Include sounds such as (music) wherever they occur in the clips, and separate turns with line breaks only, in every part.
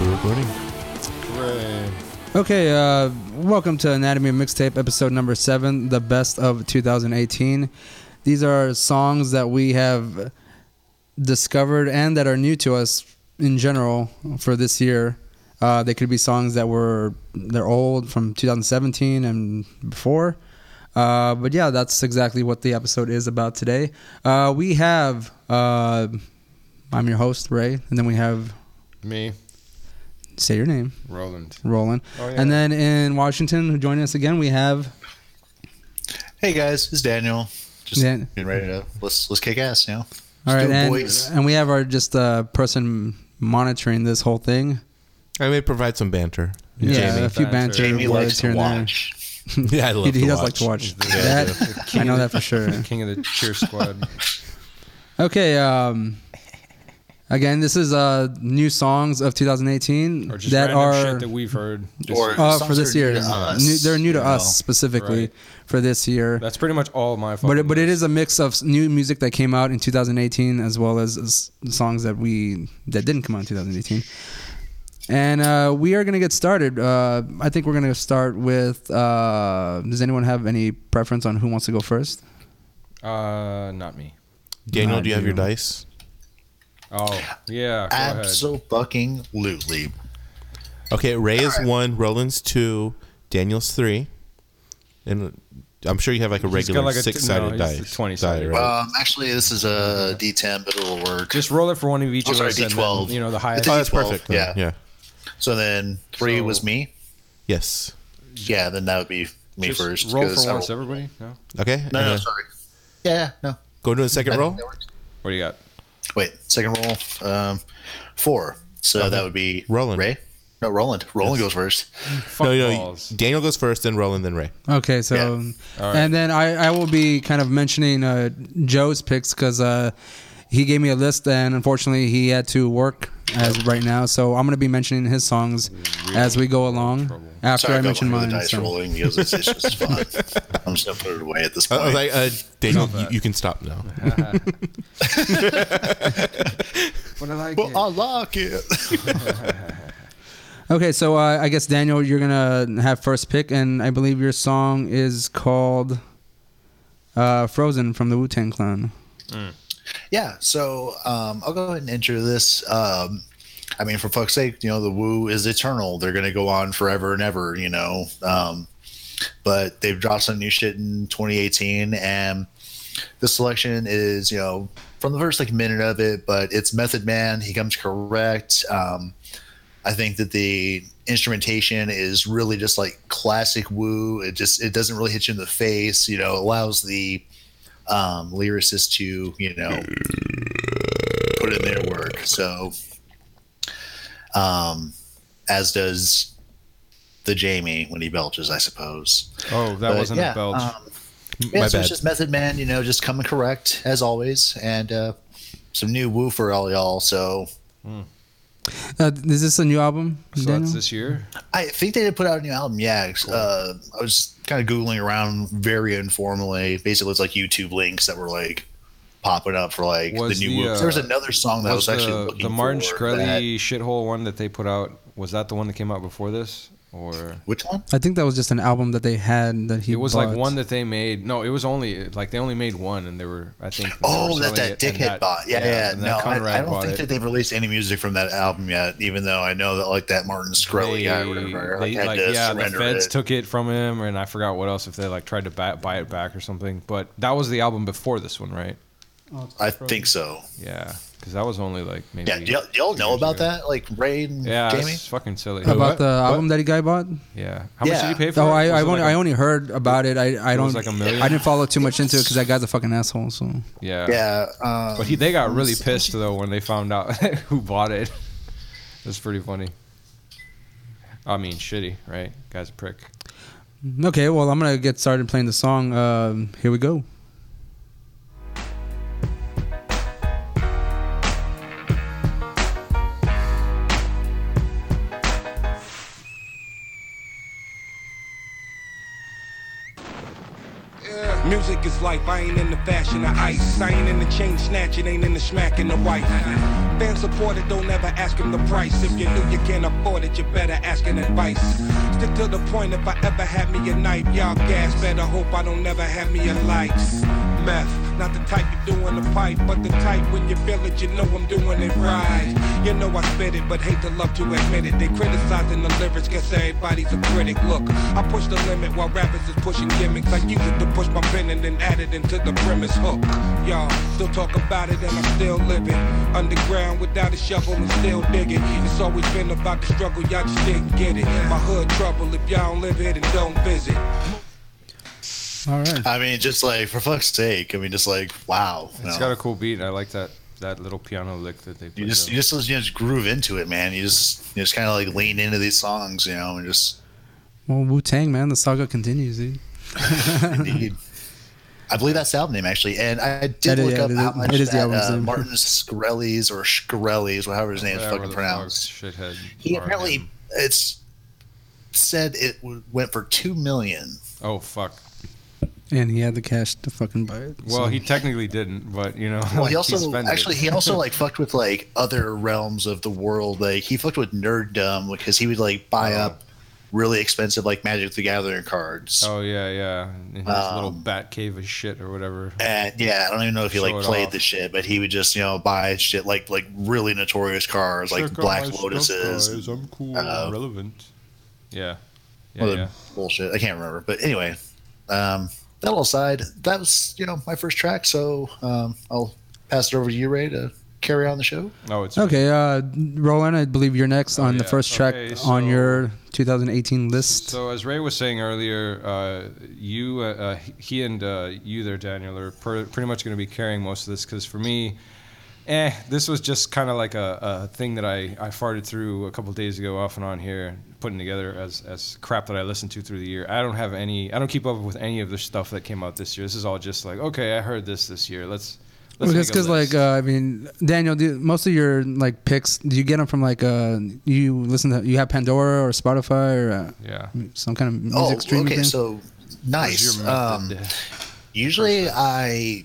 recording.
Hooray.
Okay, uh, welcome to Anatomy of Mixtape, episode number seven, the best of 2018. These are songs that we have discovered and that are new to us in general for this year. Uh, they could be songs that were they're old from 2017 and before. Uh, but yeah, that's exactly what the episode is about today. Uh, we have uh, I'm your host Ray, and then we have
Me,
say your name
Roland.
Roland.
Oh, yeah.
And then in Washington, joining us again, we have
Hey guys, it's Daniel. Just
Dan-
getting ready to let's let's kick ass now.
all right,
do it,
and,
boys.
and we have our just uh, person monitoring this whole thing.
I may provide some banter.
Yeah,
Jamie.
a few
Banter.
banter
Jamie
words
likes
here
to
and
watch.
Jamie. (laughs) yeah, I love
there. He, he
to
does
watch.
like to watch
Yeah, I
that. (laughs) I know that for sure.
(laughs) King of the cheer
(laughs)
squad.
Okay. Um, again, this is uh, new songs of 2018
Or just
that
random
are
shit that we've heard. Just-
Or-
uh,
songs
for this
that are
year.
new to us,
New, they're new to
you
us
know.
specifically
Right.
for this year.
that's pretty much all my
But it,
fucking
but it
list.
is a mix of s- new music that came out in 2018 as well as, as songs that we that didn't come out in 2018. And uh, we are gonna get started. Uh, I think we're gonna start with. Uh, does anyone have any preference on who wants to go first?
Uh, not me.
Daniel,
Not
do you have your
you.
dice?
Oh, yeah. Go ahead.
Absolutely.
Okay, Ray is one, Roland's two, Daniel's three, and I'm sure you have like a
He's
regular
got like a t-
six-sided
no, he's
dice.
the 20-sided.
die,
Um, actually, this is a D10, but it'll work.
Just roll it for one of each
I'm
of
sorry,
us. and then,
D12.
you know, the highest.
oh, that's
12,
perfect. then.
yeah.
yeah.
so then three
So-
was me.
Yes.
Yeah, then that would be me
Just
first.
Roll
'cause
for
I
once,
don't-
everybody. No.
Okay.
No, no,
uh,
sorry. Yeah, no.
Go to the
I
second
think
roll.
that works.
What do you got?
Wait, second roll. Um, four. So that would be
Roland.
Ray. No, Roland. Roland goes first.
Fuck
No, no.
balls.
Daniel goes first, then Roland, then Ray.
Okay, so um,
Yeah. All right.
and then I, I will be kind of mentioning uh, Joe's picks because uh, he gave me a list and unfortunately he had to work as of right now, so I'm gonna be mentioning his songs as we go
trouble.
along after
Sorry
I
about
mention
one of
mine.
the dice
so.
rolling because
(laughs)
it's, it's just fun. I'm just gonna put it away at this
Uh,
point.
I was like, uh, Daniel,
Stop
you,
that.
you can stop now. (laughs)
What I like.
well,
it.
I like it.
(laughs) Okay, so uh, I guess Daniel, you're gonna have first pick, and I believe your song is called uh, "Frozen" from the Wu Tang Clan.
yeah, so um, I'll go ahead and enter this. Um, I mean, for fuck's sake, you know, the woo is eternal. They're gonna go on forever and ever. You know, um, but they've dropped some new shit in 2018, and the selection is you know from the first like minute of it, but it's Method Man. He comes correct. Um, I think that the instrumentation is really just like classic woo. It just it doesn't really hit you in the face, you know, allows the um, lyricist to, you know, put in their work. So um as does the Jamie when he belches, I suppose.
oh, that
But,
wasn't
yeah,
a belch.
um,
My
yeah, so
bad.
it's just Method Man, you know, just coming correct as always, and uh some new woo for all y'all. So
Uh, is this a new album,
so
Daniel?
that's Hmm. this year.
I think they did put out a new album. Yeah, uh, I was kind of googling around very informally. Basically, it's like YouTube links that were like popping up for like
Was
the
the,
new. Whoops. there was
uh,
another song that I was actually
the,
looking
the Martin
for
Shkreli shithole one that they put out? Was that the one that came out before this, or
that- Which one?
I think that was just an album that they had that he.
it was like
bought.
one that they made? No, it was only like they only made one, and they were I think. they
Oh,
were selling
that that
it, and
dickhead
that-
bought. Yeah, yeah.
and
No,
that
I,
Conrad
I don't
bought
think
it.
that they've released any music from that album yet. Even though I know that like that Martin Shkreli
They-
guy, or whatever, like,
they,
had
like,
to
yeah, the
surrender
feds
it.
took it from him, and I forgot what else if they like tried to buy, buy it back or something. But that was the album before this one, right?
I think so.
Yeah, because that was only like maybe.
Yeah, do y'all, do y'all know
years
about
ago.
that? Like Ray and
Yeah,
Jamie.
it's fucking silly.
about
What?
the uh, album that he guy bought.
yeah, how much
Yeah.
did you pay for?
Oh,
it?
I,
Was
I,
it like
only, I
a-
only heard about it. I, I don't.
was like a million?
I didn't follow too much into it because that guy's a fucking asshole. So
yeah,
Yeah, um,
But he, they got really pissed though when they found out (laughs) who bought it. That's pretty funny. I mean, shitty, right? Guy's a prick.
Mm-hmm. okay, well I'm gonna get started playing the song. Um, here we go.
Music is life, I ain't in the fashion of ice. I ain't in the chain snatching, ain't in the smacking the wife. fan supported, don't ever ask him the price. If you knew you can't afford it, you better ask an advice. Stick to the point if I ever have me a knife. Y'all gas, better hope I don't ever have me a light. Meth, not the type you do in the pipe, but the type when you feel it, you know I'm doing it right. You know I spit it, but hate to love to admit it. They criticizing the lyrics, guess everybody's a critic. Look, I push the limit while rappers is pushing gimmicks. I use it to push my pen and then add it into the premise hook. Y'all still talk about it and I'm still living. Underground without a shovel and still digging. It's always been about the struggle, y'all just didn't get it. My hood trouble if y'all don't live here then don't visit.
All right.
I mean, just like for fuck's sake. I mean, just like wow. you
It's
know.
got a cool beat. and I like that that little piano lick that they. Put
you just
down.
you just you just groove into it, man. You just you just kind of like lean into these songs, you know, and just
Well, Wu Tang, man, the saga continues, dude.
indeed. I believe that's the album name actually, and I
That
did
is-
look
yeah,
up
it is-
how much
it is the
that,
album's
uh,
name.
Martin Skrellies or Shkrellies, or however his name is
Whatever
fucking
the fuck,
pronounced.
Shithead.
He
R&M.
apparently it's said it w- went for two million.
Oh fuck.
And he had the cash to fucking buy it.
Well,
so-
he technically didn't, but you know. (laughs)
Well, he also
spent it.
actually he also like fucked with like other realms of the world. Like he fucked with nerddom because he would like buy
Oh.
up really expensive like Magic the Gathering cards.
Oh yeah, yeah. In his little
Um,
bat cave of shit or whatever.
And yeah, I don't even know if he
Show
like
it
played
off.
the shit, but he would just you know buy shit like like really notorious cars like
Check out my
Black
stuff,
Lotuses,
guys. I'm cool.
uh,
I'm relevant. Yeah. Yeah.
other
yeah.
bullshit. I can't remember, but anyway, um, that all aside, that was you know my first track, so um, I'll pass it over to you, Ray, to carry on the show.
Oh, it's Oh,
Okay, uh, Roland, I believe you're next on the
yeah.
first track
Okay,
on
so-
your 2018 list.
So as Ray was saying earlier, uh, you, uh, uh, he, and uh, you there, Daniel, are per- pretty much going to be carrying most of this because for me, eh, this was just kind of like a, a thing that I, I farted through a couple days ago, off and on here, putting together as as crap that I listened to through the year. I don't have any, I don't keep up with any of the stuff that came out this year. This is all just like, okay, I heard this this year. Let's let's
because,
make a
cause like,
list.
uh, I mean, Daniel, do, most of your like picks, do you get them from like uh, you listen to? You have Pandora or Spotify or uh,
yeah.
some kind of music
Oh,
streaming
okay,
thing?
so
What's
nice.
your
Um,
method?
usually I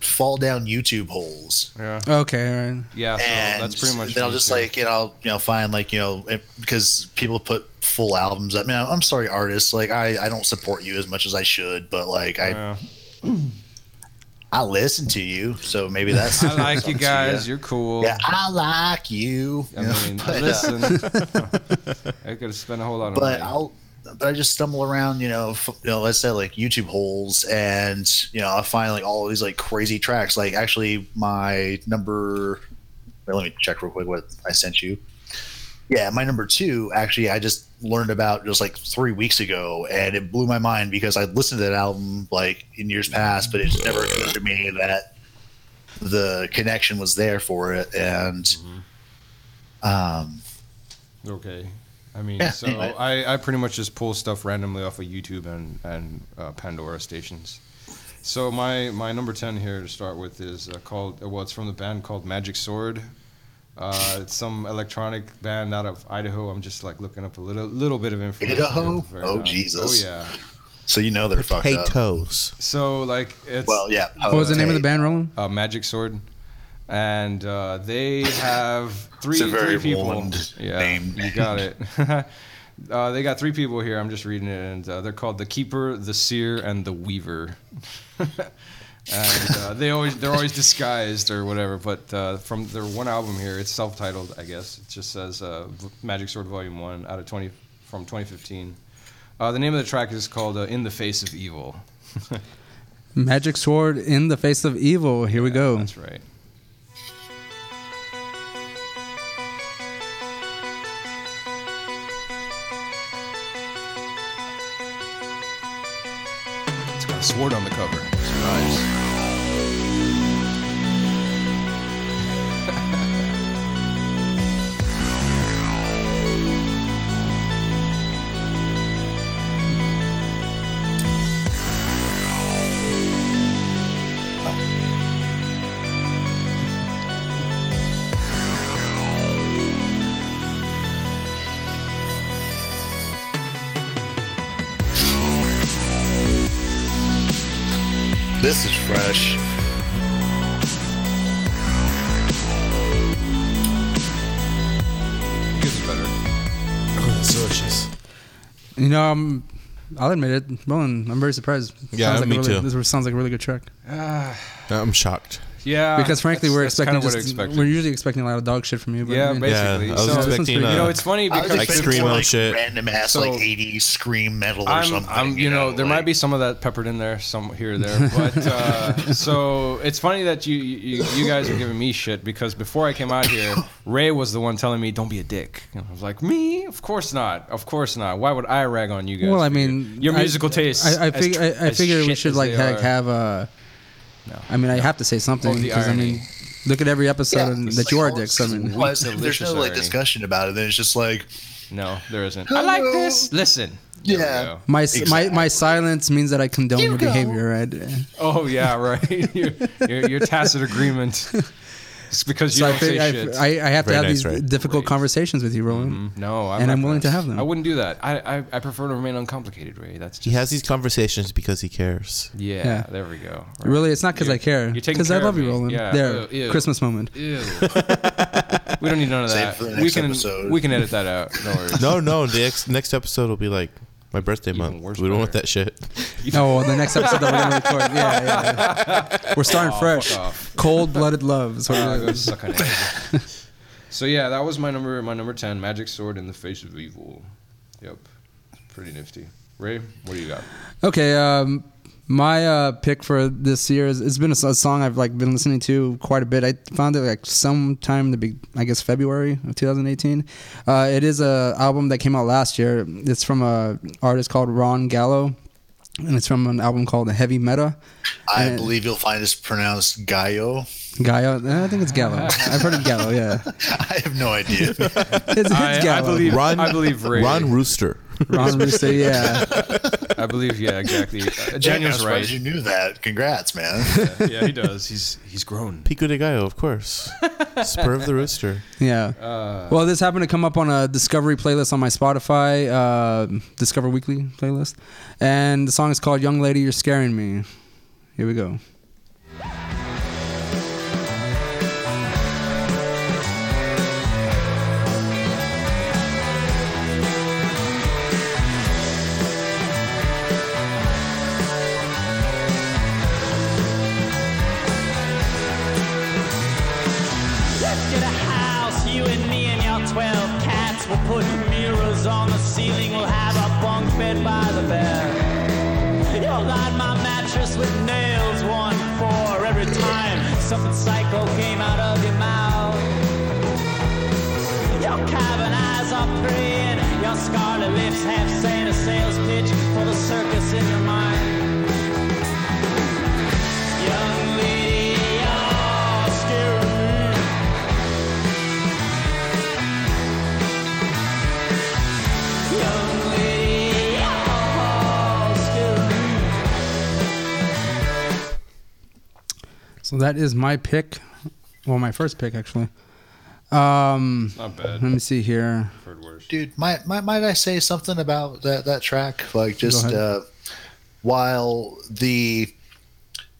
fall down YouTube holes.
yeah,
okay, all right.
yeah. So
and
that's pretty much.
Then I'll
me
just
too.
like you know I'll, you know find like you know it- because people put full albums. up. I mean I'm I'm sorry artists like I I don't support you as much as I should, but like I
Yeah.
I listen to you,
(laughs)
so maybe that's
I like you guys.
Yeah.
You're cool.
Yeah, I like you.
I
you know,
mean,
(laughs) but, uh,
listen,
(laughs)
I could have spent a whole lot of
but
money.
I'll but I just stumble around, you know, f- you know, let's say like YouTube holes, and you know, I find like all these like crazy tracks. Like actually, my number. Wait, let me check real quick what I sent you. Yeah, my number two actually I just learned about just like three weeks ago, and it blew my mind because I listened to that album like in years past, but it just never occurred to me that the connection was there for it, and
Mm-hmm.
um,
okay. I
(laughs)
mean,
Yeah,
so uh,
anyway.
I, I pretty much just pull stuff randomly off of YouTube and and uh, Pandora stations. So my my number ten here to start with is uh, called well, it's from the band called Magic Sword. Uh, it's some electronic band out of Idaho. I'm just like looking up a little little bit of information.
Idaho?
Right
Oh,
now.
Jesus.
Oh yeah.
so you know they're fucked up.
Potatoes.
So like it's
Well, yeah.
What was the name of the
potato.
band, Roland?
uh, Magic Sword, and uh, they have three,
(laughs) It's a very
three people.
Roland
yeah,
name.
you got it. (laughs) uh, they got three people here. I'm just reading it, and uh, they're called the Keeper, the Seer, and the Weaver. (laughs) and uh, they always they're always disguised or whatever. But uh, from their one album here, it's self-titled, I guess. It just says uh, V- Magic Sword Volume One out of twenty from 2015. Uh, the name of the track is called uh, "In the Face of Evil."
(laughs) Magic Sword in the Face of Evil. Here we go.
That's right. It's got a sword on the cover. Nice.
This is fresh. Oh,
You know, I'm, I'll admit it. Bowen, I'm very surprised.
Yeah,
sounds like
me
a really,
too.
This sounds like a really good track.
Ah.
Uh, I'm shocked.
Yeah,
Because frankly,
that's-
we're
that's
expecting
kinda what I
just,
expected.
we're usually expecting a lot of dog shit from you. But
yeah,
I mean,
basically.
Yeah, I was
so,
this one's
expecting,
pretty
uh,
you know, it's funny
I was
because
expecting
expecting
screamo
like
shit.
random ass
So-
like 80s scream metal or
I'm,
something.
I'm, you know, there might
like-
be some of that peppered in there, some here or there. But uh,
(laughs)
so it's funny that you, you you guys are giving me shit because before I came out here, Ray was the one telling me, "Don't be a dick." And I was like, "Me? Of course not. Of course not. Why would I rag on you guys?"
Well, I
for your-
mean,
your
I-
musical taste.
I, I, fig- I, I figure we should like have, have a.
No.
I mean, I have to say something
the
because I mean,
irony.
look at every episode
Yeah,
and
it's
that
like
you are
all
dicks. I mean,
Well, it's- there's no
Delicious
like
irony.
discussion about it. Then it's just like,
no, there isn't. I like this. Listen. There we
Yeah.
go.
my my my
Exactly.
silence means that I condone your
go.
behavior, right?
Oh yeah, right. (laughs) your, your, your tacit agreement. It's because you
So I,
don't say
fig- I,
shit.
I, I have to
Very
have
nice,
these
right?
difficult
Great.
conversations with you, Roland.
No, I'm
And
not
I'm willing to
fast.
have them.
I wouldn't do that. I, I, I prefer to remain uncomplicated, Ray. That's just
He has
(laughs)
these conversations because he cares.
yeah,
Yeah.
There we go. Right.
Really, it's not because
You-
I care.
you're taking
Because I
care of
love you,
me.
Roland.
Yeah,
There,
ew, ew.
Christmas moment.
Ew. we don't need
(laughs)
none of
Save
that.
for the
we
next
can
episode.
we can edit that out. No worries.
No, no. The ex- next episode will be like my birthday
Even
month.
worse
we don't want
better.
that shit.
Oh, the next episode that
(laughs)
we're gonna record. Yeah, yeah. yeah. We're starting fresh.
fuck off.
Cold-blooded love. Is what
Uh,
it
go
is.
suck on it. (laughs) so yeah, that was my number my number ten. Magic sword in the face of evil. Yep, pretty nifty. Ray, what do you got?
Okay, um, my uh, pick for this year is it's been a, s- a song I've like been listening to quite a bit. I found it like sometime in the big, I guess February of 2018. Uh, it is a album that came out last year. It's from a artist called Ron Gallo, and it's from an album called Heavy Meta.
I believe you'll find it's pronounced Gaio. (laughs)
Gallo, I think it's Gallo. I've heard of Gallo. Yeah,
I have no idea.
it's, it's
I, I
Gallo.
believe
Ron,
I believe Ray.
Ron Rooster.
Ron Rooster. Yeah.
(laughs)
(laughs)
I believe yeah, exactly. Uh,
Daniel,
Daniel's
right.
right.
You knew that. Congrats, man.
Yeah, he does. He's he's grown.
Pico de Gallo, of course. Spur of the Rooster.
(laughs) Yeah.
Uh,
well, this happened to come up on a Discovery playlist on my Spotify, uh, Discover Weekly playlist. And the song is called Young Lady, You're Scaring Me. Here we go.
Let's get a house, you and me and your 12 cats. We'll put mirrors on the ceiling, we'll have a bunk bed by the bed. You'll line my mattress with nails, one for every time something psycho came out of your mouth. Your cavern eyes are praying, your scarlet lips have sent a sales pitch for the circus in your mind. Young lady, you're scaring me.
So that is my pick. Well, my first pick, actually. Um,
Not
let
bad.
me see here.
I've heard worse.
dude might, might might i say something about that that track like just
ahead.
uh while the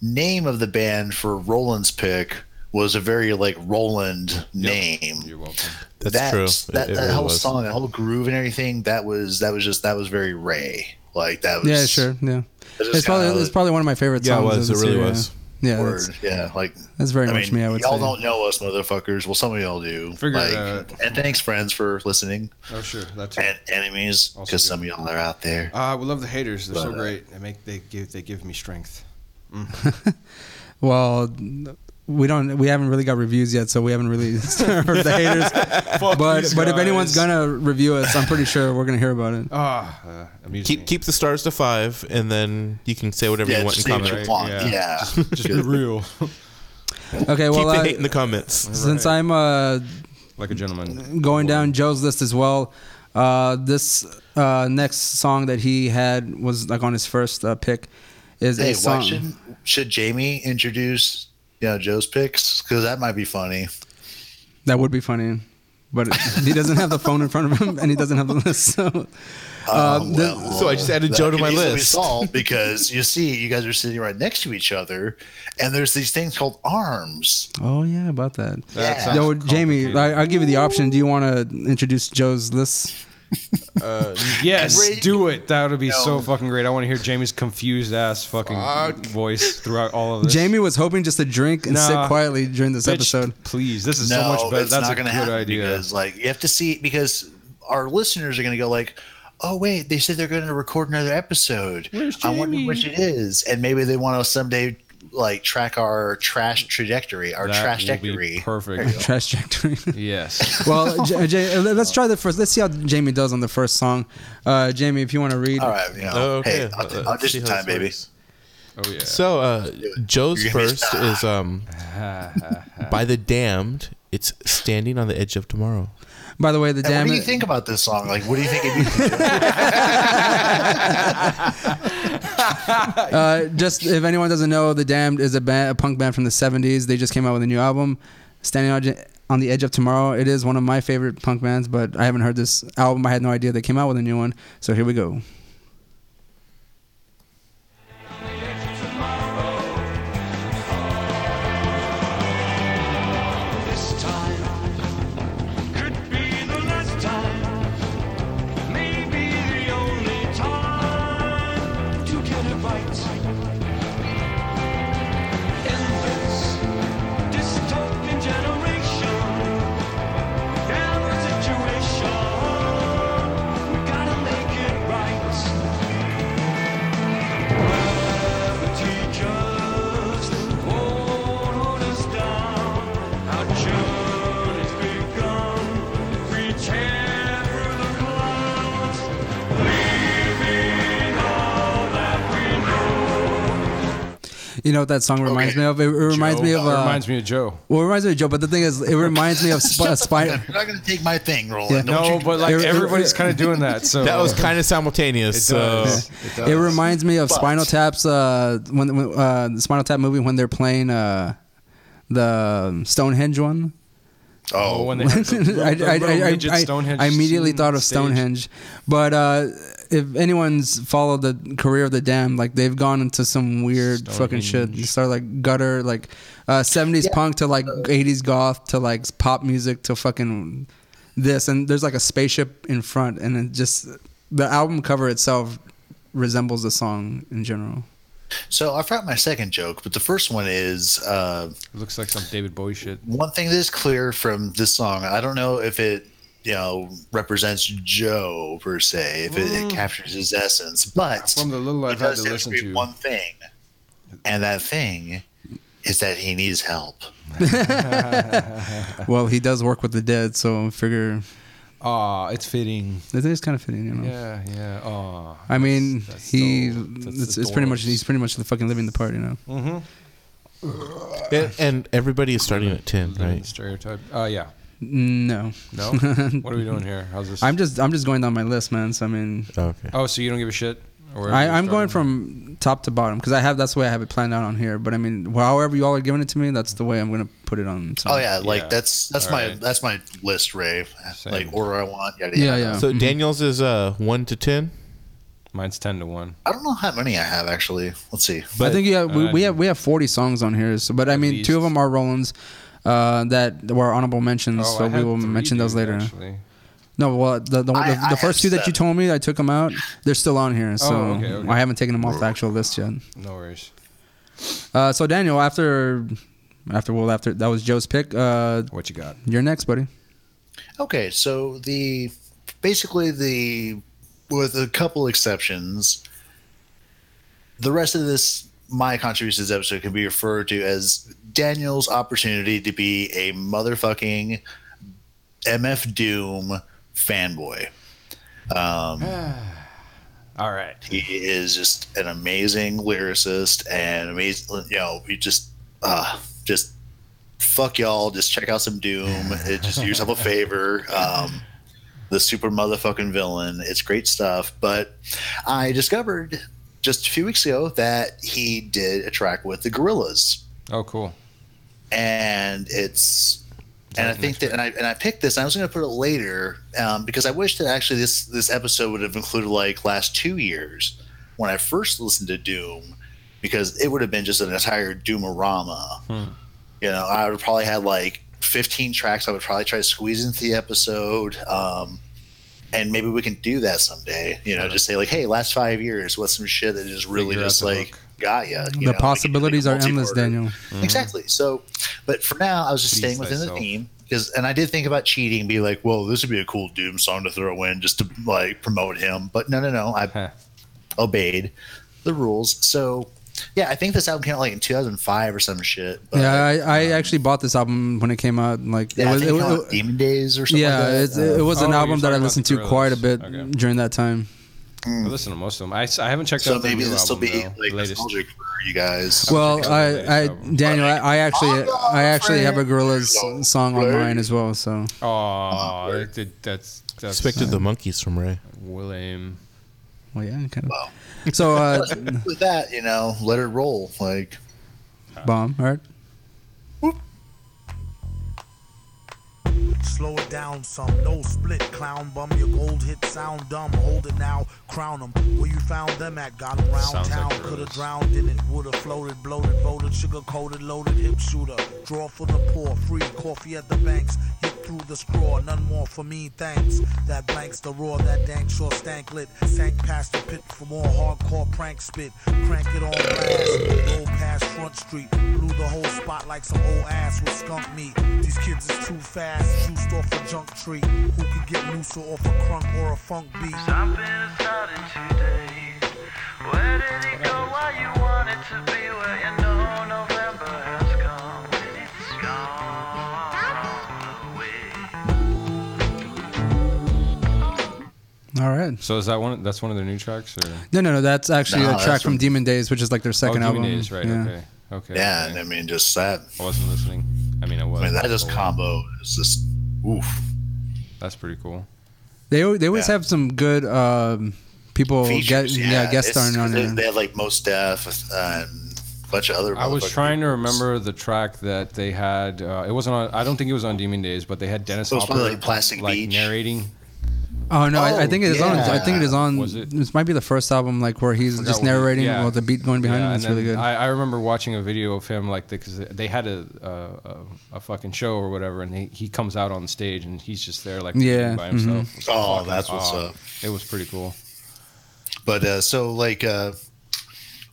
name of the band for roland's pick was a very like roland name
You're welcome.
That's
that,
true.
that,
It- it
that
really
whole
was.
song that whole groove and everything that was that was just that was very ray like that was
Yeah, sure. Yeah.
just
It's probably,
kinda-
it's probably one of my favorite
Yeah, it
songs.
was.
of this
It really
year,
was.
Yeah, yeah
word.
that's,
yeah like
that's very
I
much
mean,
me, I would
y'all
say.
don't know us, motherfuckers. Well, some of y'all do.
Figure it
like,
out.
and thanks, friends, for listening.
Oh sure, that's it.
And enemies,
Also
because
good.
some of y'all are out there.
Uh, we love the haters. They're so
But, uh,
great. They make they give they give me strength. Mm-hmm.
Well, we don't. We haven't really got reviews yet, so we haven't really (laughs) heard the haters.
(laughs) Fuck
But
these
but if anyone's
guys.
gonna review us, I'm pretty sure we're gonna hear about it.
ah, uh, amuse me.
Keep keep the stars to five, and then you can say whatever
Yeah,
you want in
just say what
comments. Keep
you want.
yeah.
(laughs) Yeah.
just be real,
Okay, well,
the
uh,
hate in the comments.
since I'm uh,
like a gentleman.
going down Joe's list as well, uh, this uh, next song that he had was like on his first uh, pick is
Hey,
a
why
song.
should should Jamie introduce you know Joe's picks because that might be funny.
That would be funny, but he doesn't have the phone in front of him and he doesn't have the list.
(laughs)
So uh,
Um,
this-
well,
so I just added
that
Joe to
could
my
easily be
list.
solved because you see, you guys are sitting right next to each other, and there's these things called arms.
oh yeah, about that.
Yeah.
sounds
Yo, Jamie,
complicated.
I, I'll give you the option. Do you want to introduce Joe's list?
Yes,
Uh, Great.
do it. That would be so
No.
fucking great. I want to hear Jamie's confused ass fucking voice throughout all of this.
Jamie was hoping just to drink and sit
Nah.
quietly during this
Bitch,
episode.
Please, this is
no,
so much better.
It's
That's
not
a
going
good
to happen
idea.
because, like, you have to see because our listeners are going to go like, "Oh wait, they said they're going to record another episode. I wonder which it is." And maybe they want to someday like track our trash trajectory, our
that
trash
will be
trajectory.
perfect.
(laughs) Trash trajectory.
yes.
(laughs) well, J- J- let's try the first. Let's see how Jamie does on the first song. Uh, Jamie, if you want to read,
All right, you know, hey,
Uh, let's
audi-
see
audition
how
time,
this
baby.
works.
Oh yeah.
So uh, Joe's
You're gonna be-
first is um, by the damned. It's standing on the edge of tomorrow.
by the way, the
And what
damn
do you
it-
think about this song? Like, what do you think? It
(laughs) Uh, just if anyone doesn't know, The Damned is a, band, a punk band from the 70s. They just came out with a new album, Standing on, on the Edge of Tomorrow. It is one of my favorite punk bands, but I haven't heard this album. I had no idea they came out with a new one. So here we go.
This time could be the last time, maybe the only time to get it right. In this dystopian generation, every situation we gotta make it right. Wherever teachers won't hold us down. Our journey's begun. We tear through the clouds, leaving all that we
You know what that song reminds
Okay.
me of? It, it reminds
Joe,
me of.
that
Uh,
reminds me of Joe.
well, it reminds me of Joe, but the thing is, it reminds me of
(laughs)
Sp- Spider.
You're not going to take my thing, Roland. Don't
No,
you-
but like
It- it-
everybody's kind of doing that. So
That was kind of simultaneous.
It
So
does.
uh, It reminds me of
But-
Spinal Tap's uh, when, when uh, the Spinal Tap movie when they're playing uh, the Stonehenge one.
Oh,
(laughs)
oh,
when they had the- the-
I,
the
I,
little
I,
midget
I,
Stonehenge
I immediately
scene
thought of
stage.
Stonehenge, but uh, if anyone's followed the career of the Damned, like they've gone into some weird fucking shit. You start like gutter, like uh, '70s punk to like '80s goth to like pop music to fucking this, and there's like a spaceship in front, and it just the album cover itself resembles the song in
(laughs)
general.
so I forgot my second joke, but the first one is. Uh,
It looks like some David Bowie shit.
one thing that is clear from this song, I don't know if it you know represents Joe per se, if it, it captures his essence, but
Mm. From the little
it
I've had
does
to listen
illustrate
to.
one thing, and that thing is that he needs help.
(laughs) Well, he does work with the dead, so I figure
Ah, it's fitting.
it is kind of fitting, you know.
Yeah, yeah. Ah,
I mean,
that's
he
so- that's
it's, it's pretty much
adorbs.
he's pretty much the fucking living the part, you know.
Mm-hmm.
and, and everybody is starting at ten,
Mm-hmm.
right?
stereotype. Uh, yeah.
(laughs) No,
No. what are we doing here? How's this?
I'm just I'm just going down my list, man. So I mean,
Okay.
Oh, so you don't give a shit? Or wherever
I,
you're
I'm going
starting?
from top to bottom because I have that's the way I have it planned out on here. But I mean, however you all are giving it to me, that's the way I'm gonna put it on. So.
Oh yeah, like
Yeah.
that's that's
All
my
right.
that's my list, Ray.
Same.
Like order I want. Yada,
Yeah,
yada.
yeah.
So Daniels is uh one to ten.
Mine's ten to one.
I don't know how many I have actually. Let's see.
I think yeah, we,
uh,
we have we have 40 songs on here. So, but I mean, two of
least.
them are Roland's. Uh, that were honorable mentions,
Oh,
so
I
we
had
will
three,
mention those
dude,
later.
actually.
No, well, the the, one-
I-
the,
I
the
have
first two that you
seven.
told me, I took them out. They're still on here, so
Oh, okay, okay.
I haven't taken them off the actual list yet.
No worries.
Uh, so Daniel, after after well after that was Joe's pick. Uh,
What you got?
you're next, buddy.
Okay, so the basically the with a couple exceptions, the rest of this my contributions episode can be referred to as Daniel's opportunity to be a motherfucking MF Doom fanboy.
(sighs)
Um,
All right.
He is just an amazing lyricist and amazing. You know, he just uh, just fuck y'all. Just check out
(laughs)
some Doom. It just do yourself a favor. Um, the super motherfucking villain. It's great stuff. But I discovered just a few weeks ago that he did a track with the Gorillas,
Oh, cool.
and it's. And I think that, and I and I picked this. And I was going to put it later um, because I wish that actually this this episode would have included like last two years when I first listened to Doom, because it would have been just an entire Doomerama.
Hmm.
You know, I would have probably had like 15 tracks. I would probably try to squeeze into the episode. Um, and maybe we can do that someday. You know, just say like, hey, last five years, what's some shit that just really
Figure out
just
the
like
hook. Mm-hmm.
got ya, you?
The
know?
possibilities
Like a
are endless,
multi-parter. Mm-hmm.
Daniel.
Exactly. So, but for now, I was just
Please
staying within
thyself.
the theme because, and I did think about cheating, be like, well, this would be a cool Doom song to throw in just to like promote him. But no, no, no, I
Huh.
obeyed the rules. So, yeah, I think this album came out like in 2005 or some shit. But,
Yeah, I, I actually bought this album when it came out. Like,
yeah,
it was,
I
it,
think it
was-
came out Demon Days or something.
yeah,
like that.
it's, it was an
Oh, you're
album that I
talking about
listened to
Gorillaz.
quite a bit
Okay.
during that time.
I listen to most of them. I, s- I haven't checked
Mm. so
out the
maybe
new
this will
album,
be
though,
like
latest.
nostalgic for you guys.
Well,
latest
I, I
album.
Daniel, I, I actually, I actually have a
Oh,
Gorillaz song on
right.
mine as well. So
Oh, that, that, that's that's
Expected the monkeys from Ray.
William.
well, yeah, kind of.
Wow.
So uh,
with that, you know, let it roll. Like,
bomb, all right.
Slow it down some, no split, clown bum. Your gold hit sound dumb, hold it now, crown 'em. Where you found them at, got 'em round
Sounds like
town.
Gorillaz.
Could've drowned in it, would've floated, bloated, voted, sugar coated, loaded, hip shooter. Draw for the poor, free coffee at the banks. Hit through the straw, none more for me, thanks. That blanks the roar, that dank sure stank lit. Sank past the pit for more hardcore prank spit. Crank it on blast, roll past Front Street. Blew the whole spot like some old ass with skunk meat. These kids is too fast, juiced off a junk tree. Who could get looser off a crunk or a funk beat?
Something is starting today. Where did it go? Why you want it to be where you know November has come and it's gone away.
All right.
So is that one? That's one of their new tracks, or
No, no, no. That's actually
No,
a track
that's
from
from-
Demon Days, which is like their second
oh,
album.
Demon Days, right?
Yeah.
Okay, okay.
yeah,
okay.
and I mean, just that.
I wasn't listening. I mean, I was.
I mean, that just
but
combo is just oof.
That's pretty cool.
They al- they always
Yeah.
have some good um, people get
Features,
yeah, guest
it's-
starring on
they,
it.
They have like most deaf uh, and a bunch of other.
I was
motherfuckers.
trying to remember the track that they had. Uh, it wasn't on. I don't think it was on Demon Days, but they had Dennis
It was
Hopper
probably like Plastic
like,
Beach.
narrating.
Oh no, I, I
Oh,
think it is on. I
yeah.
think it is on.
Was it-
This might be the first album like where he's just
what it-
narrating
yeah.
with the beat going behind
Yeah,
him.
and
It's really
then
good.
I, I remember watching a video of him like because they had a, a, a a fucking show or whatever, and he, he comes out on stage and he's just there like
Yeah,
by himself.
Oh,
Fucking
that's what's
awe.
up.
It was pretty cool.
But uh, so like, uh,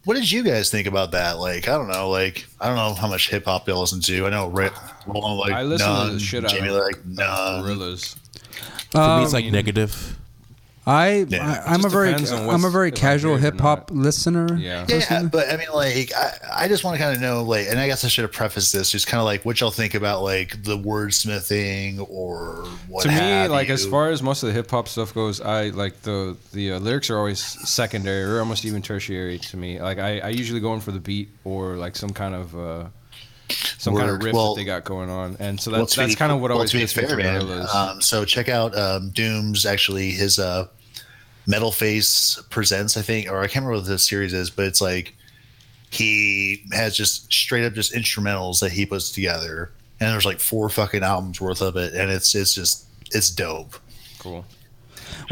what did you guys think about that? Like, I don't know. Like, I don't know how much hip hop y'all listen to. I know Rick, Roland, like
I listened
none,
to the shit out
Jimmy,
of
like none.
Gorillas. Um,
For me, it's like negative.
I,
Yeah. It
I I'm a
just
very
depends on
I'm
what's-
a very
if I
casual
hear it or
hip hop
not.
listener.
Yeah.
Yeah, but I mean, like, I, I just want to kind of know, like, and I guess I should have prefaced this, just kind of like what y'all think about like the wordsmithing or what.
to me,
have
like as
you.
far as most of the hip hop stuff goes, I like the the uh, lyrics are always secondary or almost even tertiary to me. Like I, I usually go in for the beat or like some kind of uh, some kind of
Word.
riff
Well-
that they got going on, and so
Well,
that's
to
that's
be-
kind of what
well,
always
to be
gets me
fair,
to
man,
Gorillaz.
Um, so check out um, Doom's actually his uh, Metal Face presents, I think, or I can't remember what the series is, but it's like he has just straight up just instrumentals that he puts together, and there's like four fucking albums worth of it, and it's it's just it's dope.
cool.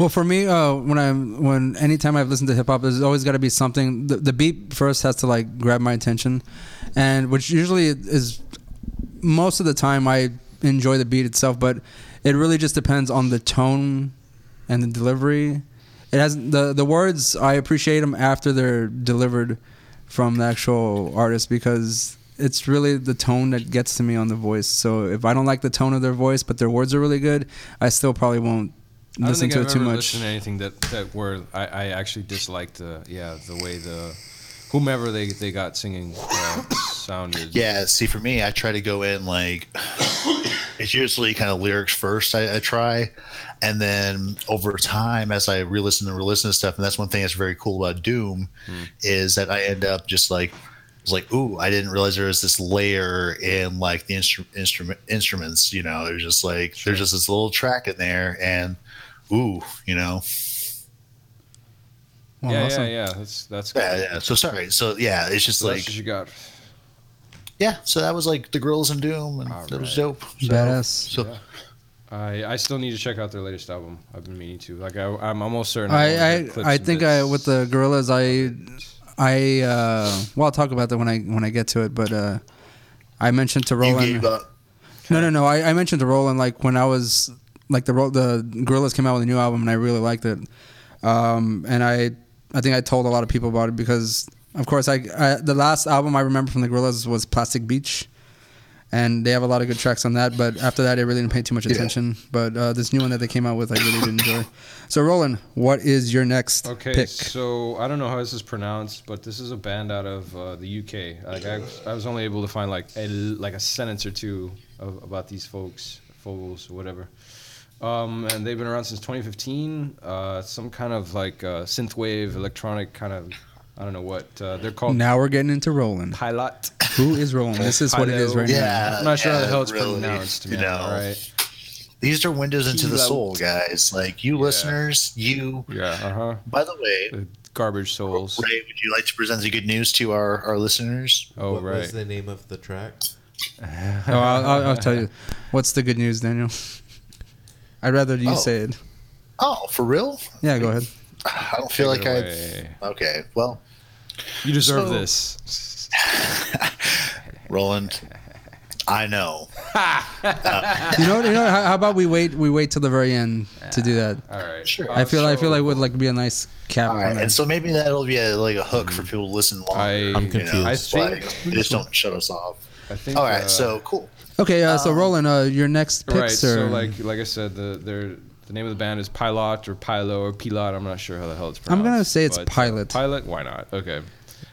Well, for me, uh, when I when anytime I've listened to hip hop, there's always got to be something. The, the beat first has to like grab my attention, and which usually is most of the time I enjoy the beat itself, but it really just depends on the tone and the delivery. It has the the words I appreciate them after they're delivered from the actual artist because it's really the tone that gets to me on the voice. So if I don't like the tone of their voice, but their words are really good, I still probably won't
I don't
listen
think
to
I've
it too
ever
much.
listened to anything that that where I, I actually disliked the yeah the way the whomever they they got singing uh, sounded.
Yeah, see, for me, I try to go in like (coughs) it's usually kind of lyrics first. I, I try, and then over time, as I re-listen and re-listen to stuff, and that's one thing that's very cool about Doom
Hmm.
is that I end up just like it's like, ooh, I didn't realize there was this layer in like the instru- instrument instruments. You know, there's just like there's just this little track in there, and ooh, you know,
Well,
yeah,
awesome.
yeah, yeah. That's that's good.
yeah, yeah. So sorry, so yeah, it's just
So
like
that's what you got.
yeah. So that was like the girls in Doom, and
All
that was
right.
dope. So,
Badass.
So
I, I still need to check out their latest album. I've been meaning to. Like I, I'm almost certain.
I I, I think I with the gorillas I I uh, well I'll talk about that when I when I get to it but uh, I mentioned to
you
Roland
gave up.
no no no I, I mentioned to Roland like when I was like the Ro- the Gorillas came out with a new album and I really liked it. Um, and I I think I told a lot of people about it because of course I, I the last album I remember from the Gorillas was Plastic Beach. And they have a lot of good tracks on that, but after that, I really didn't pay too much attention. But uh, this new one that they came out with, I really did enjoy. So, Roland, what is your next
Okay,
pick?
so I don't know how this is pronounced, but this is a band out of uh, the UK. Like I, I was only able to find like a, like a sentence or two of, about these folks, Fogels, whatever. Um, and they've been around since 2015. Uh, some kind of like uh, synthwave electronic kind of I don't know what uh, they're called.
Now we're getting into Roland.
Pilot.
Who is Roland? This is what it is right now.
Yeah,
I'm not sure how the
yeah,
hell it's
really,
pronounced.
you
Man, (laughs)
know.
right?
These are windows into the
Kilo.
soul, guys. Like you listeners, you.
Yeah. Uh huh.
By the way,
The garbage souls.
Ray, would you like to present the good news to our our listeners?
Oh
what
right.
was the name of the
(laughs)
track?
Oh, I'll, I'll, I'll tell you. What's the good news, Daniel? I'd rather you
Oh.
say it.
(laughs) Oh, for real?
Yeah, go ahead.
I don't feel like
Take it
I.
away.
Okay, well,
You deserve
So-
this.
(laughs) Roland, I
(laughs)
know. Uh,
You know, you know. How, how about we wait? We wait till the very end to do that.
All right.
Sure.
Uh,
I feel. I
so
feel like would like be a nice cap.
All
on
right,
that.
and so maybe that'll be a, like a hook for people to listen longer.
I- I'm
you know,
Mm. confused.
I
it's like,
think-
they just don't shut us off.
I think.
All right,
uh,
so cool. Um,
Okay, uh, so Roland, uh, your next pick,
right.
sir.
So like like I said, the their the name of the band is Pilot or Pilo or Pilot. I'm not sure how the hell it's
I'm
pronounced.
gonna say it's
but, uh,
Pilot.
Pilot. Why not? Okay.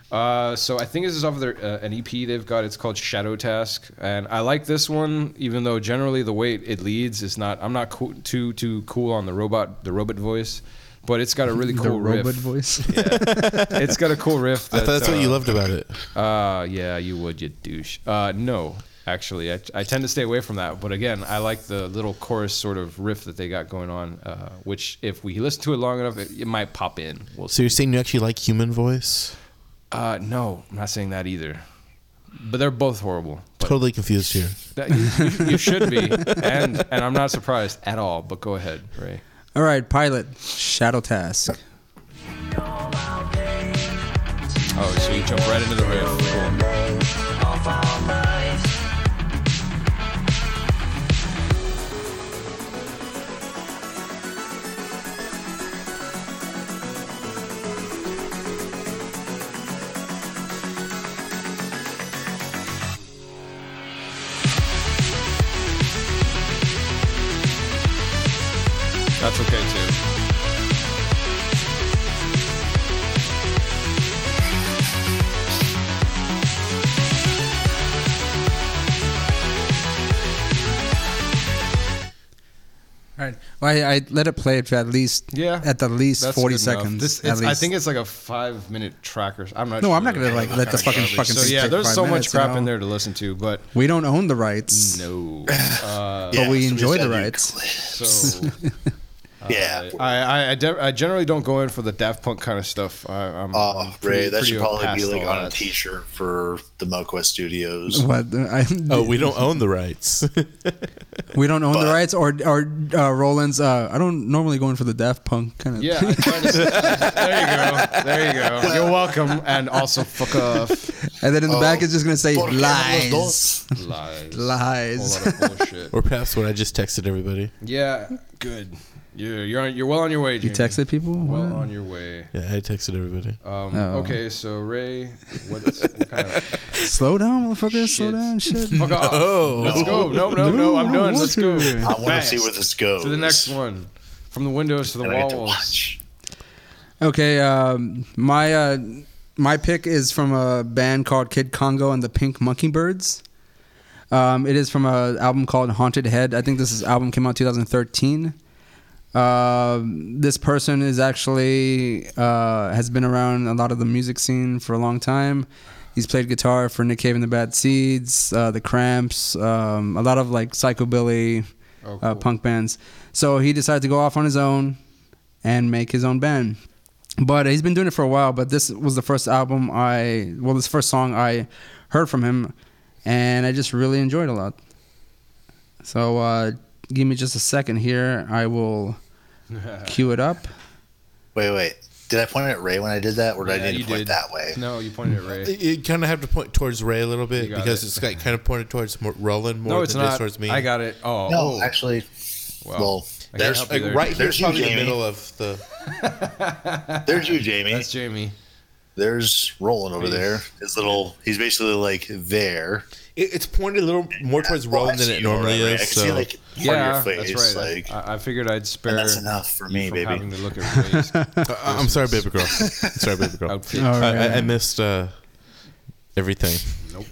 Uh, so I think this is off of their uh, an EP they've got. It's called Shadow Task, and I like this one, even though generally the way it leads is not. I'm not coo- too too cool on the robot the robot voice, but it's got a really cool
(laughs) the
riff. (laughs)
robot voice.
It's got a cool riff.
I thought that's what you
uh,
loved about it.
uh, yeah, you would, you douche. Uh, no, actually, I, I tend to stay away from that. But again, I like the little chorus sort of riff that they got going on, uh, which if we listen to it long enough, it, it might pop in. We'll
So
see.
you're saying you actually like human voice?
Uh, no, I'm not saying that either. But they're both horrible. But
Totally confused here.
that, you, you, you should be, and and I'm not surprised at all. But go ahead, Ray.
All right, Pilot, Shadow Task.
Oh, so you jump right into the riff. Cool. That's okay too.
All right, well, I, I let it play for at least
Yeah,
at the least
That's
forty
good enough.
seconds.
This-
at
it's-
least.
I think it's like a five minute track or s- I'm not
no,
sure.
I'm not gonna like let the fucking fucking.
So
thing
yeah,
take
there's
five
so much
minutes, you
crap
know?
in there to listen to, but
We don't own the rights. (laughs)
no. Uh,
But we
so
enjoy
just
the
gotta be
rights.
(laughs)
(laughs)
so uh,
cool. Yeah.
I I, I, de- I generally don't go in for the Daft Punk kind of stuff. I, I'm, I'm
Oh,
pretty-
Ray, that
pretty
should probably be
past
like
all
on a
that.
T-shirt for the MoQuest Studios.
What? I,
(laughs) Oh, we don't own the
(laughs)
rights.
We don't own the
But-
rights, or or uh, Roland's. Uh, I don't normally go in for the Daft Punk kind of.
Yeah, I try to,
(laughs)
(laughs) there you go, there you
(laughs)
go. You're welcome, and also fuck off.
and then in the back
Oh.
it's just gonna say
Por qué no los
lies,
dos?
(laughs)
Lies,
lies.
Whole lot of bullshit.
or perhaps what I just texted everybody.
yeah, good. You're you're on, you're well on your way.
You
Jamie.
texted people.
Well
What?
on your way.
Yeah, I texted everybody.
Um,
Oh.
Okay, so Ray, what's, what kind of
slow down, motherfucker. Slow
Shit.
down, shit.
Fuck
(laughs)
off.
Oh.
Oh.
Let's go. No, no, no. I'm
No, I
done.
want
Let's go.
to.
I want to
Fast.
see where this goes.
To the next one. From the windows to the
That I get to
walls.
watch.
Okay, um, my uh, my pick is from a band called Kid Congo and the Pink Monkeybirds. Um, it is from a album called Haunted Head. I think this is, album came out 2013. Um this person is actually uh, has been around a lot of the music scene for a long time. He's played guitar for Nick Cave and the Bad Seeds, uh, the Cramps, um, a lot of like psychobilly
Oh,
uh,
cool.
punk bands. So he decided to go off on his own and make his own band. But he's been doing it for a while. But this was the first album I, well, this first song I heard from him, and I just really enjoyed a lot. So uh, give me just a second here.
(laughs)
I will cue it up.
Wait, wait. Did I point it at Ray when I did that, or did
Yeah,
I need
you
to point
did.
that way?
No, you pointed at Ray.
(laughs)
You- You kind of have to point towards Ray a little bit
You got
because
it.
it's like kind of pointed towards more, Roland more
No, it's
than it is
not.
towards me.
I got it. Oh,
No,
oh.
actually,
Wow.
Well,
I
there's
can't help you
Like
there.
right here's
There's you,
probably the
Jamie.
middle of the.
there's you, Jamie.
That's Jamie.
There's Roland over
He's-
there. His little, he's basically like there.
It, it's pointed a little more towards
Well, I
Roland than
see
it
you over
normally
there. I
is.
can
So
see, like, part of your
Yeah,
face,
that's right.
like-
I, I figured I'd spare.
and that's enough for
you
me,
from
baby.
Having to look
(laughs)
at Uh-uh. Ray's
(laughs)
Uh, I'm sorry, baby girl. sorry, baby girl.
outfit.
All
I,
right.
I, I missed uh, everything.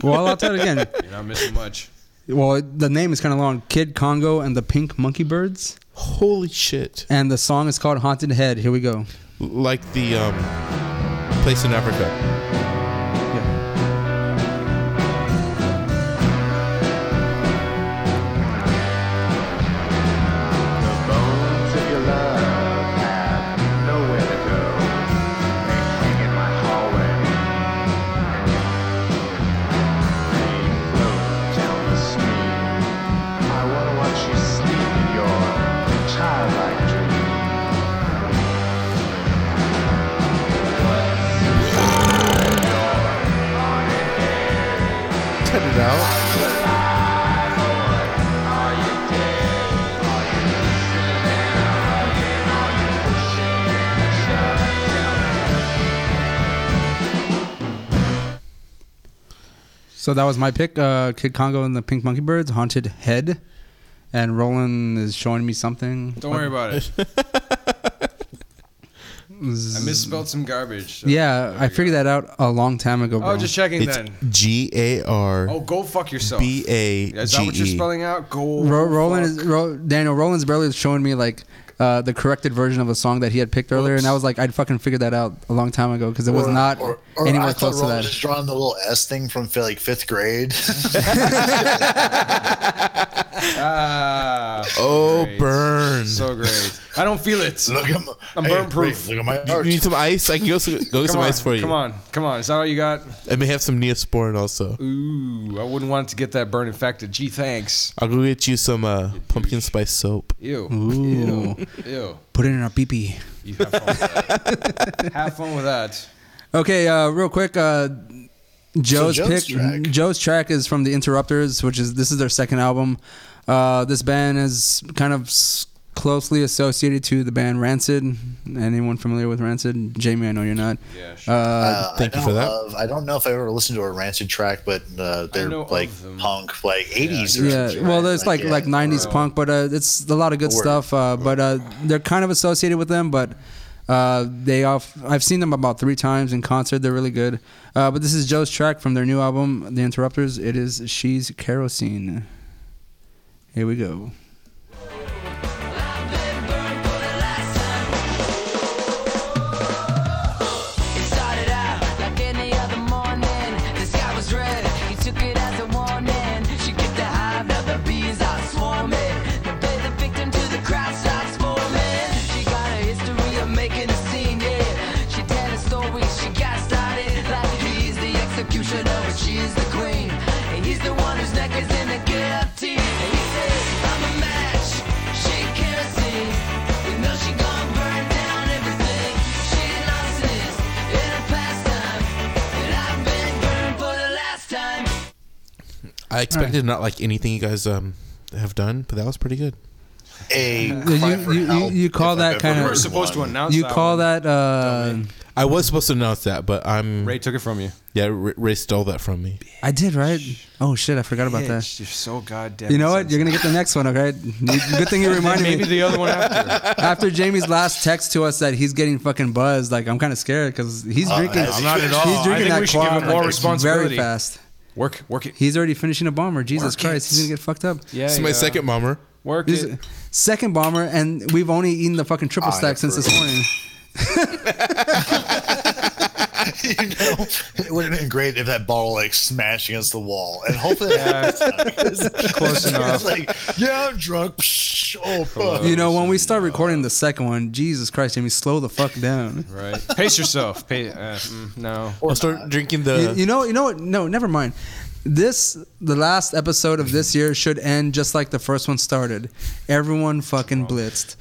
well, I'll tell it again.
You're not missing much.
Well, the name is kind of long. Kid Congo and the Pink Monkey Birds,
Holy shit!
and the song is called Haunted Head. Here we go.
Like the um, place in Africa.
Yeah.
Cut it out.
So that was my pick. Uh, Kid Congo and the Pink Monkey Birds, Haunted Head, and Roland is showing me something.
Don't worry about it. I misspelled some garbage. so-
Yeah, I figured that out a long time ago. Bro.
Oh, just checking
It's
then.
G A R
Oh, go fuck yourself.
B A G E.
Is that what you're spelling out? Go.
Ro- Roland
Oh, fuck.
is Ro- Daniel. Roland's barely showing me like uh, the corrected version of a song that he had picked earlier, and I was like, I'd fucking figured that out a long time ago because it was
Or-
not
or- or
anywhere
I thought
close to
Roland
that.
Just drawing the little S thing from like fifth grade. (laughs)
Ah,
Oh,
great.
burn.
So great. I don't feel it.
look at my,
I'm
hey,
burn proof.
wait, Look at my
you
arch.
need some ice? I can go, s- go get
Come
some
on,
ice for you.
Come on, come on. Is that all you got?
I may have some Neosporin also.
Ooh, I wouldn't want to get that burn infected.
(laughs)
Gee, thanks.
I'll go get you some uh, pumpkin spice soap.
Ew.
Ooh.
Ew. Ew.
Put it in our PP.
You have fun with that. have fun with that.
Okay, uh, real quick. Uh, Joe's,
Joe's
pick.
track.
Joe's track is from the Interrupters, which is this is their second album. Uh, this band is kind of s- closely associated to the band Rancid. Anyone familiar with Rancid? Jamie, I know you're not.
Yeah, sure.
Uh,
Uh,
Thank
I
you for
don't
that.
love- I don't know if I ever listened to a Rancid track, but uh, they're
know of
like
them.
punk, like eighties. or
yeah,
something,
well,
right?
there's like
yeah.
like '90s
Right.
punk, but uh, it's a lot of good
Word.
stuff. Uh, but uh, they're kind of associated with them, but uh, they off. I've seen them about three times in concert. They're really good. Uh, but this is Joe's track from their new album, The Interrupters. It is "She's Kerosene." Here we go.
It started out like any other morning. The sky was red, you took it as a warning. She kicked the hive, now the bees are swarming. They play the victim till the crowd stops forming. She got a history of making a scene, yeah. She telling stories, she got started like he's the executioner, and she's the queen. And he's the one whose neck is in the guillotine. And he says, I'm a match, she kerosene. We know she gonna burn down everything. She lost this in her pastime, and I've been burned for the last time.
I expected not like anything you guys um have done, but that was pretty good.
a
you-
cry for
you- you-
help,
you
if
call
I've
that
ever
kind
you
of-
were
heard
supposed to
one.
announce
You
that
call
one.
that? Uh,
I was supposed to announce that, but I'm
Ray took it from you.
yeah. Ray Ray stole that from me.
I did right. Oh shit, I forgot about that.
Bitch, You're so goddamn.
You know what? You're gonna get the next one, okay?
(laughs)
Good thing you reminded me.
maybe the other one after.
After Jamie's last text to us that he's getting fucking buzzed, like I'm kind of scared because he's
Uh,
drinking.
I'm not at all.
He's
I think
drinking that
we should give
quad,
him more
like,
responsibility.
Very fast.
Work, work it.
He's already finishing a bomber. Jesus
Work
Christ,
it.
he's gonna get fucked up.
Yeah,
This is my
yeah.
second bomber.
Work
He's-
it.
second bomber, and we've only eaten the fucking
Ah,
triple
I
stack since this
approve.
morning.
you know, it would have been great if that bottle like smashed against the wall, and hopefully that happens.
Close enough.
It's like, (laughs) yeah, I'm drunk. Psh, oh fuck.
You know, when we start recording the second one, Jesus Christ, Jamie, slow the fuck down. (laughs)
Right. Pace yourself. Pa- uh, mm, no.
I'll start drinking the.
You, you know, you know what? No, never mind. This the last episode of this year should end just like the first one started. Everyone fucking blitzed.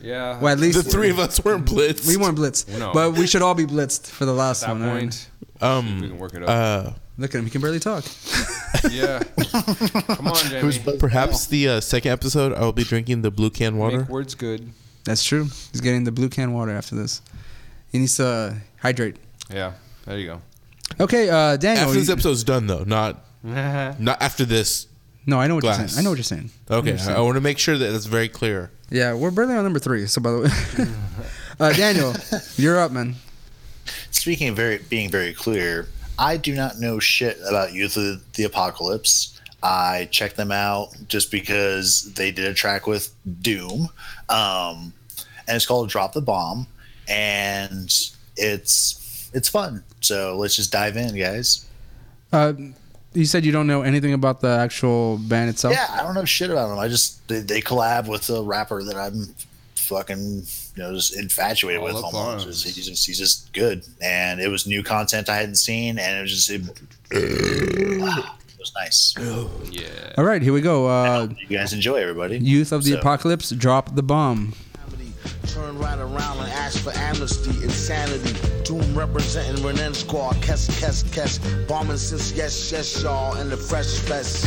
Yeah.
Well, at least
the three of us weren't blitz.
We weren't blitzed,
No.
but we should all be blitzed for the last
at that
one. right?
point,
Um.
we can work it up.
Uh.
Look at him; he can barely talk.
(laughs) Yeah. Come on, Jamie.
Who's Buzz
Perhaps the uh, second episode, I will be drinking the blue can water.
Make words good.
That's true. He's getting the blue can water after this. He needs to uh, hydrate.
Yeah. There you go.
Okay, uh, Daniel.
After
you-
this episode's done, though,
(laughs)
not
yeah.
not after this.
no, I know what you're
Glass.
saying. I know what you're saying.
Okay, I, want to make sure that that's very clear.
Yeah, we're barely on number three. So by the way, (laughs) uh,
(laughs)
Daniel, you're up, man.
Speaking of very being very clear, I do not know shit about Youth of the Apocalypse. I checked them out just because they did a track with Doom, um, and it's called "Drop the Bomb," and it's it's fun. So let's just dive in, guys.
Uh, you said you don't know anything about the actual band itself.
Yeah, I don't know shit about them. I just they, they collab with a rapper that I'm fucking you know just infatuated
All
with
up
almost.
arms.
He's just, he's just good, and it was new content I hadn't seen, and it was just
(laughs)
it, Wow, it was nice.
All right, here we go. Uh,
You guys enjoy everybody.
Youth of the
So-
Apocalypse, drop the bomb.
calamity. Turn right around and ask for amnesty, insanity. Doom representing Renan Squad, Kes, Kes, Kes. Bombing since yes, yes, y'all, and the fresh fest.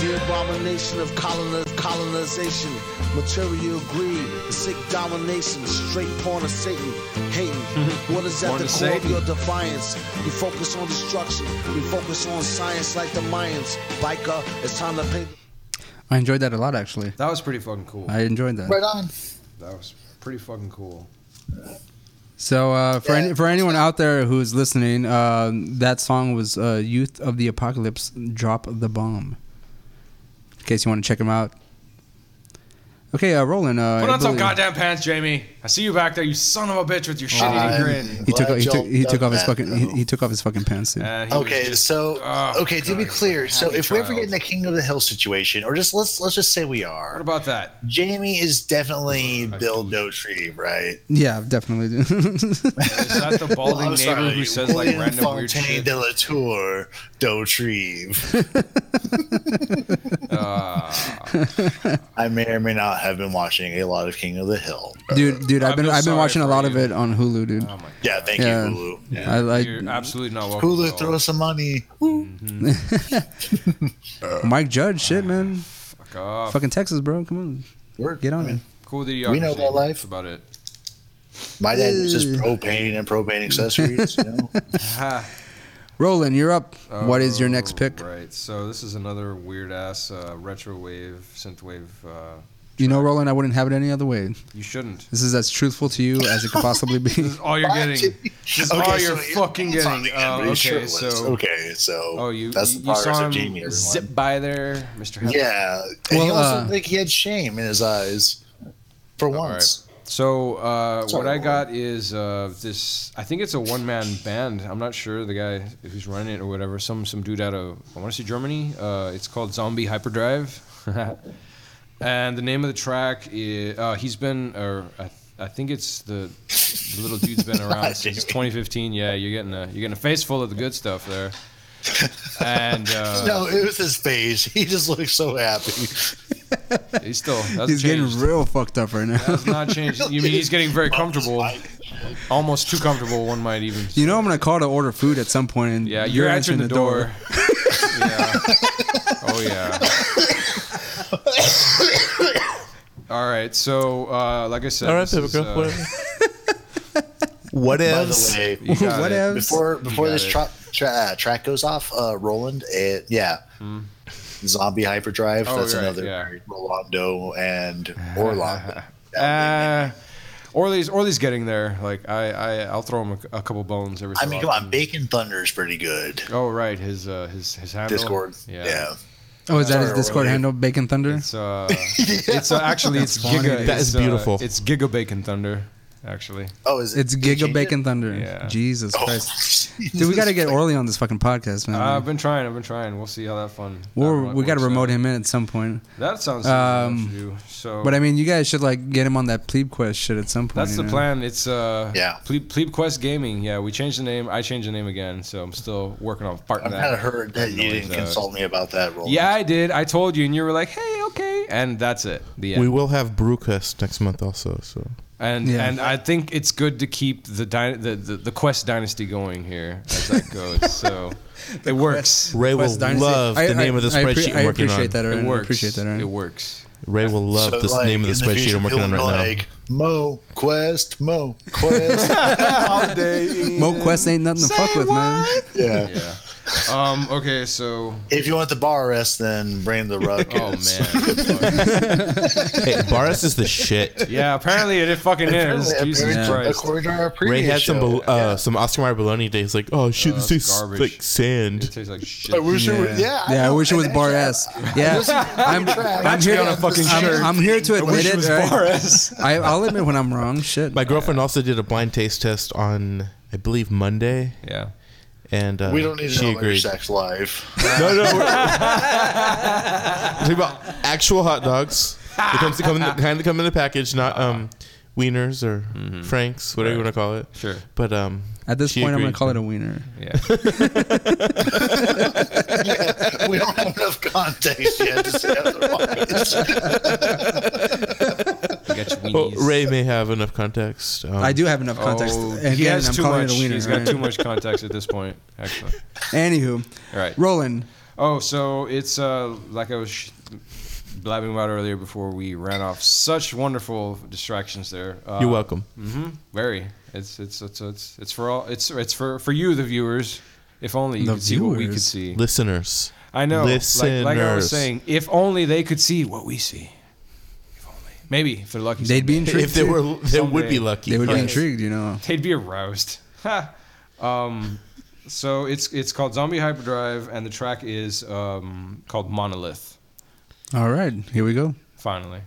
The abomination of coloniz- colonization, material greed, sick domination, straight porn of Satan,
(laughs)
hating. What is at
Porn
the
of
core of
Satan.
your defiance? You focus on destruction, you focus on science like the Mayans. Biker, it's time to paint.
I enjoyed that a lot, actually.
That was pretty fucking cool.
I enjoyed that.
Right on.
That was pretty fucking cool.
So uh, for any,
Yeah.
for anyone out there who's listening, uh, that song was uh, "Youth of the Apocalypse." Drop the bomb. In case you want to check them out. Okay, uh, Roland. Uh,
Put
I
on some
believe-
goddamn pants, Jamie. I see you back there, you son of a bitch, with your shitty
Uh,
I'm
grin.
He took
glad
he
y'all
took, he
done
took off his
that,
fucking he,
though.
he took off his fucking pants. Dude.
And uh, he was
Okay,
just-
so
Oh,
okay to
God,
be
he's
clear,
like a
so
happy
if we're ever
child.
getting a King of the Hill situation, or just let's let's just say we
What
are,
about that? uh,
Jamie is definitely Bill No Tree, right?
Yeah, definitely. dude. (laughs)
Is that the balding
I'm
neighbor
sorry,
who says like
William
random
Fontaine
weird shit?
de la Tour
(laughs)
d'Autrive. Ah. I may or may not have been watching a lot of King of the Hill.
dude, dude,
I
I've been
feel
I've been
sorry
watching a
for
lot
you.
of it on Hulu, dude.
oh my god.
Yeah, thank
Yeah.
you, Hulu. Yeah.
I like
You're absolutely not welcome. at
Hulu,
all.
throw us some money.
(laughs) Mike Judge. Shit, man.
Mm-hmm. Fuck off.
Fucking Texas, bro. Come on,
Word.
get on it.
Cool that you
We know about life.
That's about it.
My dad uses propane and propane
Mm. (laughs)
accessories. you know?
Roland, you're up. what is your
Oh,
next pick?
Right. So this is another weird ass uh, retro wave, synth wave. Uh,
You know, Roland, I wouldn't have it any other way.
you shouldn't.
This is as truthful to you as it could possibly
(laughs)
be.
This is all you're getting. This is all you're
he-
fucking
it's on
getting.
the
Oh,
Henry
okay.
short
So.
list. okay, so
Oh, you,
that's
you,
the
you
Pirates
saw
of Jamie,
him
everyone.
zip by there, Mr. Hep-
Yeah, and he
Well,
also
uh,
like he had shame in his eyes for once.
So uh,
Sorry,
what I
Roland.
got is uh, this. I think it's a one man band. I'm not sure the guy who's running it or whatever. Some some dude out of I want to see Germany. Uh, it's called Zombie Hyperdrive, (laughs) and the name of the track is uh, he's been or I, I think it's the, the little dude's
(laughs)
been around since
Jamie.
2015. Yeah, you're getting a you're getting a face full of the good stuff
(laughs)
there. And uh,
(laughs) No, it was his face. He just looked so happy.
(laughs) he's still that's
He's
changed.
getting real fucked up right now.
That's not changed. You mean he's getting very comfortable, almost too comfortable. One might even.
You know, I'm gonna call to order food at some point, and
Yeah, you're, answering, the, door. yeah. Oh yeah. All right. So, uh, like I said,
All right,
this is,
Pippa,
uh,
whatever. what
By
else?
(laughs)
the way,
you got
What
it.
else?
before before
got
this
it.
tra- tra- uh, track goes off, uh, Roland, it, yeah,
Hmm.
Zombie Hyperdrive.
Oh,
that's
right,
another
yeah.
Rolando
(laughs)
and Orlando.
Uh, Orly's Orly's getting there. Like I, I I'll throw him a, a couple bones every.
I
so
mean, come on,
often.
Bacon Thunder is pretty good.
Oh right, his uh, his his handle.
Discord, yeah.
Oh, is that his
Sorry,
Discord
Roland.
handle? Bacon Thunder.
(laughs)
It's uh, it's uh, actually it's
funny,
giga.
dude.
it's,
That is beautiful.
Uh, it's giga bacon thunder. actually.
Oh, is
(laughs)
it?
It's
did you
Giga
change
Bacon Thunder.
Yeah.
Jesus
it?
Christ.
(laughs) Oh,
Dude, we got to get
Jesus.
Orly on this fucking podcast, man.
Uh, I've been trying. I've been trying. We'll see how that fun.
We're,
that
we got to
works out.
remote him in at some point.
That sounds.
Um,
Um, do. So.
But I mean, you guys should like get him on that plebe quest shit at some point.
That's
you
the
know?
(laughs)
plan. It's uh
Yeah.
Plebe, Plebe Quest Gaming. Yeah, we changed the name. I changed the name again, so I'm still working on parting
I've
that.
kind of heard that you
noise
didn't
out.
consult me about that, Roland.
Yeah, I did. I told you, and you were like, "Hey, okay," and that's it. The end.
We will have Brewcast next month also. So
and
Yeah.
and I think it's good to keep the, dy- the the the Quest dynasty going here as that
(laughs)
goes. so it works.
Ray will
Quest Dynasty.
love
I-
the
I-
name of the
I appre-
spreadsheet
I
I'm working
appreciate
on.
that,
It
Aaron. I
works.
appreciate that, Aaron.
It works.
Ray will (laughs) love
So,
this
like,
name of the
in
spreadsheet
future,
I'm working on
he'll be
right now.
Like Mo
(laughs)
Quest, Mo Quest.
(laughs) Mo Quest ain't nothing to fuck with, man.
(laughs) yeah.
Yeah. Um. Okay. So.
If you want the bar arrest, then
(laughs)
bring the rug.
Oh man.
Hey, Boris is the shit.
(laughs) yeah. Apparently it, fucking is.
Apparently,
Jesus
apparently,
Christ.
According to our previous
Ray had some
show,
bel- uh, some Oscar Mayer bologna today. He's like, oh shit,
Oh,
this
that's
tastes
garbage.
like
It
sand.
tastes like shit.
I wish it was. Yeah.
Yeah, I wish it was
bar
bar
(laughs)
S. Yeah, (laughs) I'm, I'm here
on a fucking
I'm,
shirt.
I'm here to admit
wish
it.
it was
right?
Boris.
I, I'll admit when I'm wrong. Shit.
My girlfriend also did a blind taste test on, I believe, Monday,
Yeah.
and uh,
(laughs) We don't need to
she
know about your
agreed.
sex life.
(laughs) No, no. We're,
(laughs)
We're talking about actual hot dogs. It comes to come in the, kind of come in the package, not um, wieners or franks, whatever you want to call it.
Mm-hmm. Sure.
But um,
At this
she
point, I'm gonna
agreed.
call it a wiener.
Yeah.
(laughs)
we don't have enough context yet to say otherwise.
You got your
Well,
weenies.
Ray may have enough context. Um,
I do have enough context.
Oh,
Again,
he has
I'm
too
calling
much.
it a wiener.
He's got
right?
too much context at this point, actually.
Anywho,
All right.
Roland.
Oh, so it's uh, like I was sh- blabbing about earlier before we ran off. Such wonderful distractions there. Uh,
You're welcome.
hmm Very. It's it's it's it's it's for all. It's it's for for you, the viewers. If only you
The
could see what we could
viewers.
see.
Listeners.
I know. Like, like I
Listeners.
was saying, if only they could see what we see. If only. Maybe if they're lucky.
They'd be
someday.
intrigued.
If they were, they would
Someday.
be lucky.
They would be
Yes.
intrigued, you know.
They'd be aroused. (laughs) Ha. um, so it's it's called Zombie Hyperdrive, and the track is um, called Monolith.
All right, here we go. (laughs)
Finally.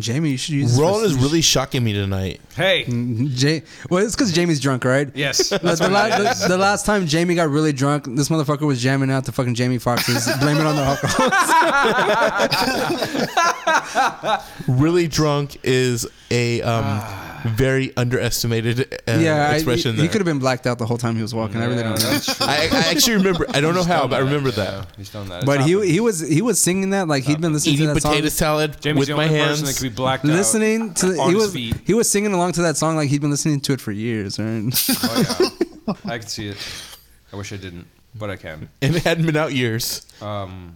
Jamie, you should use. this
Roland
for-
is really shocking me tonight.
Hey.
Ja- well, it's because Jamie's drunk, right?
Yes.
The, the la- the- the last time Jamie got really drunk, this motherfucker was jamming out to fucking Jamie (laughs) Foxx's Blame It on the Alcohol. (laughs)
Really drunk is a um, very underestimated uh,
Ah. yeah, I-
expression.
he,
there.
could have been blacked out the whole time he was walking. I really
Yeah,
don't know.
that's true.
(laughs) I, I actually remember. I don't know how, but I remember
Yeah,
that.
he's done that.
But
It's
he
happened.
he was he was singing that like he'd been listening
Uh, Eating
to that
potato
song.
salad
Jamie's
with
the
my
only person that
hands.
could be blacked out.
Listening to
on
he
his
was
feet.
he was singing along to that song like he'd been listening to it for years. Right? (laughs)
Oh, yeah. I can see it. I wish I didn't, but I can.
and it hadn't been out years.
Um,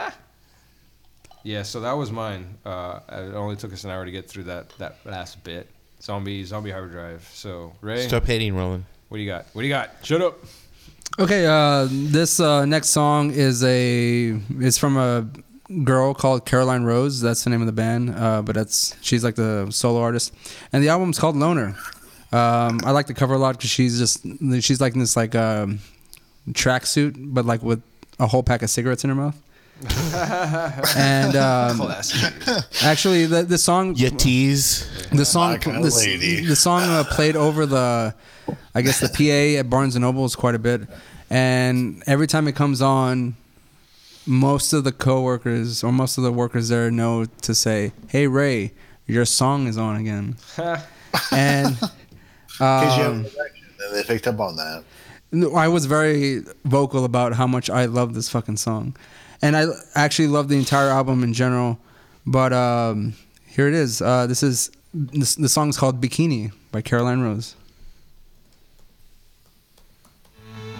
(laughs) yeah, so that was mine. Uh, it only took us an hour to get through that that last bit. Zombie, zombie hyperdrive. So Ray,
Stop hating, Roland.
what do you got? What do you got? Shut up.
Okay, uh, this uh, next song is a is from a girl called Caroline Rose. That's the name of the band, uh, but that's she's like the solo artist, and the album's called Loner. Um, I like the cover a lot because she's just she's like in this like um, tracksuit, but like with a whole pack of cigarettes in her mouth.
(laughs)
(laughs)
(laughs)
and um, (laughs) actually, the the song
Yetis.
the song,
My kinda
the, s-
lady.
the song uh, played over the, I guess the PA at Barnes and Noble is quite a bit, and every time it comes on, most of the coworkers or most of the workers there know to say, "Hey Ray, your song is on
(laughs)
again," and
Because you have
um,
an erection, and they picked up on that.
no, I was very vocal about how much I love this fucking song, and I actually love the entire album in general. But um, here it is. Uh, this is this, the song is called "Bikini" by Caroline Rose.
Bikini,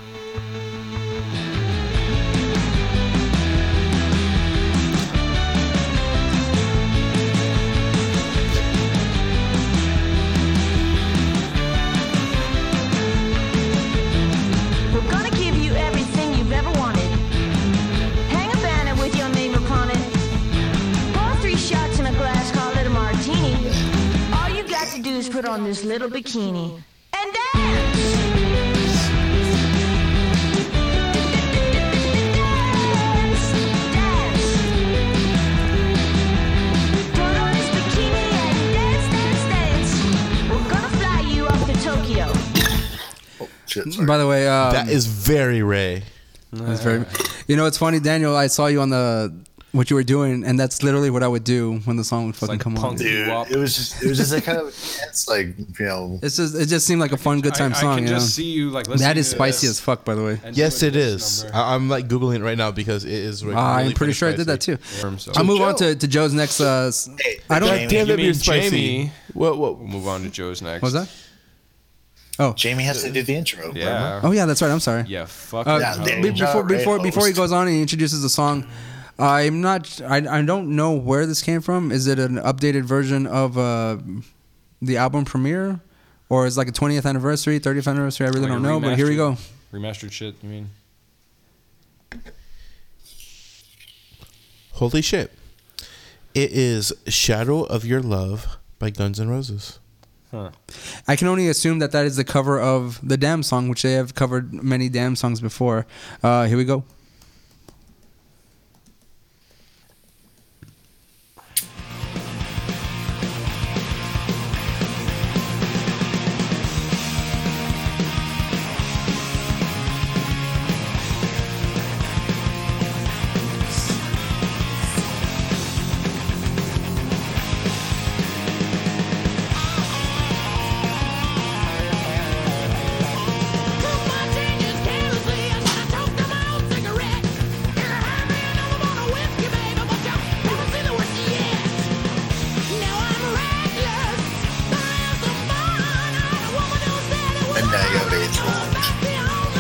to do is put on this little bikini and dance. Dance, dance. Put on this bikini and dance, dance, dance. We're gonna fly you off to Tokyo.
Shit, sorry.
By the way, um,
That is very Ray.
That's very. You know, it's funny, Daniel. I saw you on the what you were doing, and that's literally what I would do when the song would fucking
like
come
punk.
on.
Dude,
Wop.
it was just it was just a kind of dance, like you know.
It's just it just seemed like a fun, good time
I,
song.
I can
you know?
just see you like listening
that is
to
spicy
this
as fuck, by the way.
and
Yes,
doing
it
this
is.
number.
I, I'm like googling it right now because it is. Like,
Ah, I'm
really
pretty
fucking
sure I did that
spicy.
too.
Firm, so-
I'll move on
Joe.
to, to Joe's next. Uh, s- I don't.
Jamie.
God damn
You
it,
mean
beer spicy.
Jamie.
What? What?
We'll move on to Joe's next.
What was that? Oh,
Jamie has to do the intro.
Yeah.
oh yeah, that's right. I'm sorry.
Yeah. Fuck.
Uh,
Yeah, oh,
no.
they-
be- before
Ray
before before he
host.
goes on and he introduces the song, I'm not. I, I don't know where this came from. Is it an updated version of uh, the album premiere, or is it like a 20th anniversary, 30th anniversary? I really
Like
don't
a
know. But here we go.
remastered- Remastered shit. You mean?
Holy shit! It is "Shadow of Your Love" by Guns N' Roses.
Huh.
I can only assume that that is the cover of the Damn song, which they have covered many Damn songs before. Uh, here we go.
And now you have the intro.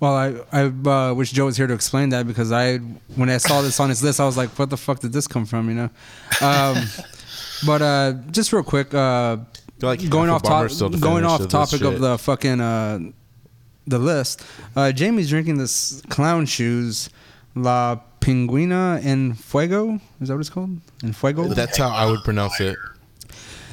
Well, I, I uh, wish Joe was here to explain that because I, when I saw this on his list, I was like, "What the fuck did this come from?" You know. Um, (laughs) but uh, just real quick, uh,
Got like
going
half
off
a bummer
top,
still to
going
finish
off
of this
topic of
shit.
the fucking uh, the list. Uh, Jamie's drinking this clown shoes, La Pinguina en Fuego. Is that what it's called? En Fuego.
That's how I would pronounce it.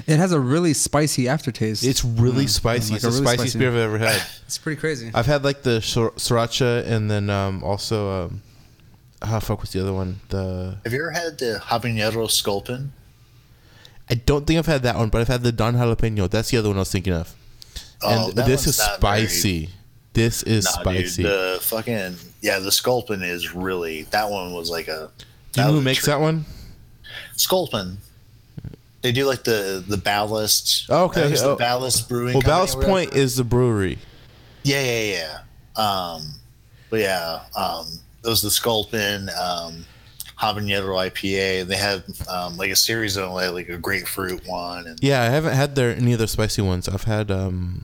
it has a really spicy aftertaste. Hmm.
It's really spicy.
like
it's
a
the
really
spiciest
spicy-
beer I've ever
(laughs)
had.
it's pretty crazy.
I've had like the sir- sriracha and then um, also um, ah fuck was the other one? The
Have you ever had the habanero sculpin?
I don't think I've had that one, but I've had the Don Jalapeno. That's the other one I was thinking of.
Oh,
and
that
this is
one's not very-
spicy. This is
Nah, dude,
spicy.
the fucking yeah, the sculpin is really that one was like a.
Do you know who makes that one?
Sculpin. They do like the the ballast.
Oh, okay,
that was
okay,
the
oh.
ballast
Well,
brewing. Company
Ballast
or whatever.
Point is the brewery.
Yeah, yeah, yeah. Um, but yeah, um, it was the Sculpin um, Habanero IPA. They had um, like a series of like, like a grapefruit one, and
Yeah, I haven't had their any of their spicy ones. I've had um,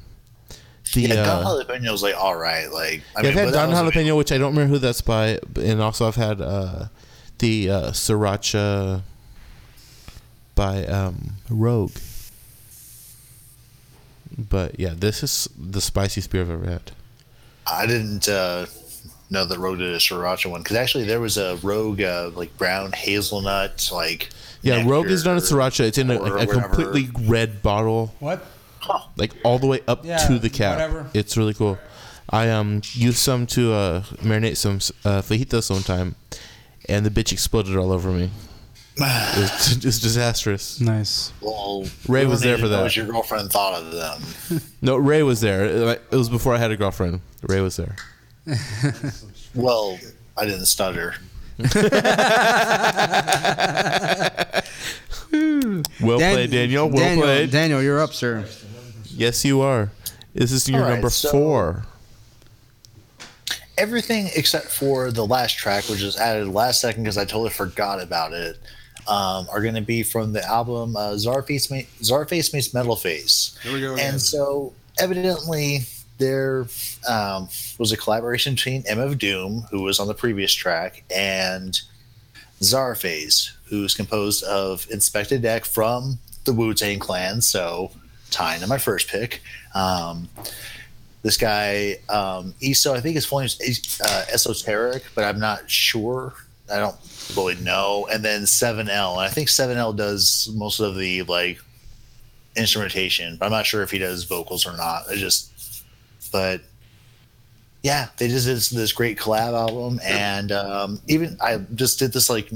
the
yeah, Don
uh,
Jalapeno was like all right. Like
yeah,
I
I've
but
had
that
Don
was-
Jalapeno, which I don't remember who that's by, b- and also I've had uh, the uh, sriracha by um, Rogue. But yeah, this is the spiciest beer I've ever had.
I didn't uh, know that Rogue did a sriracha one because actually there was a Rogue uh, like brown hazelnut like.
Yeah, Rogue is not a
nectar
sriracha. It's in a,
or
a completely
whatever.
red bottle,
what?
like all the way up
Yeah,
to the cap.
whatever.
It's really cool. I um used some to uh, marinate some uh, fajitas one time, and the bitch exploded all over me. It was, (laughs) it's disastrous.
Nice.
Well,
Ray
we
was there
wanted
for
to know
that.
What your girlfriend thought of them?
No, Ray was there. It like, it was before I had a girlfriend. Ray was there.
Well, I
(laughs)
didn't stutter.
Well
Dan-
played, Daniel. Well
Daniel,
played.
Daniel, you're up, sir.
yes, you are. This is your
All right,
number
so-
four.
everything except for the last track, which was added last second because I totally forgot about it, um, are going to be from the album uh, Zarface, Ma- Zarface Meets Metal Face.
Here we go again.
And so, evidently, there um, was a collaboration between M of Doom, who was on the previous track, and Zarface, who's composed of Inspected Deck from the Wu Tang Clan. So, tying to my first pick. Um, this guy um, Eso, I think his full name is uh, Esoteric, but I'm not sure. I don't really know. And then Seven L, and I think Seven L does most of the like instrumentation, but I'm not sure if he does vocals or not. It's just, but yeah, they just did this, this great collab album, and um, even I just did this like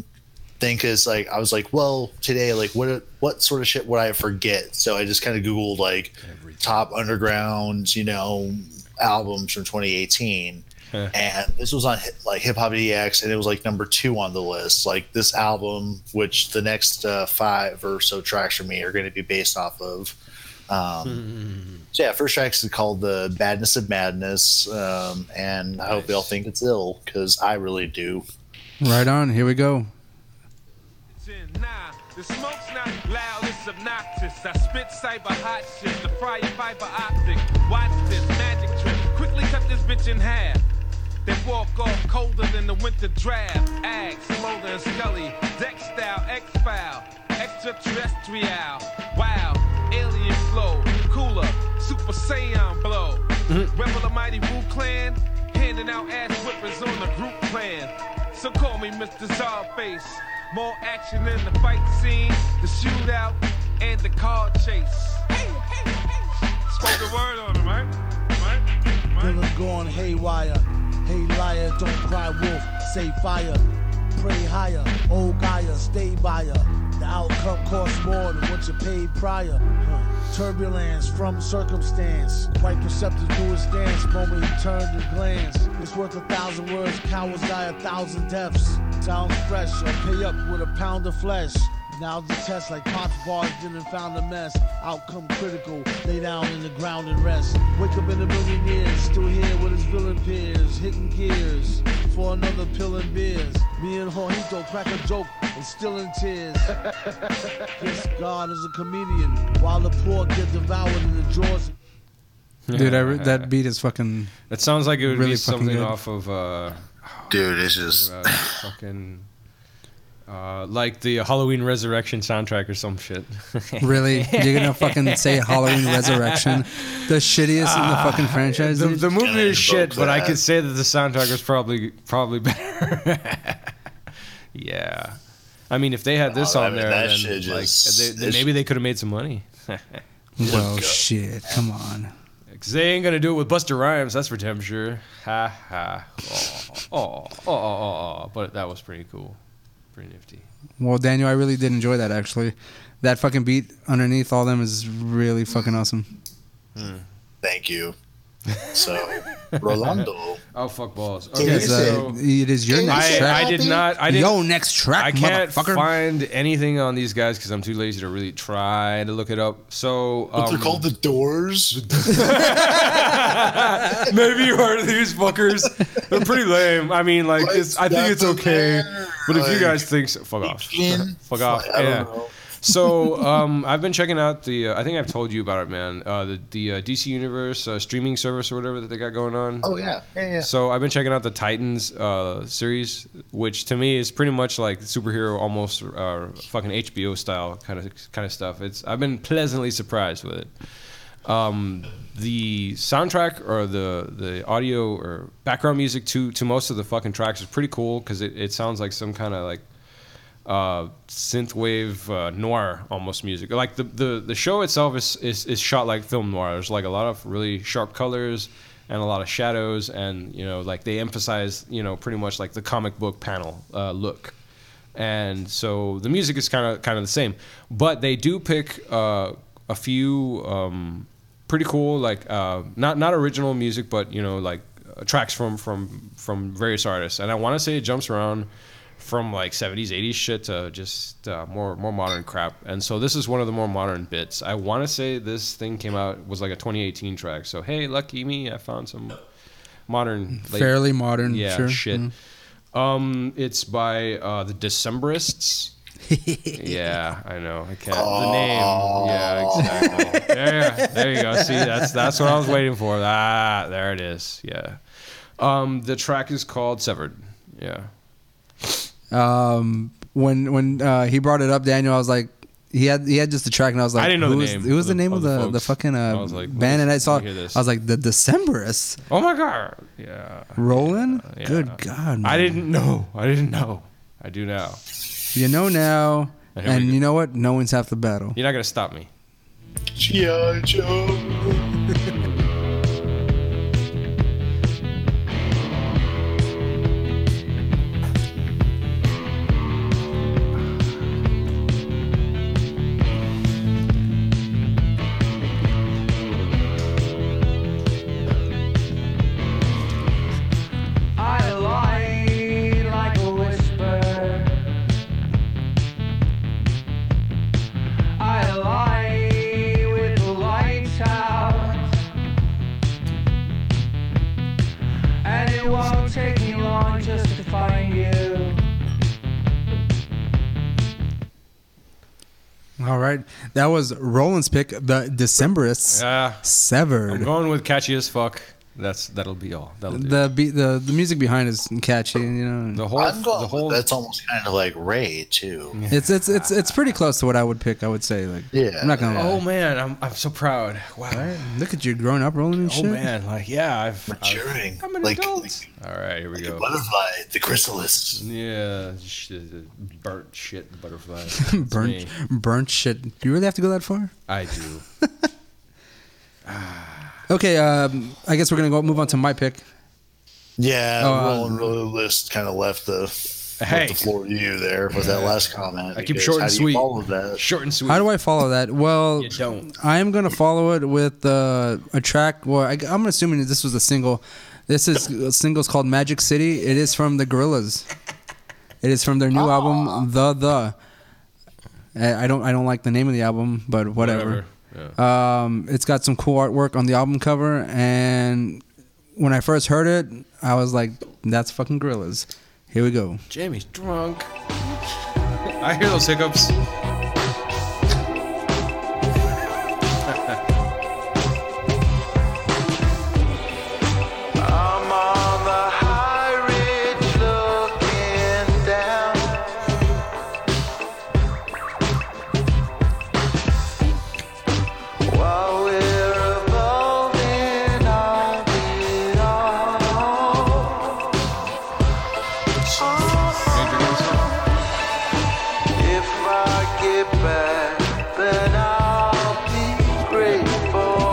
thing because like I was like, well, today like what what sort of shit would I forget? So I just kind of googled like top underground, you know, albums from 2018. And this was on hip- like Hip Hop DX, and it was like number two on the list. Like this album, which the next uh, five or so tracks for me are going to be based off of. Um,
Hmm.
so yeah, first track is called "The Badness of Madness," um, and I hope y'all think it's ill because I really do.
Right on. Here we go.
Gen 9. The smoke's not loud, it's obnoxious. I spit cyber hot shit, the fry your fiber optic. Watch this magic trick. Quickly cut this bitch in half. They walk off colder than the winter draft. Ag, Smolder, and Scully. Deck style, X file, extraterrestrial. Wow, alien flow. Cooler, Super Saiyan blow. Rebel the mighty Wu clan, handing out ass whippers on the group plan. So call me Mr. Zarface. More action in the fight scene, the shootout, and the car chase. Spoke the word on him, right?
Then I'm gone haywire. Hey liar, don't cry wolf, say fire. Pray higher, old Gaia, stay by ya. The outcome costs more than what you paid prior. Huh. Turbulence from circumstance. White perceptive do his stance, moment he turned and glance. It's worth a thousand words, cowards die a thousand deaths. Sounds fresh, I'll pay up with a pound of flesh. Now the test like pops bars didn't found a mess. Outcome critical, lay down in the ground and rest. Wake up in a million years, still here with his villain peers, hitting gears for another pill and beers. Me and Juanito crack a joke and still in tears. this god is a comedian, while the poor get devoured in the jaws.
Dude, I re- that beat is fucking.
That sounds like it would
Really
be
fucking
something
good.
off of uh,
Dude, it's just
uh,
(laughs)
fucking uh, like the Halloween Resurrection soundtrack or some shit.
(laughs)
(laughs)
Really? You're gonna fucking say Halloween Resurrection? The shittiest in
Ah,
the fucking franchise?
Ah. The,
dude?
the movie is
invoke
shit, but I
that.
could say that the soundtrack was probably probably better. (laughs) yeah, I mean, if they had this
Oh, I
on
mean,
there,
that
then,
shit
like,
just-
they- they-
it's-
maybe they could have made some
(laughs)
money.
Well, Oh, shit. Come on.
Cause they ain't gonna do it with Buster Rhymes, that's for damn sure. Ha ha. Oh, oh, oh, oh, oh, oh. But that was pretty cool, pretty nifty.
Well, Daniel, I really did enjoy that actually. That fucking beat underneath all them is really fucking awesome.
thank you.
(laughs)
So, Rolando,
Oh fuck balls.
Yeah,
Okay,
It's, uh,
so
it is your next
I,
track.
I did not. I did.
Yo, next track,
I can't
motherfucker.
find anything on these guys because I'm too lazy to really try to look it up. So
but they're
um,
called the Doors.
(laughs) Maybe you heard of these fuckers. They're pretty lame. I mean, like, it's, I think it's
That's
okay.
okay.
But if you
Like,
guys think so, fuck off.
fucking-
Fuck off.
I don't
Yeah.
know.
So um, I've been checking out the. Uh, I think I've told you about it, man. Uh, the the uh, DC Universe uh, streaming service or whatever that they got going on.
Oh yeah, yeah, yeah.
So I've been checking out the Titans uh, series, which to me is pretty much like superhero, almost uh, fucking HBO style kind of kind of stuff. It's I've been pleasantly surprised with it. Um, the soundtrack or the the audio or background music to to most of the fucking tracks is pretty cool because it, it sounds like some kind of like uh, synthwave uh, noir almost music. Like the, the, the show itself is, is is shot like film noir. There's like a lot of really sharp colors and a lot of shadows, and you know, like they emphasize you know pretty much like the comic book panel uh, look. And so the music is kind of kind of the same, but they do pick uh, a few um, pretty cool like uh, not not original music, but you know like uh, tracks from from from various artists. And I want to say it jumps around from like 70s 80s shit to just uh, more more modern crap and so this is one of the more modern bits i want to say this thing came out was like a 2018 track so hey lucky me i found some modern late-
Fairly modern.
yeah
sure. Mm-hmm.
shit um it's by uh the
(laughs)
decemberists yeah i know i can't the name yeah exactly yeah there you go see that's that's what i was waiting for ah there it is yeah um the track is called severed yeah
Um, when when uh, he brought it up, Daniel, I was like, he had he had just the track, and I was like,
I didn't know the
who was-
name
It was
of
the
the-
name of
of the
the the
folks.
fucking
I
uh,
was like,
band, and I saw
let me hear
I
this.
was like the Decemberists.
Oh my god! Yeah.
(laughs) Rolling?
yeah.
Good God, man.
I didn't know. I didn't know. I do now.
You know now,
Here we
and
go.
you know what? No one's half the battle.
You're not gonna stop me.
G.I. Joe.
I lie like a whisper. I lie with the lights out. And it won't take me long just to find you.
All right, that was Roland's pick, the Decemberists.
Yeah. I'm
Severed.
going with catchy as fuck. That's that'll be all. That'll do.
The be- the the music behind is catchy, you know.
The whole
I'm going
the whole
with- that's almost kind of like Ray too.
It's it's it's it's pretty close to what I would pick. I would say like
Yeah.
I'm not gonna lie.
Oh man, I'm I'm so proud. Wow.
Look at you growing up, rolling and
Oh
shit.
man, like yeah, I've, I've
Maturing,
I'm an
like,
adult.
like
All
(laughs)
right, here we go.
butterfly, the chrysalis.
Yeah, sh- burnt shit
(laughs)
butterfly. That's
Burnt,
me.
burnt shit. Do you really have to go that far?
I do.
Okay, um, I guess we're gonna go move on to my pick.
Yeah,
Oh, uh,
rolling really list kind of left the
Hey.
left the floor to you there with that last comment.
I keep
because
short
how
and
do you
sweet.
Follow that.
Short and sweet.
How do
(laughs)
I follow that? Well,
You don't.
I am gonna follow it with uh, a track. Well, I, I'm assuming that this was a single. This is a single's called Magic City. It is from the Gorillas. It is from their new album, The The. I I don't I don't like the name of the album, but whatever. Um, it's got some cool artwork on the album cover, and when I first heard it, I was like, "That's fucking Gorillas." Here we go.
Jamie's drunk. I hear those hiccups.
I'm on the high ridge looking down. While we're evolving on the all. If I get back, then I'll be grateful.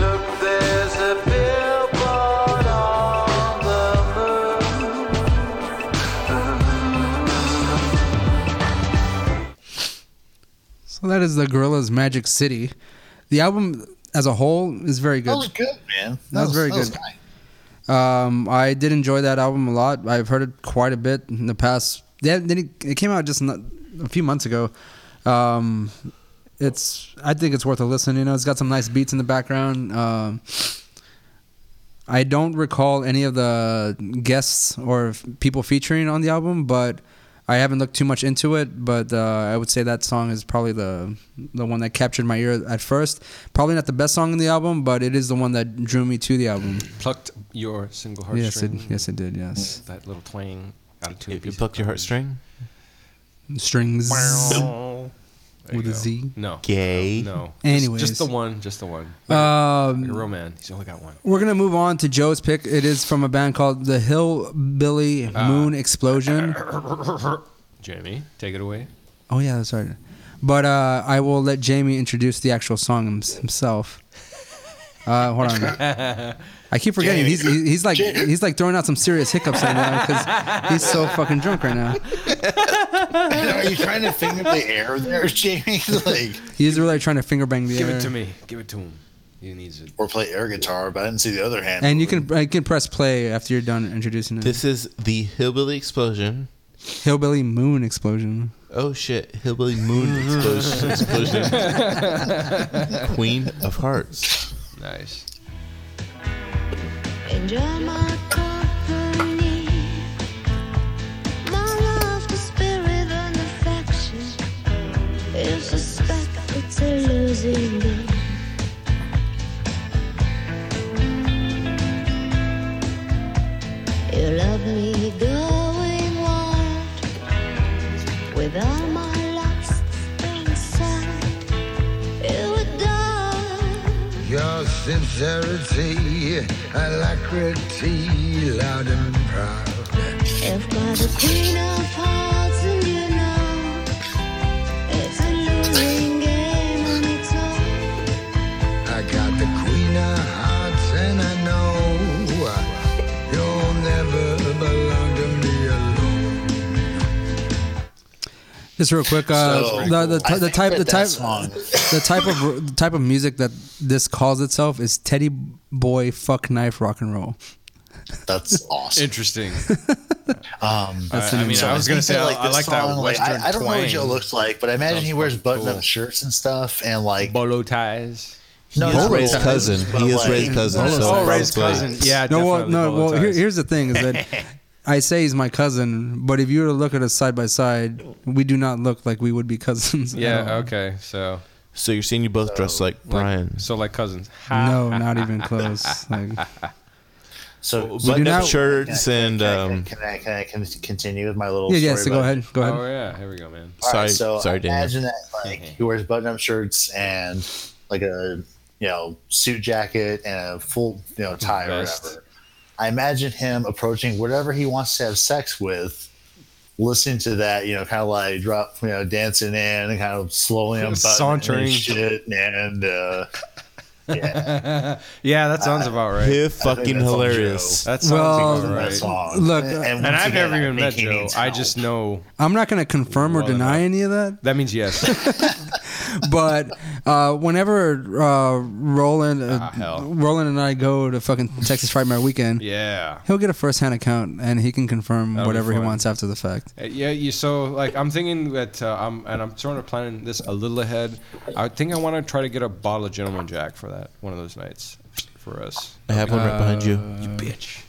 Look, there's a billboard on the moon.
So that is the Gorillas' Magic City. The album as a whole is very
That
good.
was good, man. That,
was very
that
good.
nice.
Um, I did enjoy that album a lot. I've heard it quite a bit in the past. Yeah, then it, it came out just not, a few months ago. Um, it's I think it's worth a listen. You know, it's got some nice beats in the background. Um, I don't recall any of the guests or f- people featuring on the album, but I haven't looked too much into it. But uh, I would say that song is probably the the one that captured my ear at first. Probably not the best song in the album, but it is the one that drew me to the album.
Plucked your single
Yes, it,
heartstring.
yes, it did. Yes,
That little twang out of tune.
You, you plucked your heartstring?
strings
There you
with a
go.
Z.
No.
Gay.
No.
Anyways.
Just, just the one. Just the one. Like a
Um,
real man. He's only
(laughs)
got one.
we're gonna move on to Joe's pick. It is from a band called the Hillbilly
Ah. (laughs)
Moon Explosion.
Jamie, take it away.
Oh yeah, that's right. But uh, I will let Jamie introduce the actual song hims- himself. Uh, hold on. I keep forgetting he's he's he's like he's like throwing out some serious hiccups right now because he's so fucking drunk right now.
Are you trying to finger the air there, (laughs) Jamie? like,
He's really trying to finger bang the
Give
air.
it to me. Give it to him. He needs it.
or play air guitar, but I didn't see the other hand.
And you
moving.
can I can press play after you're done introducing it.
This is the Hillbilly Explosion.
Hillbilly Moon Explosion.
Oh shit, Hillbilly Moon
(laughs)
Explosion. explosion. (laughs) Queen of Hearts.
Nice.
Enjoy my company, my love, the spirit and affection. You suspect that you're losing them. You love me going
With all my lost inside, it would die.
Your sincerity, alacrity, loud and proud.
If by the Queen of Hearts, and you know it's a losing game on its own.
I got the Queen of Hearts, and I know you'll never belong to me alone.
Just real quick, uh,
So,
the, the,
I
the, the
think
type
that
the
that
type
song-
the type of the type of music that this calls itself is Teddy Boy Fuck Knife Rock and Roll.
(laughs) That's awesome.
(laughs) Interesting.
um,
That's the
I, I mean,
name.
I was
think
gonna say
that,
I, I
this
like that
song, like,
western
I, I don't know
twang.
what Joe looks like, but I imagine
Sounds
he wears
fucking
button-up
cool.
shirts and stuff, and like
bolo ties.
No,
He's
not
Ray's
bolo ties,
cousin.
but,
He is
like-
Ray's cousin, so
Oh, Ray's cousin. Yeah,
no, well,
definitely
no,
bolo
well. Here,
ties.
here's the thing: is that
(laughs)
I say he's my cousin, but if you were to look at us side by side, we do not look like we would be cousins. at all.
Yeah. Okay.
Oh.
So.
So you're saying you both dress like Brian.
So like cousins.
(laughs) No, not even close. Like,
So
we do not shirts and um,
Can I, can I con- continue with my little?
Yeah, yeah,
story
so go
about-
ahead, go ahead.
Oh yeah. Here we go, man.
All right,
Sorry-
so
sorry, Daniel.
imagine that
(laughs)
like he wears button-up shirts and like a you know suit jacket and a full you know tie
Vest.
or whatever. I imagine him approaching whatever he wants to have sex with, listening to that you know kind of like drop you know dancing in and kind of
(laughs)
slowly unbuttoning
Sauntering.
and shit and uh, yeah,
(laughs) yeah, that sounds about right.
He's (laughs)
fucking hilarious.
That sounds
Well,
about right.
that song. look, uh, And- and
and,
once
I've
again,
never
I
even
think
met
he
Joe.
needs
I just know
I'm not going to confirm or
Well
deny any of that.
that means yes.
but uh, whenever uh, Roland, uh,
Ah,
Roland and I go to fucking Texas Fright Night weekend,
Yeah.
he'll get a first-hand account and he can confirm
That'll be
whatever he
fun.
wants after the fact.
Uh, Yeah, you so like I'm thinking that uh, I'm and I'm sort of planning this a little ahead. I think I want to try to get a bottle of Gentleman Jack for that one of those nights for us.
I have one right behind you.
You bitch.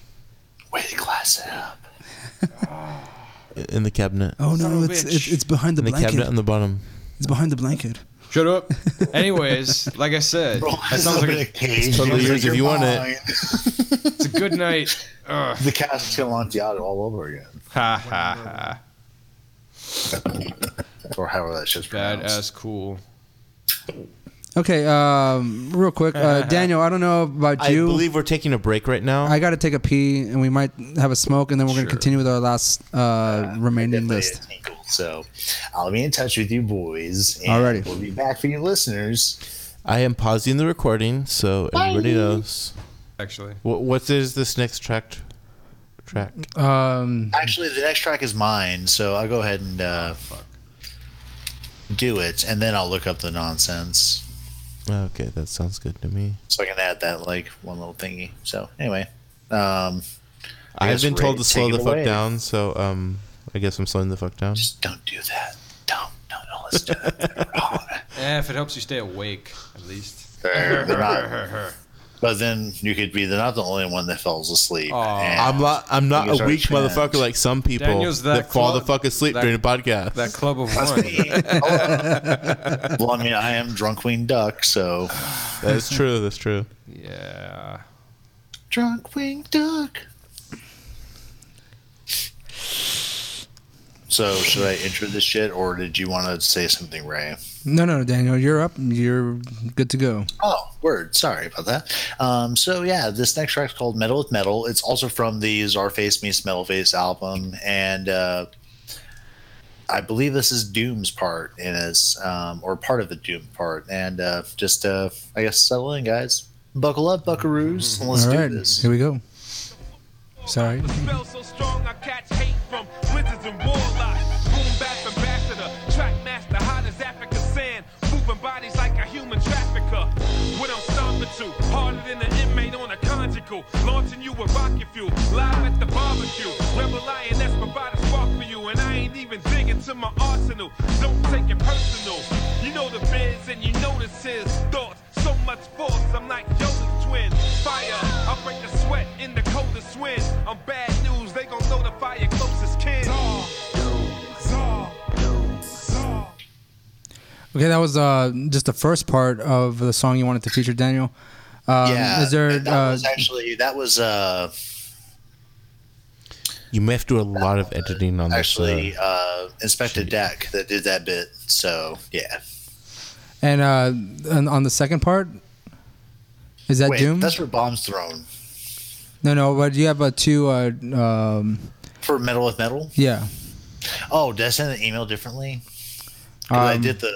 Way to class it up.
(laughs) in the cabinet.
Oh no, it's, it's it's behind the
in the
blanket.
cabinet on the bottom.
It's behind the blanket.
Shut up. Anyways, like I said, that sounds like a,
It's totally yours if you want it.
it's a good night. Ugh.
The cast of Amontillado all over again,
Ha ha ha.
or however that shit's
Badass
pronounced.
cool.
Okay, um, real
(laughs)
quick, uh, Daniel, I don't know about
I
you.
believe we're taking a break right now.
I got to take a pee, and we might have a smoke, and then we're going to continue with our last uh, remaining list.
So I'll be in touch with you boys. And
Alrighty.
We'll be back for you listeners.
I am pausing the recording so everybody knows.
Actually.
What, what is this next track? Track.
Um,
Actually, the next track is mine, so I'll go ahead and uh, do it, and then I'll look up the nonsense
Okay, that sounds good to me.
so I can add that like one little thingy. So anyway, um, I
I've
guess
been
Ray,
told to slow
take
the
it
fuck
away.
down, so um, I guess I'm slowing the fuck down. Just
don't do that. Don't. No, no, let's do
(laughs)
that.
Eh, if it helps you stay awake, at least.
They're-
(laughs)
they're not- But then you could be the, not the only one that falls asleep. and
I'm not. I'm not
things
a
are
weak
changed.
motherfucker like some people
Daniel's
that,
that
fall the
club-
fuck asleep
that-
during a podcast.
That club of
That's
one.
me. (laughs) well, I mean, I am drunk queen
(sighs)
duck, so
That's true. That's true.
Yeah.
Drunk wing duck. So should I enter this shit, or did you want to say something, Ray?
No, no, Daniel, you're up. You're good to go.
Oh, word. Sorry about that. Um, so yeah, this next track's called "Metal with Metal." It's also from the Czarface meets Metalface album, and uh, I believe this is Doom's part in this, um, or part of the Doom part. And uh, just, uh, I guess, settle in, guys. Buckle up, Buckaroos, and let's
All
do
right,
this.
here we go. Sorry.
smell so strong I catch hate from wizards and warlocks. Boom bap ambassador, track master, hot as Africa sand. Moving bodies like a human trafficker. What I'm stomping to, harder than an inmate on a conjugal. Launching you with rocket fuel, live at the barbecue. Rebel lioness provide a spark for you, and I ain't even digging to my arsenal. Don't take it personal. You know the biz, and you notice his thoughts. So much force, I'm like Jonas twin. Fire, I break the sweat in the coldest wind. I'm bad news, they gon' notify your closest kin. Czar, czar, czar.
Okay, that was uh, just the first part of the song you wanted to feature, Daniel. Um,
yeah,
Is there?
that
uh,
was actually that was uh,
You may have to do a lot of editing on
actually
this.
uh, Inspector Deck that did that bit. So yeah.
And uh, and on the second part, is that
Wait,
Doom?
That's where bombs thrown
No, no. But you have a two. Uh, um,
for metal with metal.
yeah.
Oh, did I send an email differently? 'Cause I
Um,
did the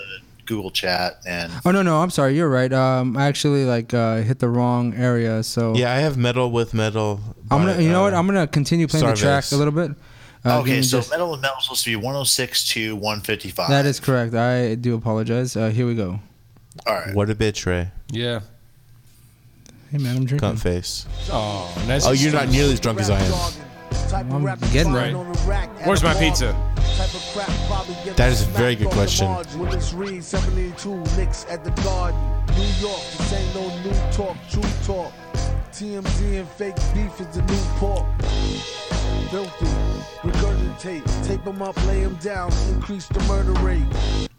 Google chat and
Oh no, no. I'm sorry. You're right. Um, I actually like uh, hit the wrong area. So
yeah, I have metal with metal.
I'm
by,
gonna. You know
uh,
what? I'm gonna continue playing the track
Starvex.
a little bit. Uh, give
okay,
me
so
just-
metal with metal is supposed to be 106 to 155.
that is correct. I do apologize. Uh, here we go.
All right.
What a bitch, Ray.
Yeah.
Hey man, I'm drinking.
Cunt face.
Oh, nice.
Oh, you're not nearly as drunk as I am.
I'm getting there.
Where's my pizza?
That is a very good question.
Willis Reed, 72, Knicks at the Garden. New York, this ain't no new talk, true talk. TMZ and fake beef is the new pork. Filthy, regurgitate, tape them up, lay them down, increase the murder rate.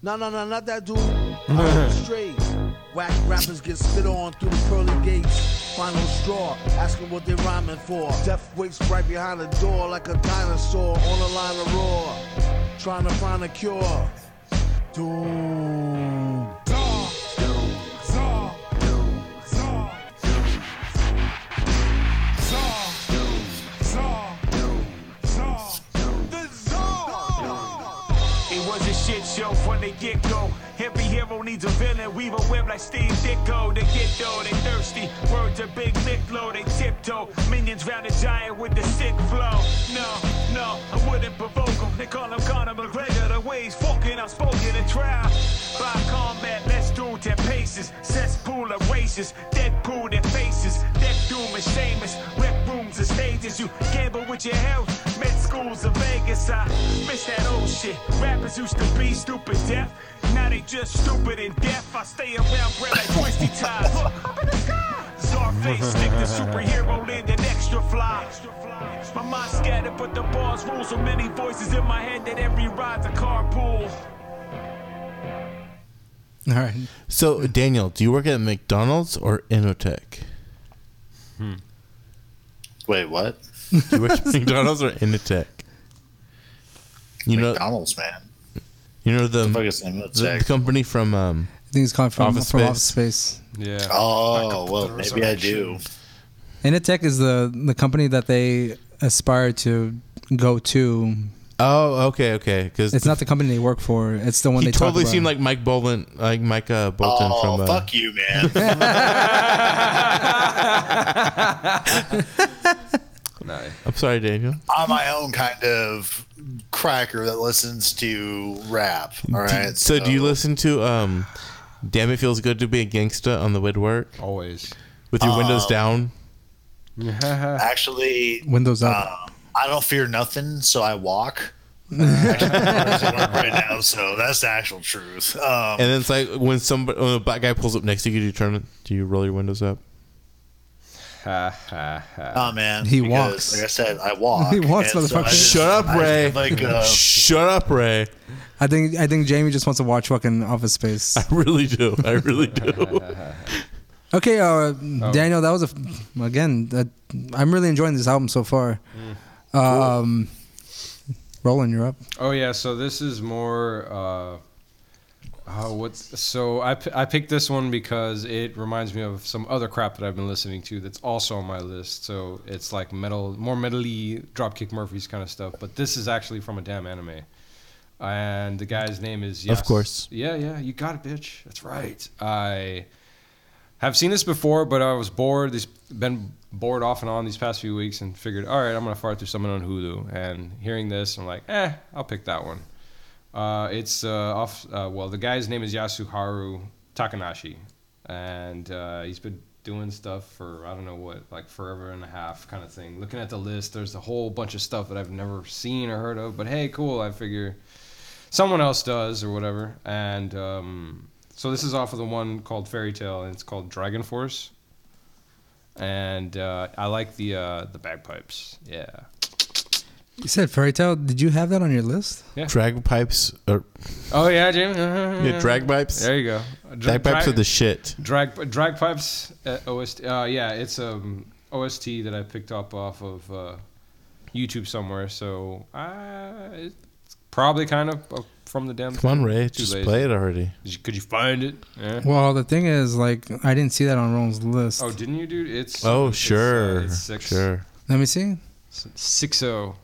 No, no, no, not that dude. I'm straight. Whack rappers get spit on through the pearly gates. Final straw, asking what they're rhyming for. Death waits right behind the door like a dinosaur on a line of roar. Trying to find a cure. Doom.
It was a shit show from the get go. Every hero needs a villain. Weave a web like Steve Ditko. They get though, they thirsty. Words are big, lick low, they tiptoe. Minions round a giant with the sick flow. No, no, I wouldn't provoke them. They call him Conor McGregor. The way he's fucking outspoken in trial. By combat, let's do their paces. Cesspool of races, Deadpool their faces. Death doom and shameless. Rep rooms and stages. You gamble with your health. Med schools in Vegas. I miss that old shit. Rappers used to be stupid deaf. Now they just stupid and deaf. I stay around red like twisty ties. Look up in the sky. Starface, stick the
(laughs)
superhero land an extra fly. My mind scattered, but the bars rule. So many voices in my head that every ride's a carpool.
All right.
So, Daniel, do you work at McDonald's or Inotech?
hmm.
Wait, what?
Do you
(laughs)
work at McDonald's or Inotech? You know,
McDonald's, man.
you know the,
Inotech?
the, the company from um,
I think it's called from
Office
from
Space.
Office Space.
Yeah.
Oh,
(laughs)
well, (laughs) maybe I do.
Initech is the the company that they aspire to go to.
Oh, okay, okay. Because
It's not the company they work for. It's the one
he
they talk
totally
about.
seemed like Mike Bolton, like Mike uh, Bolton
Oh,
from. Uh,
fuck you, man.
(laughs) I'm sorry, Daniel.
I'm my own kind of cracker that listens to rap. All right.
So, do you listen to um, "Damn It Feels Good to Be a Gangsta" on the way to work?
Always.
With your windows
Um,
down.
Actually,
Windows up.
um, I don't fear nothing, so
(laughs)
I walk. Uh, actually, I'm at work right now, so that's the actual truth. Um,
And then it's like when somebody, when a black guy pulls up next to you, do you turn? Do you roll your windows up? (laughs)
Ha, ha, ha.
Oh man,
He
because,
walks.
Like I said, I walk.
(laughs) He walks,
and I
motherfucker.
just-
Shut up,
I just
Ray.
have, Like, uh,
Shut up, Ray.
I think I think Jamie just wants to watch fucking Office
(laughs)
Space.
I really do. I really
(laughs)
do.
Okay, uh, Daniel, that was a f- again. That, I'm really enjoying this album so far. Um, Roland, you're up.
Oh yeah, so this is more. Uh, oh, what's so I, p- I picked this one because it reminds me of some other crap that I've been listening to that's also on my list. So it's like metal, more metally Dropkick Murphys kind of stuff. But this is actually from a damn anime, and the guy's name is
Of course.
yeah yeah you got it bitch that's right I have seen this before, but I was bored. These been bored off and on these past few weeks, and figured, all right, I'm gonna fart through something on Hulu. And hearing this, I'm like, eh, I'll pick that one. Uh, it's uh, off. Uh, well, the guy's name is Yasuharu Takanashi, and uh, he's been doing stuff for I don't know what, like forever and a half kind of thing. Looking at the list, there's a whole bunch of stuff that I've never seen or heard of. But hey, cool. I figure someone else does or whatever. And um, so this is off of the one called Fairy Tale, and it's called Dragon Force. And uh, I like the uh, the bagpipes. Yeah.
You said Fairy Tale. Did you have that on your list?
Drag pipes or
Oh yeah, Jim.
yeah, drag pipes.
There you go.
Drag pipes are the shit.
Drag Drag Pipes uh, OST. Uh, yeah, it's um, OST that I picked up off of uh, YouTube somewhere. So uh, it's probably kind of uh, from the damn.
Come on, Ray,
Too
just
lazy.
play it already.
Did you- Could you find it? Yeah.
Well, the thing is, like, I didn't see that on Rome's list.
Oh, didn't you, dude? It's
Oh
it's, uh,
sure,
it's six.
sure.
Let me see.
Six oh.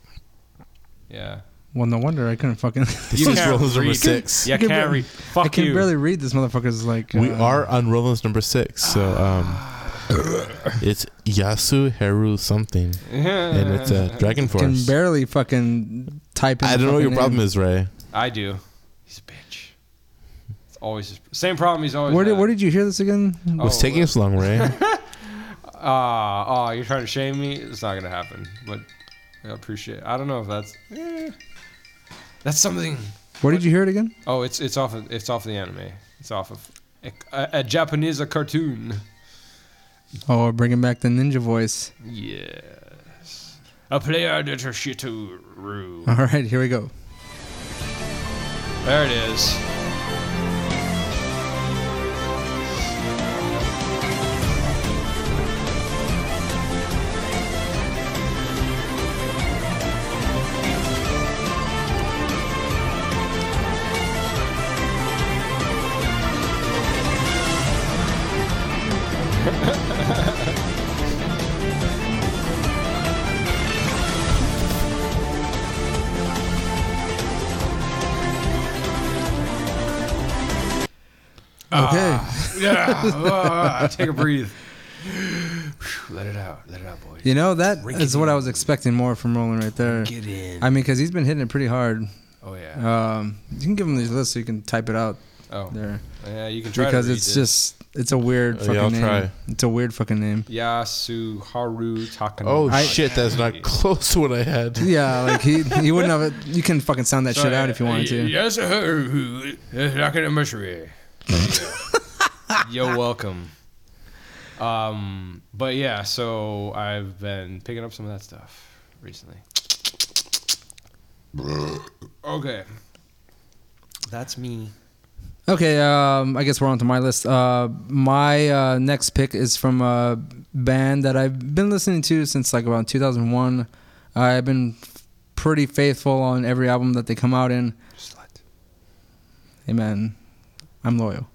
Yeah.
Well, no wonder I
(laughs)
couldn't fucking.
You is can't Rome's number read. six.
Yeah,
I can
can't
bar-
read.
I
Fuck
can
you.
barely read this motherfucker's like.
We
uh,
are on Roland's number six, so um,
Ah.
it's Yasu Heru something, and it's a uh, Dragon
Can
Force.
barely fucking type. In
I
the
don't know what
fucking
your problem
name.
is, Ray.
I do. He's a bitch. It's always his, same problem. He's always.
Where did
had.
where did you hear this again?
Oh,
What's taking us so long,
(laughs)
Ray?
Ah, oh, you're trying to shame me. It's not gonna happen. But I appreciate. I don't know if that's. eh. That's something.
Where did you hear it again?
Oh, it's it's off of it's off the anime. It's off of a, a, a Japanese cartoon.
Oh, we're bringing back the ninja voice.
Yes. A player de Toshitoru.
All right, here we go.
There it is.
Okay.
Ah, (laughs)
(laughs)
yeah. Ah, take a breathe. Whew, Let it out. Let it out, boys.
You know that
Rink
is
it
what
in.
I was expecting more from Roland right there.
Get in.
I mean, because he's been hitting it pretty hard.
Oh
yeah. Um, you can give him these lists so you can type it out.
Oh.
There.
Yeah, you can try to
because
read
it's
this.
just it's a weird
Oh, yeah,
fucking
I'll
name.
try.
It's a weird fucking name.
Yasuharu Takano.
Oh shit,
(laughs)
that's not close to what I had.
Yeah, like he he wouldn't have it. You can fucking sound that shit out if you wanted to.
Yasuharu Takano Mushiri.
(laughs)
You're welcome. Um, but yeah, so I've been picking up some of that stuff recently. Okay. That's me.
Okay, um, I guess we're on to my list. Uh, my uh, next pick is from a band that I've been listening to since like around 2001. I've been f- pretty faithful on every album that they come out in. Hey man, I'm loyal.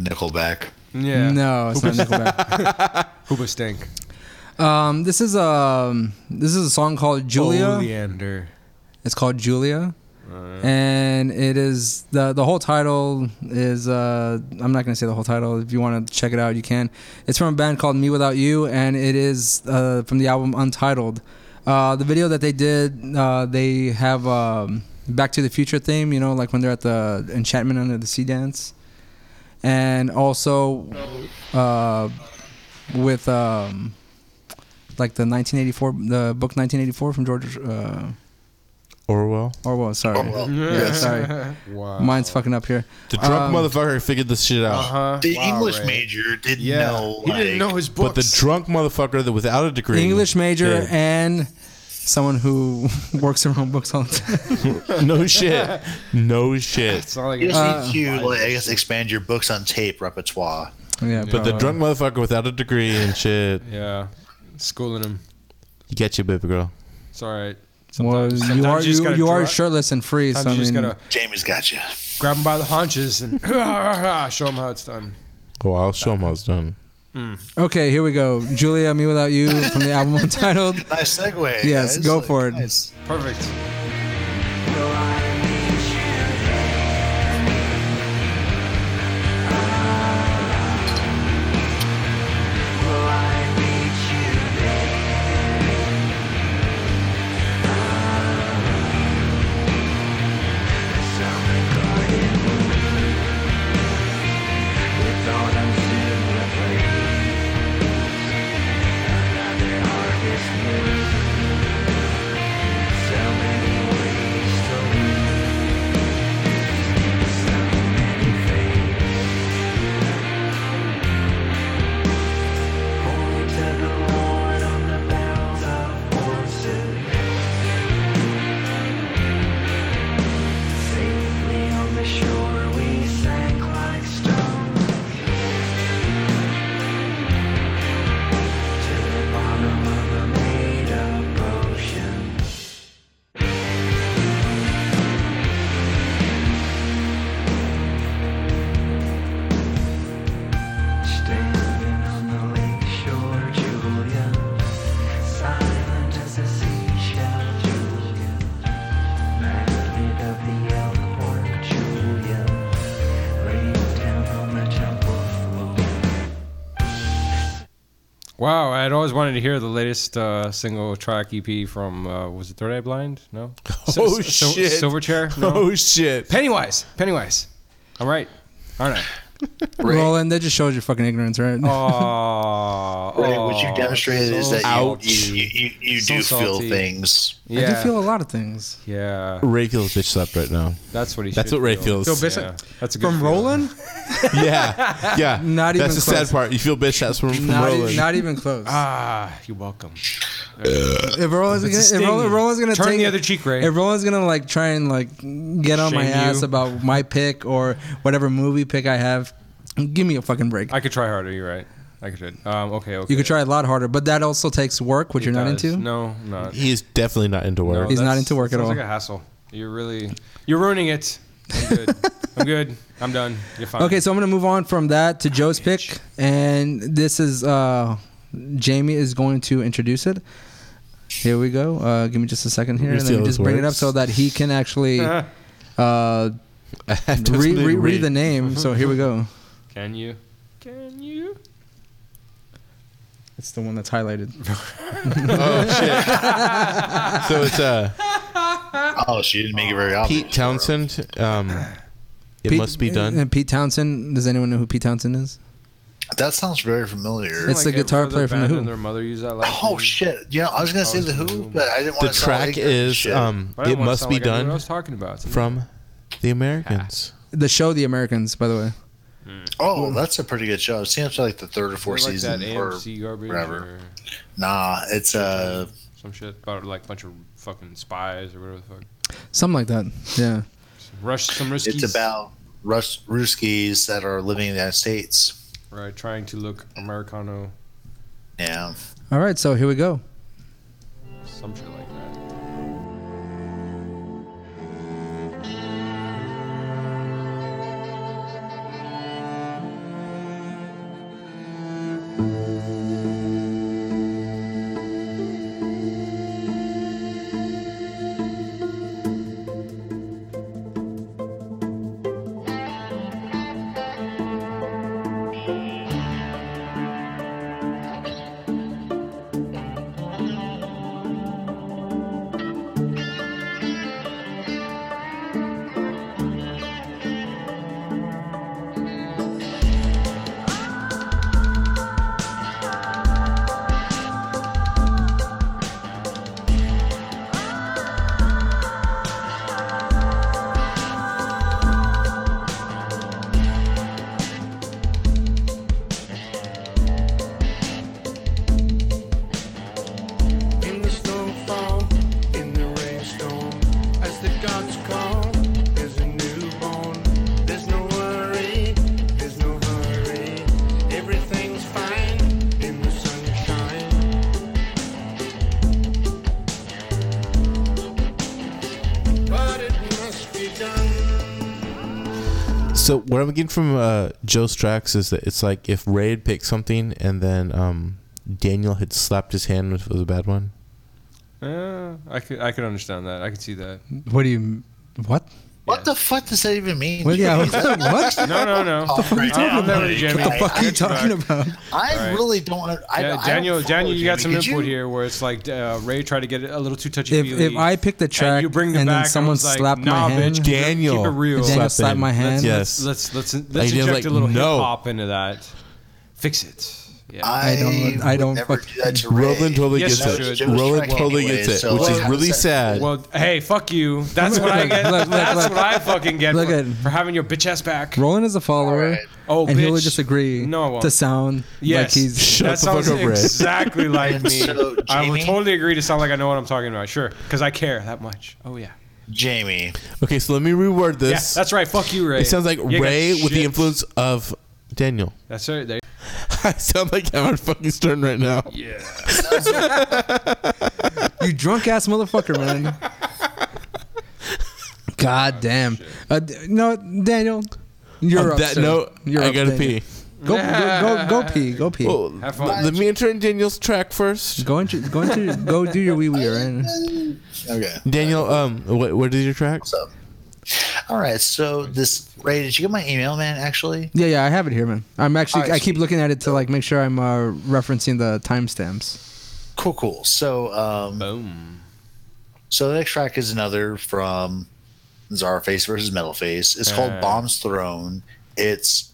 Nickelback.
Yeah.
No, it's
(laughs)
not Nickelback.
Hooba Stink.
Um, this is um, this is a song called Julia.
Oleander.
It's called Julia,
Alright.
and it is the the whole title is uh, I'm not gonna say the whole title. If you want to check it out, you can. It's from a band called Me Without You, and it is uh, from the album Untitled. Uh, the video that they did, uh, they have um, Back to the Future theme. You know, like when they're at the Enchantment Under the Sea dance, and also uh, with. Um, like the 1984, the book 1984 from George uh,
Orwell.
Orwell, sorry.
Oh,
Orwell.
(laughs) Yeah,
Yes.
sorry.
Wow.
Mine's fucking up here.
The drunk
Um,
motherfucker figured this shit out.
Uh-huh.
The English major didn't know. Like,
But the drunk motherfucker that without a degree.
English major
did.
and someone who (laughs) works around books all the
(laughs)
time. (laughs)
no shit. No shit.
you just need to, like, I guess, expand your books on tape repertoire.
Yeah,
but the drunk motherfucker without a degree and shit.
Yeah. Schooling him.
You get you, baby girl.
It's all right. Sometimes-
well, you are
sometimes you just
you,
gotta
you are
dra-
shirtless and free. So I
Sometimes you just
mean,
gotta-
Jamie's got you.
Grab him by the haunches and (laughs) show him how it's done. Hmm.
Oh, I'll show him I was done.
okay, here we go. Julia, me without you from
(laughs)
the album (laughs) entitled.
Nice segue.
Yes,
guys.
go for it.
Perfect.
Tell me
Wow, I'd always wanted to hear the latest uh, single track EP from uh, was it Third Eye Blind? No.
Oh, shit.
(laughs)
Silverchair.
Oh, shit.
Pennywise. Pennywise. I'm right, aren't I?
Roland, that just shows your fucking ignorance, right?
(laughs)
Oh,
Right, what you demonstrated is that you,
Ouch.
you, you, you
So
do
salty.
feel things.
I do feel a lot of things.
Yeah.
Ray feels bitch slapped right now.
That's what he.
That's
should
what Ray
feel.
feels.
That's a good
from Roland.
(laughs) yeah, yeah.
(laughs) Not even
That's the
close.
sad part. You feel bitch slapped from, from
Not,
Roland.
e- not even close.
Ah, you're welcome.
Uh,
If Roland's
It's a
gonna,
sting.
if Roland- if Roland's gonna
Turn
take,
the other cheek, Ray.
If Roland's gonna like try and like get on my
Shame
ass
you.
about my pick or whatever movie pick I have, give me a fucking break.
I could try harder. You're right. I could. Um, okay. Okay.
You could try a lot harder, but that also takes work, which
It
you're not
does.
into.
No, not.
He is definitely not into
No,
work.
He's not
that's-
into work at
sounds
all.
like a hassle. You're really. You're ruining it. I'm good.
(laughs)
I'm good. I'm done. You're fine.
Okay, so I'm gonna move on from that to Joe's pick, and this is uh, Jamie is going to introduce it. Here we go. Uh, give me just a second here,
You
and
see
then
how
just
this
bring it up
works?
so that he can (laughs) actually uh,
to
re-
read-
re- read
read.
the name. So here we go.
(laughs) Can you? Can you?
It's the one that's
(laughs)
highlighted.
oh shit. so it's
(laughs)
uh
Oh, she didn't make it very obvious.
Pete Townsend. Um, it
Pete- uh,
must be done.
And Pete Townsend. Does anyone know who Pete Townsend is?
That sounds very familiar.
It's the guitar player from The Who.
And their mother used that last Oh,
Oh
name.
shit! You know, I was gonna say the Who, but I didn't want
The
to. sound
track
like that
is
shit.
um,
But I
it
don't wanna
must
sound
be
like I knew what I
done
was talking about.
from the Americans.
The show The Americans, by the way.
Oh, that's a pretty good show. It seems like the third or fourth
Is it Hmm. like
season
that
or
AMC garbage
whatever.
or
Nah, it's uh,
some shit about like a bunch of fucking spies or whatever the fuck.
Something like that. Yeah.
Rush some riskies.
it's about Rus- Ruskies that are living in the United States.
right trying to look Americano,
Yeah.
All right, so here we go.
some shit like that.
In the snowfall, in the rainstorm, as the gods call, there's a newborn. There's no worry, there's no hurry. Everything's fine in the sunshine. But it must be done.
uh,
So what I'm getting from uh, Joe's tracks is that it's like if Ray had picked something and then um, Daniel had slapped his hand if it was a bad one.
Uh, I could I could understand that. I could see that.
What do you? What?
What the fuck does that even mean?
Well,
(laughs)
yeah, what? What
No, no, no.
What the fuck are you
I'm
talking
never
about?
Jimmy.
What the fuck are you
It's back.
talking about? I
All right.
really don't. want I,
yeah,
I
Daniel,
don't follow
Daniel, you got some
Jimmy. Could
input
you-
here where it's like uh, Ray tried to get it a little too touchy
If,
feely.
if I picked the track and,
you bring them
then
back, I
someone
was like,
slapped
nah,
my hand,
bitch, keep it- keep it real.
Daniel slapped my hand.
Yes.
Let's let's let's,
Like, you're
inject
like,
a little
no.
hip hop into that. Fix it. Yeah.
I,
don't- I
would
don't
Never
fuck-
do that to Ray.
Roland totally
Yes,
gets
you
it.
should.
Roland
Well,
totally
anyway,
gets it,
so-
which is
Well,
really sad.
well, hey, fuck you.
(laughs)
That's what I get.
Look, look,
That's
look.
what I fucking get
Look
for,
at-
for having your bitch ass back.
Roland is a follower,
Alright.
Oh,
and he'll
bitch.
just agree
No, I won't.
to sound
Yes,
like he's.
Shut
that
the fuck
sounds
up, Ray.
(laughs)
(laughs)
exactly like me.
So,
I would
Jamie?
totally agree to sound like I know what I'm talking about. Sure, because I care that much. Oh yeah,
Jamie.
okay, so let me reword
yeah,
this.
that's right. Fuck you, Ray.
It sounds like
You got
Ray with the
shit.
influence of Daniel.
That's right. There.
(laughs) I sound like Howard fucking Stern right now.
Yeah.
You drunk ass motherfucker, man. God
Oh,
damn. Uh, d- no, Daniel, you're
On
up.
that
sir.
note,
you're
I
up,
gotta
Daniel.
pee.
Go, go, go, go pee. Go pee.
Well,
Have fun.
let me enter in Daniel's track first.
Go into, go into, go do your wee wee. Right?
Okay.
Daniel, um, what what is your track?
So, All right. So this Ray, did you get my email, man? Actually,
Yeah, yeah, I have it here, man. I'm actually,
Alright,
I keep looking at it to like make sure I'm uh, referencing the timestamps.
cool, cool. So um,
boom.
So the next track is another from Czar Face versus Metal Face. It's called
Uh.
Bombs Thrown. It's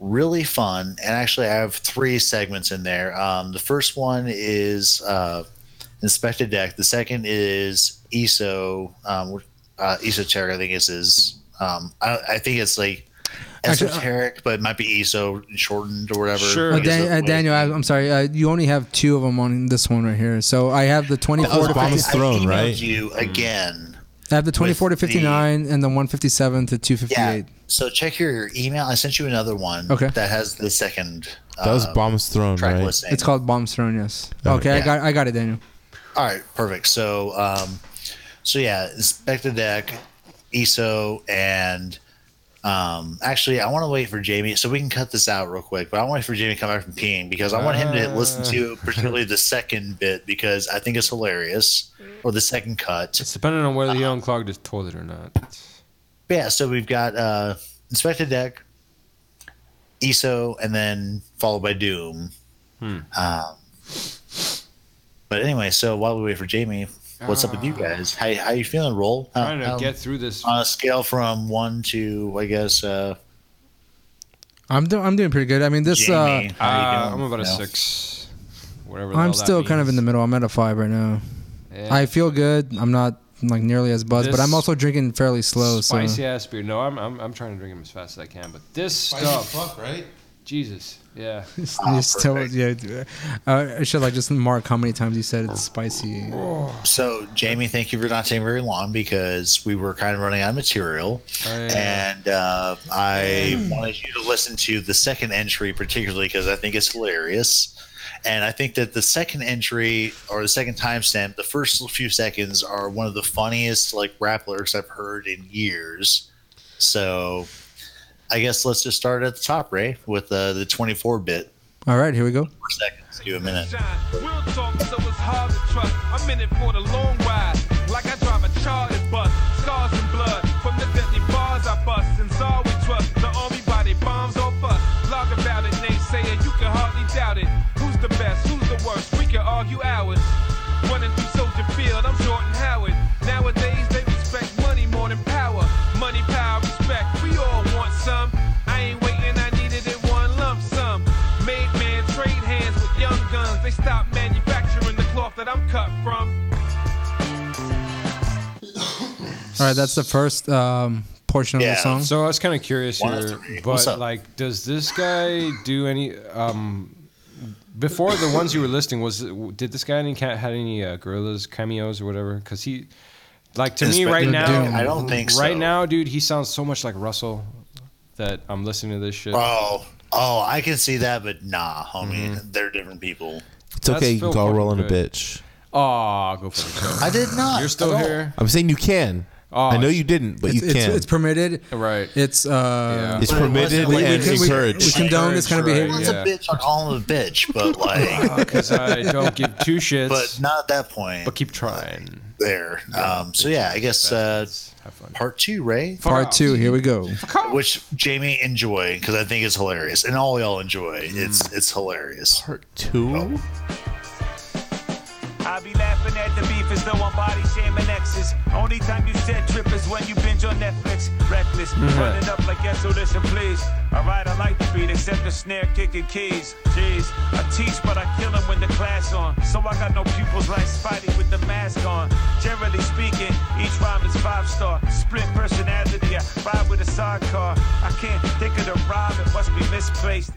really fun, and actually, I have three segments in there. Um, the first one is uh, Inspected Deck. The second is ESO. Um, uh, esoteric, I think is his. Um, I, I think it's like
Actually, uh,
esoteric, but it might be ESO shortened or whatever.
Uh,
Like,
Dan-
is it
uh,
way-
Daniel, I, I'm sorry. Uh, you only have two of them on this one right here. So I
Oh,
have the 24 to 50
I emailed You again.
I have the 24 to
with the-
59 and the 157 to
Yeah.
258.
So check your email. I sent you another one.
Okay.
That has the second.
That was bombs thrown,
track
right?
listing.
It's called Bombs Thrown, yes.
Got it.
okay, I
Yeah.
got I got it, Daniel.
All right. Perfect. So, um, so yeah, inspect the deck, ESO, and um, actually, I want to wait for Jamie so we can cut this out real quick. But I want to wait for Jamie to come back from peeing because I want him to listen to
Ah.
particularly the second bit because I think it's hilarious or the second cut. Uh-huh.
It's depending on whether he unclogged his toilet or not.
Yeah, so we've got uh Inspected Deck, ESO, E and then followed by Doom.
Hmm.
Um, but anyway, so while we wait for Jamie, what's up with you guys? How how you feeling, Roll? How-
Trying to
how-
get through this.
on a scale from one to I guess uh
I'm doing I'm doing pretty good. I mean, this uh,
Jamie, how you
Uh, I'm
doing?
about a
No.
six. Whatever. the hell
I'm
that
still kind of in
means.
the middle. I'm at a 5 right now.
Yeah.
I feel good. I'm not like nearly as buzzed, but
This
I'm also drinking fairly
Oh,
slow,
spicy
(laughs) so
ass beer. No, I'm, I'm I'm trying to drink them as fast as I can, but this
Spicy
stuff.
fuck, right?
Jesus.
(laughs)
Yeah.
Oh,
just tell us- yeah, do it. uh, I should like just mark how many times you said it's spicy.
So Jamie, thank you for not taking very long because we were kind of running out of material, and uh, I wanted you to listen to the second entry particularly because I think it's hilarious, and I think that the second entry or the second timestamp, the first few seconds are one of the funniest like rap lyrics I've heard in years. So, I guess let's just start at the top, Ray, with uh, the twenty-four bit
All right, here we go.
per second. Let's do a minute.
Real talk, so it's hard to trust. I'm in it for the long ride, like I drive a chartered bus. Scars and blood from the deadly bars I bust. And all we trust, the army body bombs off us. Log about it, naysayer, you can hardly doubt it. Who's the best? Who's the worst? We can argue hours. Running through Soldier Field, I'm Jordan Howard. Nowadays they respect money more than power. Money, power, respect. We all want some. I ain't waiting, I needed it one lump sum. Made man trade hands with young guns. They stopped manufacturing the cloth that I'm cut from.
All right, that's the first um, portion of the song.
So I was kind of curious
One of
here,
three. What's
but
up?
like, does this guy do any? Um, before the ones you were listing, was did this guy any ca- had any uh, gorillas cameos or whatever? Because he, like to me
Inspector
right
Doom.
now,
I don't think so.
Right now, dude, he sounds so much like Russell (laughs) that I'm listening to this shit.
Oh, oh, I can see that, but nah, homie, they're different people.
It's okay. You
Mm-hmm. Phil
can call
fucking
Roland a
good.
bitch.
Aw, go for it.
I did not.
You're still
at all.
here.
I'm saying you can.
Oh,
I know you didn't, but
It's,
you
it's,
can.
it's permitted.
Right.
It's uh,
It's But it permitted
we, we
and
can- we-
encouraged.
We condone this kind of behavior.
Everyone's a bitch. I call him a bitch,
(laughs)
but like,
Because Uh, I don't give two shits,
(laughs) but
but,
not at that point.
keep trying.
there. Um, so yeah, I guess uh, part two, Ray.
Part two. Here we go. (clears throat)
Which Jamie enjoy because I think it's hilarious, and all y'all enjoy.
Mm.
It's it's hilarious.
Part two.
I be laughing at the beef as though I'm body shaming exes. Only time you said trip is when you binge on Netflix. Reckless,
Mhm.
running up like yes, so listen, please. Alright, I like the beat, except the snare kicking keys. Jeez, I teach, but I kill 'em when the class on. So I got no pupils like Spidey with the mask on. Generally speaking, each rhyme is five star. Split personality, I ride with a sidecar. I can't think of the rhyme, it must be misplaced.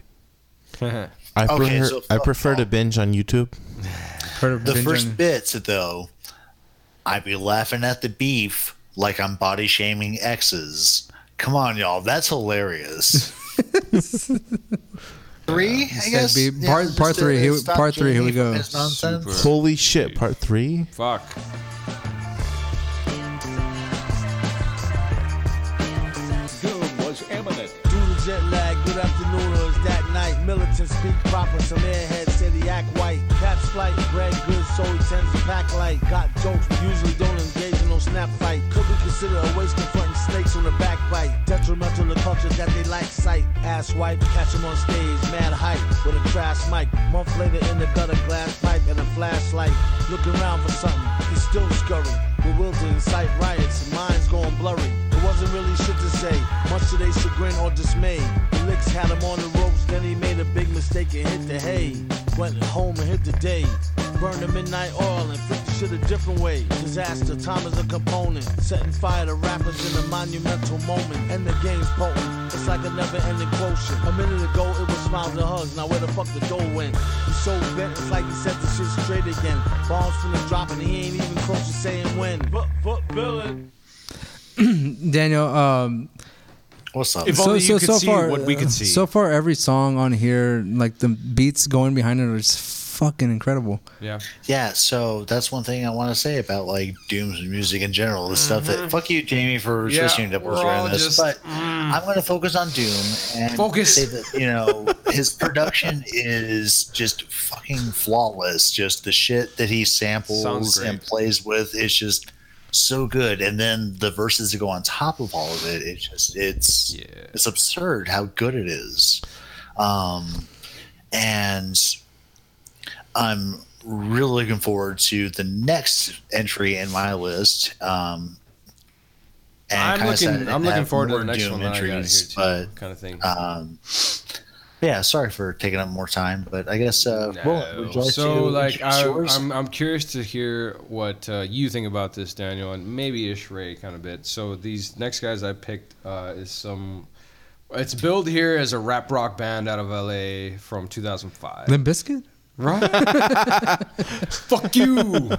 I
Okay,
prefer,
so-
I prefer to binge on YouTube.
The first bits though, I be laughing at the beef like I'm body shaming exes. Come on, y'all, that's hilarious. three, I
Said
guess.
beef. Part-
just
part
to
three, here-
stop
part three, here we
Jamie from
go.
his nonsense.
Holy shit! Part three.
Fuck.
Doom was imminent.
Due to jet lag, good afternoon or is that night? Militant speak proper, some airheads say they act white. Caps flight, bread goods, so he tends to pack light. Got jokes, but usually don't engage in no snap fight. Could be considered a waste confronting snakes on the back cultures got they like sight. Ass wipe, catch 'em on stage, mad hype. With a trash mic. Month later in the gutter, glass pipe and a flashlight. Looking around for something, he still scurry. Bewildering sight riots, minds going blurry. It wasn't really shit to say, much to their chagrin or dismay. The Licks had him on the ropes, then he made a big mistake and hit the hay. Went home and hit the day. Burned the midnight oil and flipped the shit a different way. Disaster, time is a component. Setting fire to rappers in a monumental moment. And the game's potent. It's like a never ending quotient. A minute ago, it was smiles and hugs. Now, where the fuck the door went? He's so bent, it's like he set the shit straight again. Bombs finna drop, and he ain't even close to saying when. But, but, Billy.
Daniel, um,
what's
If only you could see what we could see.
uh, So far, every song on here, like the beats going behind it, are just fucking incredible.
(laughs) Yeah.
Yeah, so that's one thing I want to say about like Doom's music in general. The stuff that fuck you, Jamie, for
Yeah,
listening to
we're
us
all
around this.
just-
but mm, I'm going to focus on Doom and
Focus.
say that you know his production is just fucking flawless. Just the shit that he
Sounds
samples
great.
and plays with is just so good. And then the verses that go on top of all of it, it just it's it's absurd how good it is. Um, and I'm really looking forward to the next entry in my list. Um, and
I'm
kinda
looking-
excited
I'm looking
have
forward to
more
the next
Doom
one that I got
entries,
here, too,
but
kinda thing.
Um, yeah, sorry for taking up more time, but I guess uh, Roland, would you like
Oh, so
to
like
introduce
I,
yours?
I'm, I'm curious to hear what uh, you think about this daniel and maybe ish ray kind of bit so these next guys i picked uh, is some it's billed here as a rap rock band out of la from 2005
Limp Biscuit?
right (laughs) fuck you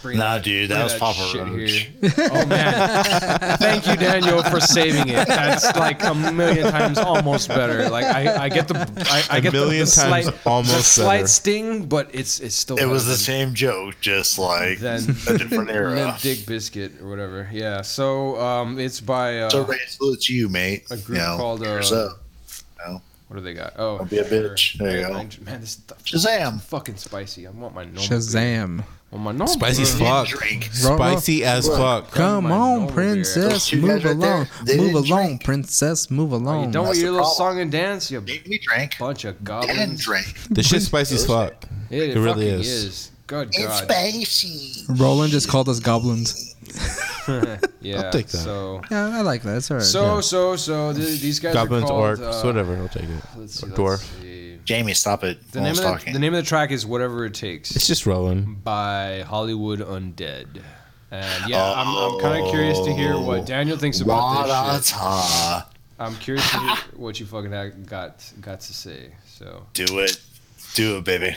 Bring
Nah,
that-
dude, that
bring
was Papa
shit
Roach.
here. Oh
(laughs)
man, thank you, Daniel, for saving it. That's like a million times almost better. Like I, I get the, I, I
A
get the- the,
million times
slight,
almost
the slight
better.
sting, but it's it's still.
it
better
was the
than-
same joke, just like a different
(laughs)
era.
Limp Dick Biscuit or whatever. Yeah. So um, it's by uh,
so Ray, it's it's you, mate.
a group
you know,
called. Uh,
here's up. You know,
What do they got? Oh,
Don't be a bitch. There you go.
Man, this stuff
Shazam.
Fucking spicy. I want my normal.
Shazam.
Well, my normal
Spicy as
beer.
fuck.
Drink.
Spicy as fuck.
Come on,
Those
princess,
two
move
guys right
along.
there, they
Move
didn't
along, princess, move along.
Oh, You don't want your little song and dance. You
we drank.
bunch of goblins.
Dan drank.
The shit's spicy as fuck.
It,
It really
fucking
is.
Good
It's
God.
spicy.
Roland just called us goblins.
(laughs) yeah.
I'll take that.
So,
Yeah, I like that. It's alright.
so,
yeah.
so, so th- these guys
Goblins,
are called.
orcs,
uh,
whatever. I'll take it.
Let's see,
Or
let's
dwarf.
see.
Jamie, stop it.
The
While
name,
it's
of the,
talking.
the name of the track is Whatever It Takes.
It's just rolling.
by Hollywood Undead. And yeah, I'm, I'm kind of curious to hear what Daniel thinks about
Wada
this shit.
Oh. ta.
I'm curious to hear what you fucking ha- got got to say. So
Do it. Do it, baby.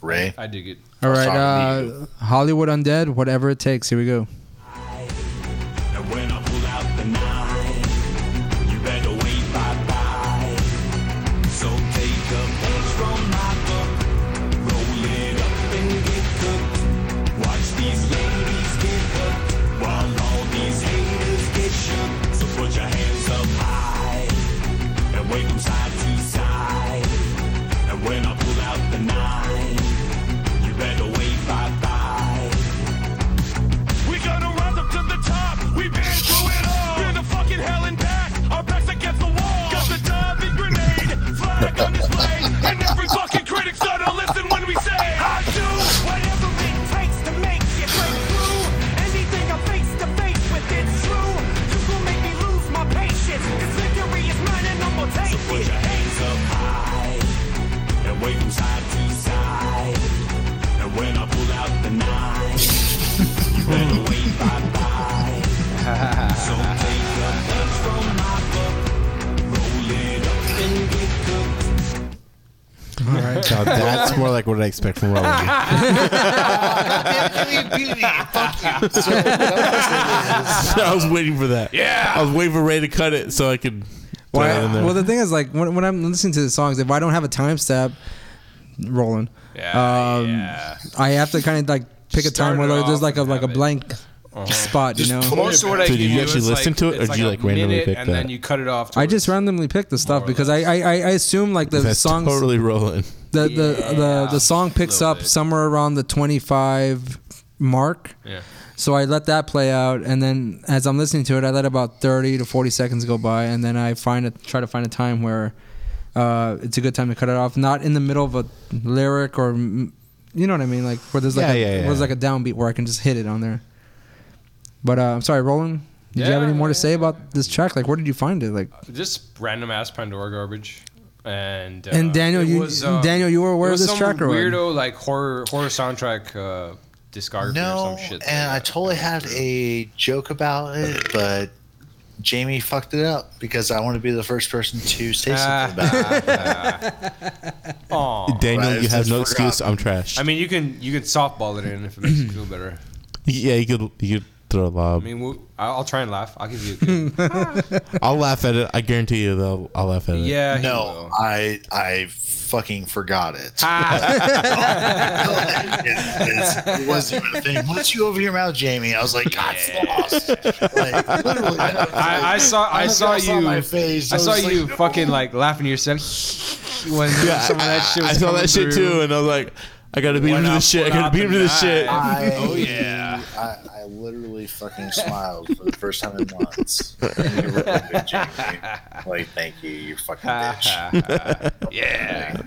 Ray.
I dig it.
All right,
Sorry.
uh, Hollywood Undead, whatever it takes. Here we go.
And when I pull out the knife, you better wait bye bye. So take a page from my book, roll it up and get cooked. Watch these ladies get hooked while all these haters get shook. So put your hands up high and wave them side to side. And when I pull out the knife, you better wait bye bye. We gonna rise up to the top. We've been through it all. Been to fucking hell and back. Our backs against the wall. Got the dove and grenade flag on display. And every fucking critic started to listen when we say, I do whatever it takes to make it break through. Anything I'm face to face with, it's true. Just will make me lose my patience. 'Cause victory is mine and I'm gonna take it. Put your hands up high and wave from side to side. And when I pull out the knife. Better wait bye-bye. (laughs) So take a page from my book, roll it up and get cooked.
All right.
Now that's more like what I expect from (laughs) Roland. I was waiting for that. Yeah. I was waiting for Ray to cut it so I could. put it
Well,
in there.
well, the thing is, like, when, when I'm listening to the songs, if I don't have a timestamp rolling,
Yeah,
um, I have to kind of like pick a
Start
time where
it
like, there's
off
like a
and
like a
have it. Uh-huh.
blank spot, you know.
Most of what I
So did
give
you
you
actually
is
listen
like,
to it, or
it's
did
like
you,
a
like, randomly
minute
pick
and then
that?
you cut it off.
I just
towards-
randomly picked the stuff because I, I I I assume like the
That's
songs
totally Roland.
the, the the the song picks
little
up
bit.
somewhere around the 25 mark.
yeah.
So I let that play out, and then as I'm listening to it, I let about 30 to 40 seconds go by, and then I find it, try to find a time where uh, it's a good time to cut it off, not in the middle of a lyric or, mm, you know what I mean, like where there's like
Yeah,
a,
yeah,
where
yeah.
there's like a downbeat where I can just hit it on there. But uh, I'm sorry, Roland. Did you have
Yeah,
any more to say about this track? Like, where did you find it? Like,
Just random ass Pandora garbage. And uh,
And Daniel,
it
you- Daniel, you were aware
it was
of this
some
track or what?
weirdo like horror horror soundtrack uh, discography or
No,
some shit.
and I totally had a joke about it, but Jamie fucked it up because I want to be the first person to say
Ah.
something about it.
Aw.
Daniel,
Right,
you
it's
have no
forgotten.
excuse. I'm trash.
I mean, you can you can softball it in if it makes you feel better.
yeah, you could you could throw a
I
lob.
mean, we'll, I'll I'll try and laugh. I'll
(laughs)
give you. a good-
I'll laugh at it. I guarantee you, though, I'll laugh at it.
(laughs) Yeah, he
No, I I fucking forgot it.
Ah.
(laughs) it, it wasn't even a thing. Once you over your mouth, Jamie, I was like, God, lost. Like, literally,
I, I saw I,
I
saw
saw
you.
my face.
I
I
saw
was like,
you
no.
fucking like laughing to yourself (laughs)
(laughs)
when
Yeah,
some of that shit.
I,
Was
I saw
coming
that shit
through.
too, and I was like, I gotta beat him to this shit. I gotta beat him to this shit. (laughs)
I,
Oh, yeah. (laughs)
I, I literally fucking smiled for the first time in
(laughs)
months. You were a good Jamie. Like, thank you, you fucking bitch.
yeah.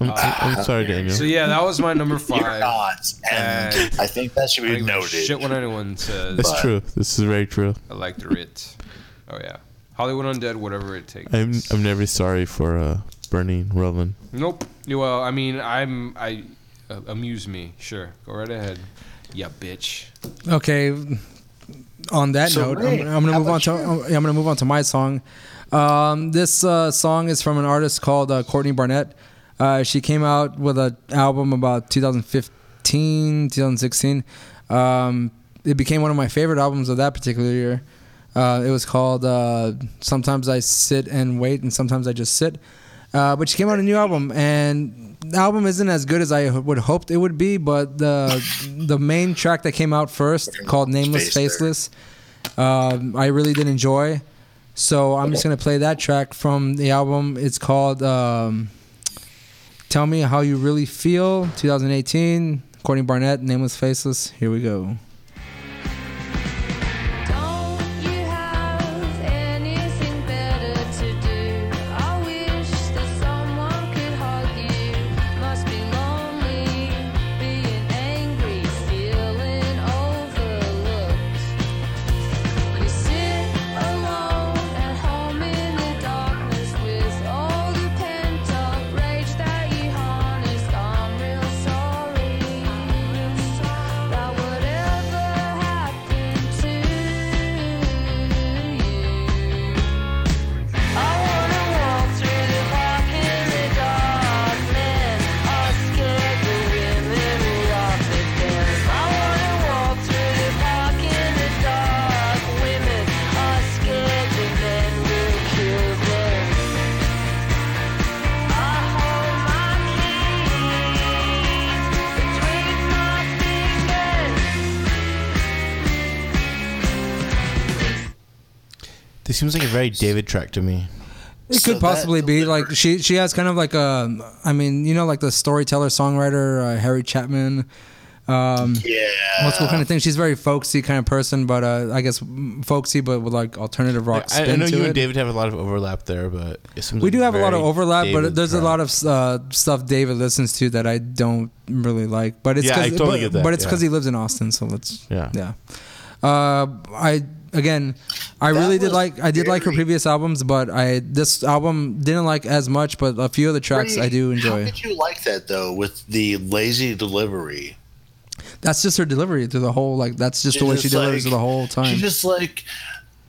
I'm, I'm sorry, Daniel.
So yeah, that was my number
You're
5
not, and I think that should
I
be
don't give a
noted.
Shit, what anyone says.
it's true. This is very true.
I like the writ. Oh yeah, Hollywood Undead, whatever it takes.
I'm I'm never sorry for uh, burning Roland.
Nope. Well, I mean, I'm I uh, amuse me. Sure, go right ahead. Yeah, bitch.
Okay. On that
So,
note,
Ray,
I'm, I'm gonna
how
move on
about
to oh, I'm gonna move on to my song. Um, this uh, song is from an artist called uh, Courtney Barnett. Uh, she came out with an album about 2015, 2016. Um, it became one of my favorite albums of that particular year. Uh, it was called uh, "Sometimes I Sit and Wait, and Sometimes I Just Sit." Uh, but she came out a new album, and the album isn't as good as I h- would hoped it would be. But the the main track that came out first, called "Nameless Faceless," um, I really did enjoy. So I'm just gonna play that track from the album. It's called um, "Tell Me How You Really Feel," 2018. Courtney Barnett, "Nameless Faceless." Here we go.
Anything better to do? I wish that someone could hug you. Must be lonely, being angry, feeling overlooked. You sit alone at home in the darkness with all the pent-up rage that you harnessed. I'm real sorry that whatever happened to you. I wanna walk through the park in the dark, man. I'm scared to memory off again. I wanna walk through the park in the dark, women are scared to men will kill them. I hold my keys between my fingers.
This seems like a very David track to me.
It could possibly be like she she has kind of like a I mean you know like the storyteller songwriter uh, Harry Chapman. Um,
yeah,
old school kind of thing. She's a very folksy kind of person, but uh, I guess mm, folksy, but with like alternative rock
I,
spin
I know
to
you
it.
and David have a lot of overlap there, but it seems
we
like
do have a lot of
Mm-hmm. very
overlap, but
David
there's
track.
a lot of uh, stuff David listens to that I don't really like. But it's
Yeah, I
'cause-
totally
but,
get that,
but it's
yeah.
because he lives in Austin, so let's
Yeah.
yeah. Uh, I again, I really did like I did like her previous albums, but I this album didn't like as much. But a few of the tracks I do
How
enjoy.
did you like that though? With the lazy delivery,
That's just her delivery through the whole like that's just
She's
the way she
just
delivers
like-
the whole time.
she's just like,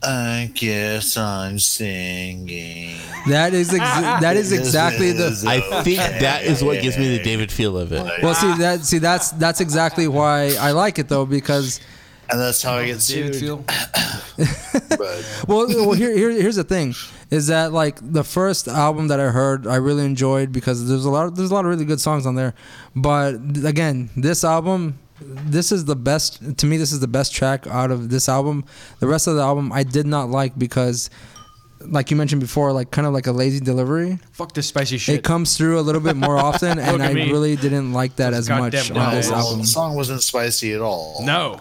I guess I'm singing.
That is
(laughs)
ex- that is
This
exactly the.
is
I
(laughs)
think that is what gives me the
okay.
David feel of it.
Well, see that see that's that's exactly why I like it though because.
And that's how I get
David feel.
sued.
(laughs) well, well here, here, here's the thing, is that like the first album that I heard, I really enjoyed because there's a lot, of, there's a lot of really good songs on there, but th- again, this album, this is the best to me. This is the best track out of this album. The rest of the album I did not like because, like you mentioned before, like kind of like a lazy delivery.
Fuck this spicy shit.
It comes through a little
(laughs)
bit more often,
Look
and
at
I
me.
really didn't like that as
Goddamn
much on
lies.
this
Well,
album.
The song wasn't spicy at all.
No.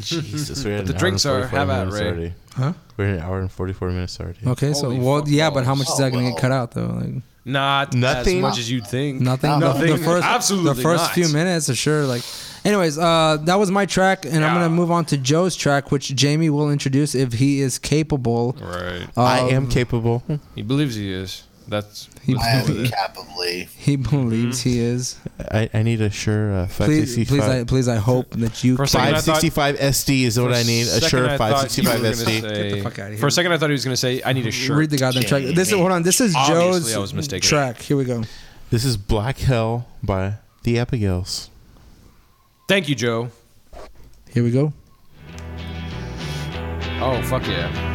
Jesus, we're
But
at
the
an
drinks
hour
are-
and 44
have at,
minutes
Ray.
already.
Huh?
We're at an hour and forty-four minutes already.
Okay, so well, yeah, but how much is that gonna
Oh,
get cut out though? Like
Not
Nothing.
as much as you'd think.
nothing. The- The first,
absolutely
the first
not.
few minutes are sure. Like, anyways, uh, that was my track, and I'm gonna move on to Joe's track, which Jamie will introduce if he is capable.
Right.
I am capable.
He believes he is. That's
Um, He-
let's go with it.
capably.
He believes he is.
I, I need a sure uh, five
Please,
sixty
please, I,
five.
please, I hope that you.
For a second, I
Five
thought-
sixty five SD is
For
what
a
I need. A
second,
sure
I thought
five sixty five
you were gonna
SD.
say-
Get the fuck outta here.
For a second, I thought he was going to say, "I need a shirt."
Read the goddamn track. This is hold on. This is
Obviously,
Joe's
I was mistaken.
track. Here we go.
This is Black Hell by the Abigails.
Thank you, Joe.
Here we go.
Oh fuck yeah!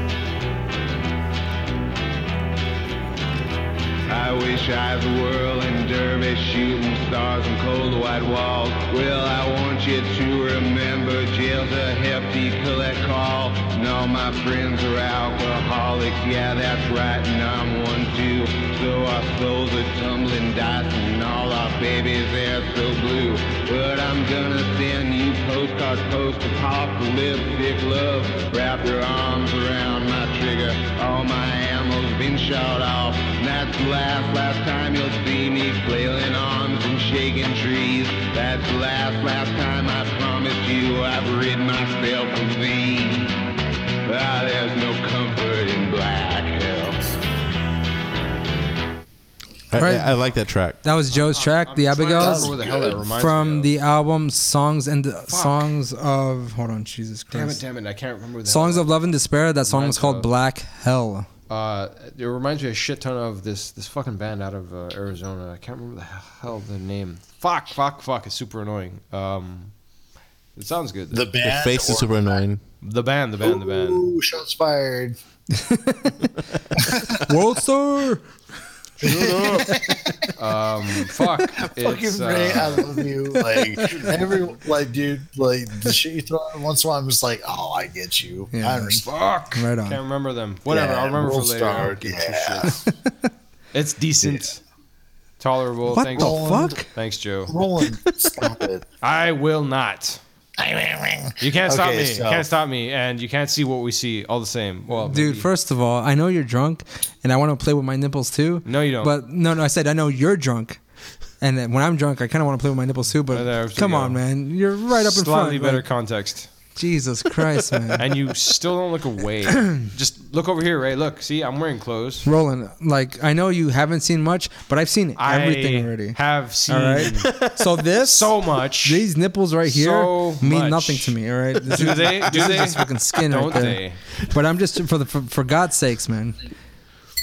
I wish I was a whirling dervish shooting stars and cold white walls. Well, I want you to remember jail's a hefty collect call. And all my friends are alcoholics, yeah, that's right, and I'm one too. So our souls are tumbling dice and all our babies, they're so blue. But I'm gonna send you postcards post-apocalyptic love. Wrap your arms around my trigger, all my ammo's been shot off. And that's the last, last time you'll see me flailing arms and shaking trees. That's the last, last time I promise you I've rid myself of thee. Ah, there's no comfort in black hell.
I,
Right.
I, I like that track.
That was Joe's track, The
trying to
Abigails,
remember what the hell that reminds
from the album Songs and Songs of. Hold on, Jesus
Damn it!
Christ.
Damn it! I can't remember. The
Songs of Love and Despair. That song was called Black Hell.
Uh, it reminds me a shit ton of this this fucking band out of uh, Arizona. I can't remember the hell the name. Fuck! Fuck! Fuck! It's super annoying. Um, it sounds good.
The band
The face is super annoying.
The band. The band. The band.
Ooh, shots fired.
(laughs) World Star.
(laughs)
Um, fuck. It's,
Fucking Ray, I
uh,
love you.
(laughs)
Like every like, dude, like the shit you throw out once in a while, I'm just like, oh, I get you. I understand.
Fuck.
Right on.
Can't remember them. Whatever.
Yeah,
I'll remember for
World
later.
Star,
I'll get you
(laughs)
shits. it's decent. Tolerable.
What
Thanks.
the Roland.
fuck?
Thanks, Joe.
Roland,
(laughs)
stop it.
I will not. You can't stop
Okay,
me.
so-
You can't stop me. And you can't see what we see all the same. Well,
Dude,
maybe.
first of all, I know you're drunk, and I want to play with my nipples too.
No, you don't.
But no, no, I said I know you're drunk, and then when I'm drunk, I kind of want to play with my nipples too. But
there we
come
go.
on, man, you're right up in
Slightly
front.
better
like,
context.
Jesus Christ,
(laughs)
man.
And you still don't look
(clears throat)
away. Just look over here, Ray. Look, see, I'm wearing clothes.
Roland, like I know you haven't seen much, but I've seen everything
I
already.
have seen
All right.
(laughs)
So this
so much.
These nipples right here
So
mean
much.
nothing to me. All right.
(laughs)
This
Do
is-
they?
this
Do
is
they?
just fucking skin
Don't
right there.
they?
But I'm just for the for, for God's sakes, man.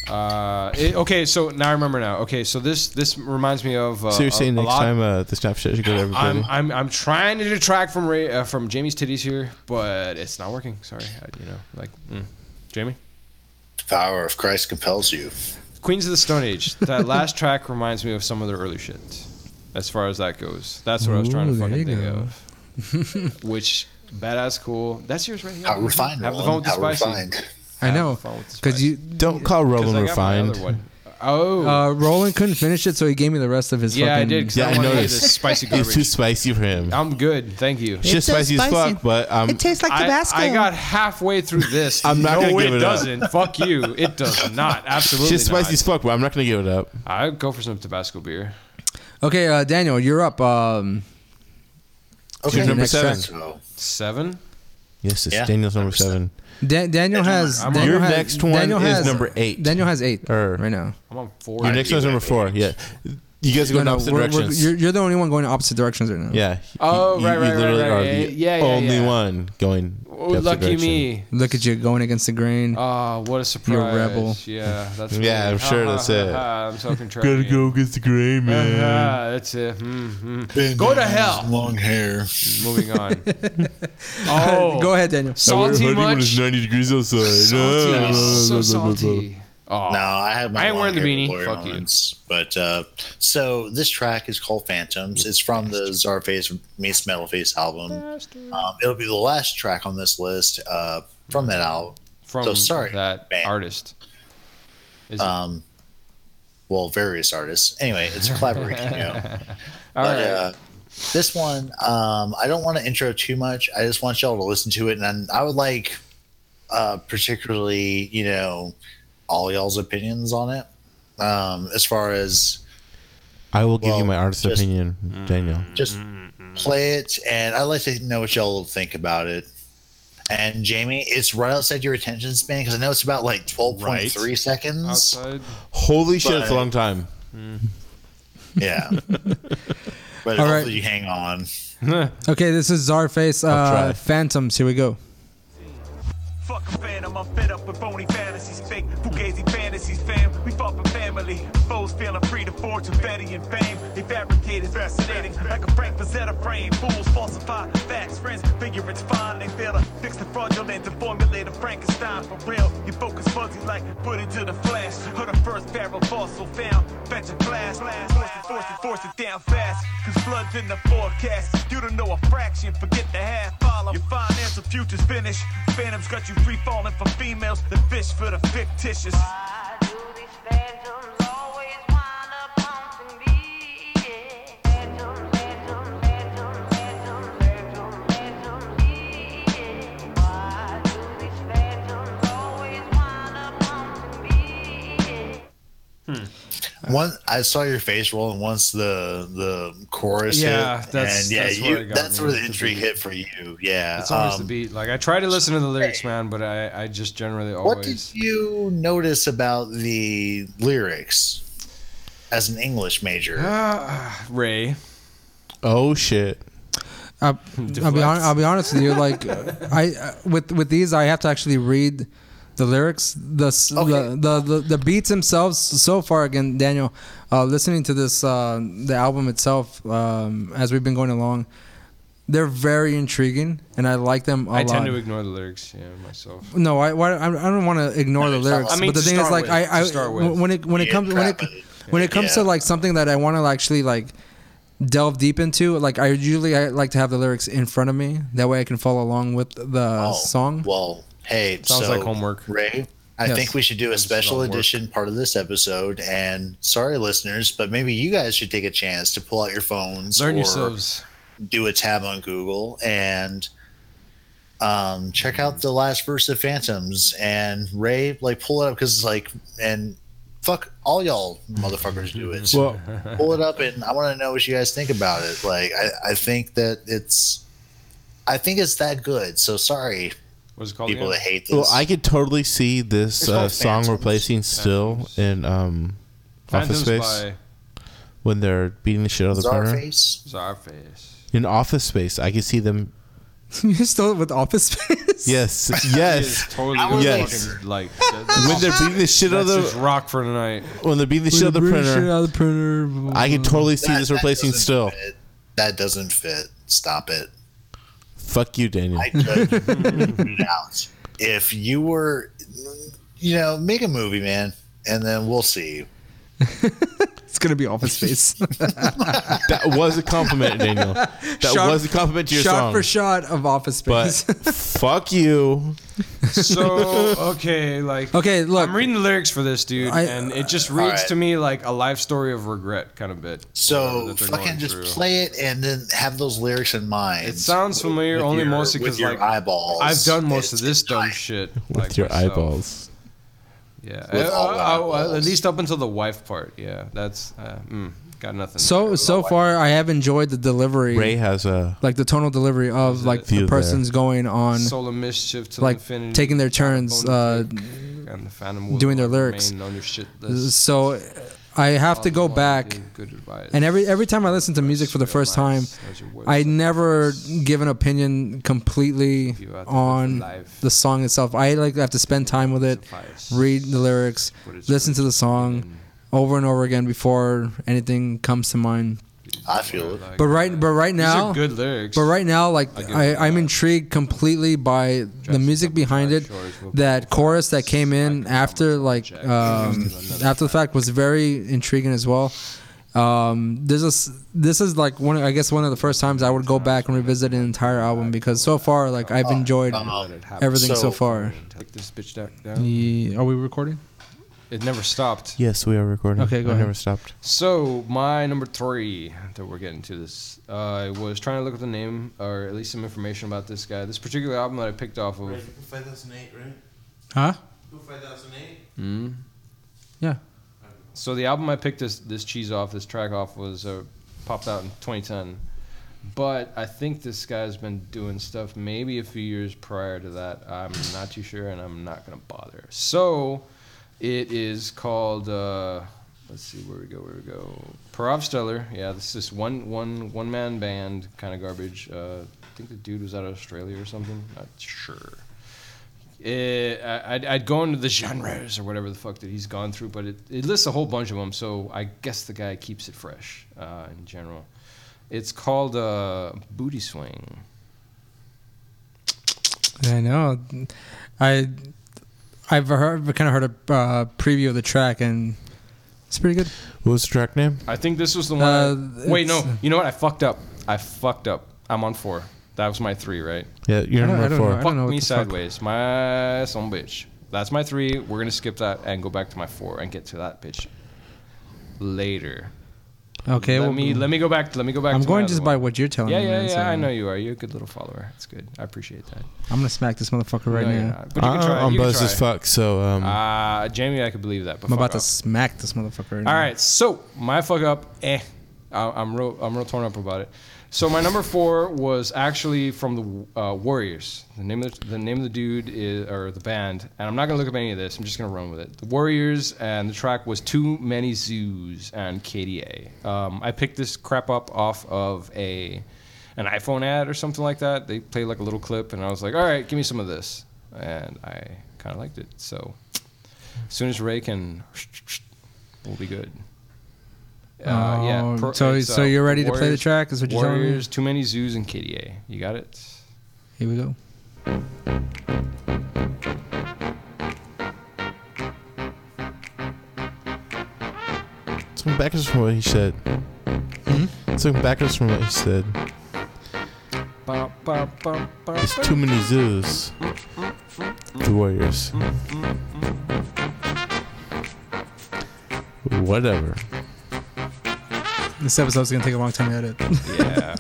Uh, it- okay, so now I remember now. Okay, so this this reminds me of uh,
so you're saying
a, a
next
lot-
time uh, the Snapchat should go to everybody?
I'm, I'm I'm trying to detract from Ray uh, from Jamie's titties here, but it's not working. Sorry, I, you know, like mm. Jamie.
The power of Christ compels you.
Queens of the Stone Age.
(laughs)
That last track reminds me of some of their early shit, as far as that goes. That's what I was trying
Ooh,
to
there
fucking
you
think
go.
of. Which badass cool. That's yours right here.
How refined,
Have the phone
Roland,
with the
how
spicy.
refined.
(laughs) I know, because you
don't call Roland
'Cause I got my other
refined.
one. Oh,
Uh, Roland couldn't finish it, so he gave me the rest of his.
Yeah, I
fucking,
did, 'cause
Yeah, I
wanna hear
noticed.
this spicy
(laughs) It's too
garbage.
spicy for him.
I'm good. Thank you.
It's just spicy, as fuck, but um,
I- I, got halfway through this.
(laughs) I'm not
no,
gonna give
it
it up.
doesn't. Fuck you.
(laughs)
It does not. Absolutely.
It's just
not.
spicy as fuck, but I'm not gonna give it up.
I'd go for some Tabasco beer.
Okay, uh, Daniel, you're up. Um,
Okay,
to the
number
next
seven.
track.
Oh.
Seven.
Yes, it's
Yeah,
Daniel's number seven.
Da- Daniel has.
I'm on-
Daniel
Your
has-
next one
Daniel
is
has-
number eight.
Daniel has eight
Or
right now.
I'm on four.
Your next one's number four. Yeah, you guys are going
No, no,
opposite
we're- we're-
directions.
you're, you're the only one going opposite directions right now.
yeah.
Oh, right, right, right,
literally
right,
are
yeah,
the
yeah, yeah,
only
yeah.
one going. the
Oh,
opposite
lucky
direction.
me.
Look at you going against the grain.
Ah, what a surprise!
You're a rebel.
Yeah,
(laughs)
that's
Yeah,
me.
I'm sure
Ah,
that's
(laughs) ah,
it.
ah, I'm so contrarian.
Gotta go against the
Uh-huh.
grain, man.
Ah, (laughs) that's it. Mm, mm. Go to hell.
Long hair.
Moving
(laughs)
on. Oh,
Go ahead, Daniel.
Salty much?
90 degrees outside.
Salty. So salty. Oh,
No, I have my.
I ain't
long
wearing the
hair
beanie.
Glory
Fuck you.
Rollins. But uh, so this track is called Phantoms. It's from the Czarface meets Metalface album. Um,
(laughs)
it'll be the last track on this list uh, from that album.
From
so sorry,
that artist. Is it-
Um, well, various artists. Anyway, it's a collaboration. you know.
(laughs) All
But,
right.
uh, This one, um, I don't want to intro too much. I just want y'all to listen to it, and I would like, uh, particularly, you know, all y'all's opinions on it. Um, as far as
I will give
Well,
you my artist
just-
opinion,
Mm.
Daniel.
just play it, and I'd like to know what y'all think about it. And Jamie, it's right outside your attention span because I know it's about like twelve point three seconds.
Holy shit, it's a
But-
long time.
(laughs) Yeah. but
All
hopefully
right.
you hang on.
(laughs) okay, this is Zarface
try.
uh, Phantoms. Here we go.
phantom. I'm fed up with phony fantasies, fake fugazi fantasies, fam. We fought for family. Foes feeling free to fortune, Betty and fame. They fabricated, fascinating, like a Frank Fazetta frame. Fools falsify facts, friends figure it's fine. They fail to fix the fraudulent and formulate a Frankenstein for real. Your focus fuzzy like put into the flash. Or the first barrel fossil found, fetch a glass. Force it, force it, force it down fast. Cause blood's in the forecast. You don't know a fraction, forget the half. Follow your financial future's finished. Phantoms got you free falling for females. The fish for the fictitious.
Hmm.
One, I saw your face rolling once the the chorus.
Yeah,
hit,
that's-
and yeah,
that's where
you,
it got
that's
me.
where the intrigue hit for you. Yeah,
It's always the
um,
beat. Like I try to listen to the lyrics, man, but I, I just generally
What
always.
did you notice about the lyrics as an English major?
Ah, Ray.
Oh shit.
(laughs)
I, Uh, I'll be hon- I'll be honest with you. Like I uh, with with these, I have to actually read the lyrics. The s the, the the the beats themselves. So far, again, Daniel, uh, listening to this uh, the album itself um, as we've been going along, they're very intriguing, and I like them um, a
I
lot.
tend to ignore the lyrics, yeah, myself.
No, I why, I I don't want to ignore the
it's not
lyrics.
like- I mean,
but the
to
thing is,
start
like,
with,
I,
to
I
start with.
when it when it
Yeah,
comes when it
crap
when it comes to like something that I want to actually like delve deep into, like I usually I like to have the lyrics in front of me. That way, I can follow along with the
Oh,
uh, song.
Well, hey,
Sounds
so,
like homework.
Ray. I
Yes.
think we should do a special
homework.
edition part of this episode. And sorry, listeners, but maybe you guys should take a chance to pull out your phones,
Learn yourselves.
do a tab on Google, and um, check out the last verse of Phantoms. And Ray, like, pull it up because, like, and fuck all y'all motherfuckers do it.
Well-
pull it up, and I want to know what you guys think about it. Like, I, I think that it's, I think it's that good. So sorry,
What's it called
people
again?
that hate this.
Well, I could totally see this
It's
uh,
called
song
Phantoms.
replacing Still in um, Office
Phantoms
Space
by-
when they're beating the shit out of the printer.
Zarface.
Zarface.
In Office Space, I could see
(laughs)
them.
(laughs) You're still with Office Space.
Yes,
He is
yes,
totally gonna
yes.
fucking, like
When they're beating the shit out of
That's
the-
just rock for tonight.
When they're beating (laughs) the
When
shit out of the
they're beating the
printer,
shit out
of the printer.
I could totally see
That-
this
that
replacing
doesn't
Still.
fit. That doesn't fit. Stop it.
Fuck you, Daniel.
I judge you. (laughs) Put it out. If you were, you know, make a movie, man, and then we'll see.
(laughs) It's gonna be Office Space.
(laughs) that was a
(laughs)
compliment, Daniel. That was a compliment to your
shot
song.
for shot of Office Space. (laughs)
But fuck you.
So okay, like
okay, look.
I'm reading the lyrics for this dude,
I-
and it just
All
reads
right.
to me like a life story of regret kind of bit. uh,
So
that they're
fucking
going
just
through.
play it and then have those lyrics in mind. It
sounds familiar only mostly because like
(laughs)
eyeballs.
I've done most of this dumb shit
With
like
your
myself.
eyeballs.
Yeah,
With
Uh,
all
uh, uh, at least up until the wife part. Yeah, that's uh, mm, got nothing.
so so far, I have enjoyed the delivery.
Ray has a
like the tonal delivery of like
View
the
there.
person's going on
Soul of mischief to
like
infinity,
taking their turns uh,
and the phantom will
doing their lyrics
remain on your shit list.
so i have to go back
good advice.
and every every time i listen to music for the first time i never give an opinion completely on the song itself i like have to spend time with it read the lyrics listen to the song over and over again before anything comes to mind
I feel it.
but right, but right
These
now,
are good lyrics.
But right now, like
I'll give
I,
you
I'm intrigued completely by the music behind it. That chorus that came in after, like um, after the fact, was very intriguing as well. Um, this is this is like one. I guess one of the first times I would go back and revisit an entire album because so far, like
Oh,
I've
Oh,
uh-huh.
enjoyed everything so far.
Take this bitch back down.
Yeah, are we recording?
It never stopped.
Yes, we are recording.
Okay, go
I
ahead.
never stopped.
So my number three that we're getting to this, uh, I was trying to look up the name or at least some information about this guy. This particular album that I picked off of.
2008, right?
Huh?
2008.
Mm.
Yeah.
So the album I picked this this cheese off this track off was uh, popped out in 2010, but I think this guy's been doing stuff maybe a few years prior to that. I'm not too sure, and I'm not gonna bother. So it is called. Uh, let's see where we go. Where we go. Parov Stellar. Yeah, this is one one one man band kind of garbage. Uh, I think the dude was out of Australia or something. Not sure eh, I- I'd, I'd go into the genres or whatever the fuck that he's gone through, but it, it lists a whole bunch of them, so I guess the guy keeps it fresh uh, in general. It's called uh, Booty Swing.
I know. I I've heard kind of heard a uh, preview of the track and it's pretty good.
What was the track name?
I think this was the one.
Uh,
I- wait, no.
it's-
You know what? I fucked up. I fucked up. I'm on four. That was my three, right?
Yeah, you're I don't- number I don't four. know. I don't
Fuck
know what
me
the fuck-
sideways. My son bitch. That's my three. We're going to skip that and go back to my four and get to that bitch later.
Okay,
Let
well,
me let me go back. Let me go back.
I'm
to my
going
other
just
one.
by what you're telling
yeah,
me,
Yeah,
man,
yeah,
so-
I know you are. You're a good little follower. It's good. I appreciate that.
I'm gonna smack this motherfucker right
No, you're
now.
not. But you can try.
Ah, Uh, I'm
you can
buzzed
try.
as fuck, so um,
Uh, Jamie, I could believe that. But
Mm.
fuck
I'm about to
off.
smack this motherfucker right now.
All right, so my fuck up, eh, I- I'm real, I'm real torn up about it. So my number four was actually from the uh, Warriors. The name of the, the name of the dude is, or the band, and I'm not gonna look up any of this. I'm just gonna run with it. The Warriors and the track was Too Many Zoos and KDA. Um, I picked this crap up off of a an iPhone ad or something like that. They played like a little clip, and I was like, all right, give me some of this, and I kind of liked it. So as soon as Ray can, we'll be good. Uh, yeah.
Oh, so- so you're ready to play the
Warriors-
track, is what you're telling me?
Warriors, too many zoos and KDA. You got it.
Here we go.
Let's go backwards from what he said.
Hmm?
Let's go backwards from what he said. There's too many zoos. The Warriors. Whatever.
This episode's gonna take a long time to edit.
Yeah.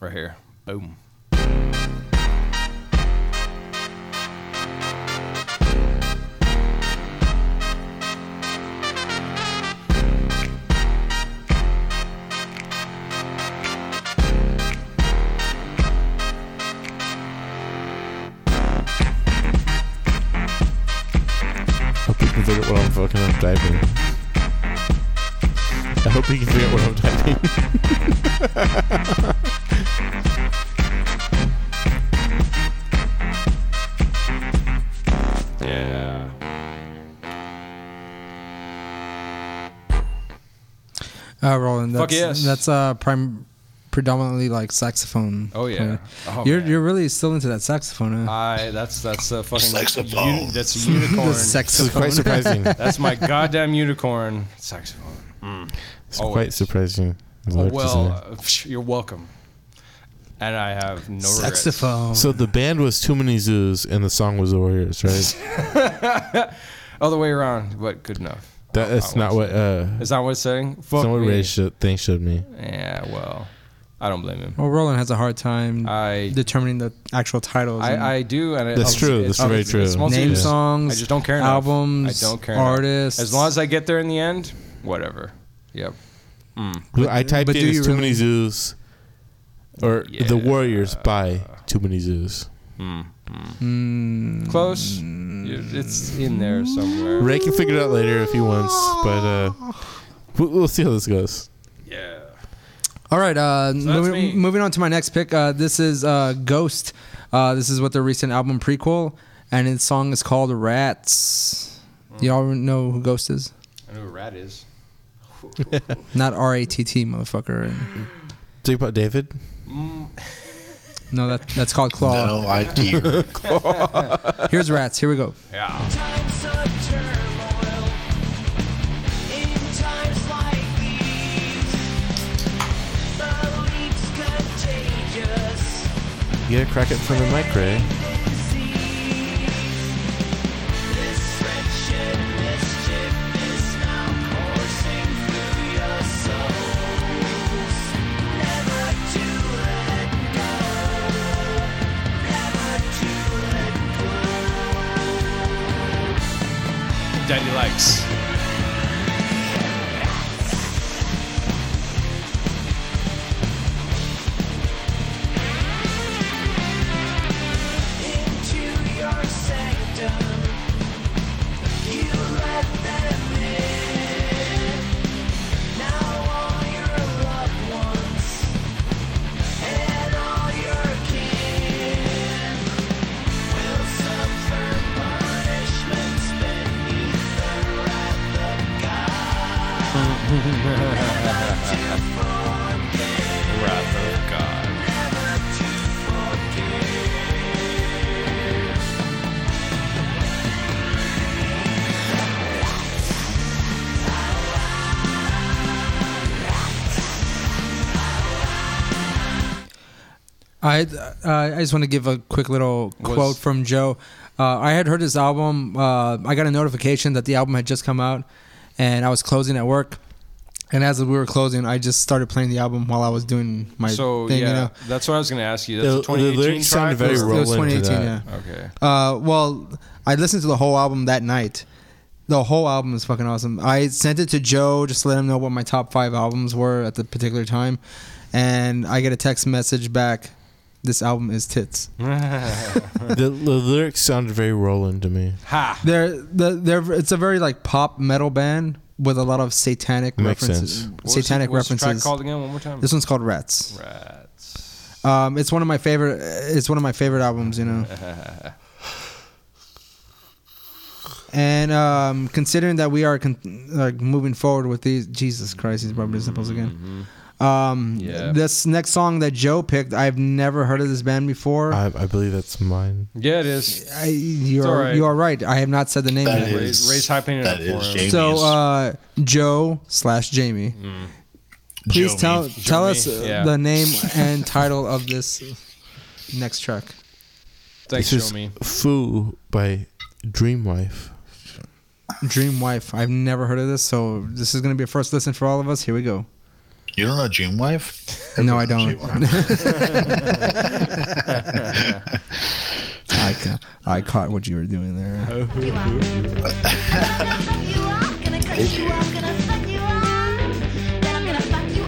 right here. Boom.
I hope you can figure out what I'm fucking I'm typing. I hope (laughs) you can figure out what I'm typing.
Yeah.
(laughs) Uh, Roland, that's,
Fuck yes.
that's uh, prim- predominantly like saxophone.
Oh, yeah.
player.
Oh,
you're
man.
you're really still into that saxophone. Huh?
I that's that's a fucking
Saxophone.
uni- that's a unicorn.
(laughs) The saxophone. This is quite
(laughs)
surprising.
that's my goddamn unicorn saxophone. Mm.
It's
Always.
quite surprising.
Oh,
Lord,
well,
isn't it?
uh, psh, you're welcome. And I have (laughs) no regrets.
So the band was Too Many Zoos and the song was The Warriors,
(laughs)
right?
(laughs) Other way around, but good enough.
That- that's not what. Uh,
Is that what it's saying?
that's
Fuck
not what
me.
Ray should, thing showed me.
Yeah, well, I don't blame him.
Well, Roland has a hard time
I-
determining the actual titles. and-
I, I do, and it-
That's
it's-
true,
it's-
that's very
it's-
true.
it's multi-
Name
I just-
songs,
I just don't care. enough.
albums,
I don't care. enough.
artists.
As long as I get there in the end, whatever. Yep. Mm.
I typed
but
in
do
as
you
Too Many
really-
Zoos or The Warriors by Too Many Zoos.
Hmm,
Mm.
Close. You- It's in there somewhere.
Ray can figure it out later if he wants, but uh, we'll, we'll see how this goes.
All right, uh, moving, moving on to my next pick. Uh, this is uh, Ghost. Uh, this is what their recent album prequel, and its song is called Rats. Do y'all know who Ghost
(laughs)
is?
I know who rat is.
Not R A T T, motherfucker.
Think about David.
Mm,
No, that that's called Claw.
No idea.
Claw. (laughs) Here's Rats. Here we go.
Yeah.
Times of turmoil. In times like these, belief's contagious.
You gotta crack it from the mic, Ray.
Disease.
Daddy likes.
Wrath of God.
I uh, I just want to give a quick little
Was-
quote from Joe. Uh, I had heard this album. Uh, I got a notification that the album had just come out, and I was closing at work. And as we were closing, I just started playing the album while I was doing my
so
thing.
yeah,
You know,
that's what I was going to ask you.
The-
That's
the
a 2018
lyrics sounded
track?
very
Or-
roll
it was
into
2018.
that.
Yeah.
Okay. (laughs)
Uh, well, I listened to the whole album that night. The whole album is fucking awesome. I sent it to Joe just to let him know what my top five albums were at the particular time, and I get a text message back. This album is
(laughs)
tits.
(laughs) the, the lyrics sounded very Roland to me.
Ha.
They're the they're it's a very like pop metal band with a lot of satanic
Makes
references.
sense.
What was
Satanic
the- what's the track
references.
called again? One more time?
This one's called Rats.
Rats.
Um, it's one of my favorite. It's one of my favorite albums. You know. And um, considering that we are con- like moving forward with these, Jesus Christ, he's rubbing his nipples again. Um,
Mm-hmm. Yeah.
This next song that Joe picked, I've never heard of this band before.
I, I believe that's mine.
Yeah, it is.
I, you
It's all
are
right.
you are right. I have not said the name.
That
yet.
is- Raise- raise high opinion that up for is him. Jamie's.
So uh, Joe slash Jamie, please
Jomie.
tell tell
Jomie,
us uh,
Mm. yeah.
the name and title of this next track.
Thanks,
this is
Shomi.
Foo by Dreamwife.
Dream Wife. I've never heard of this, so this is gonna be a first listen for all of us. Here we go.
You don't know Dream Wife?
(laughs) No, I don't. (laughs) I, ca- I caught what you were doing there.
(laughs)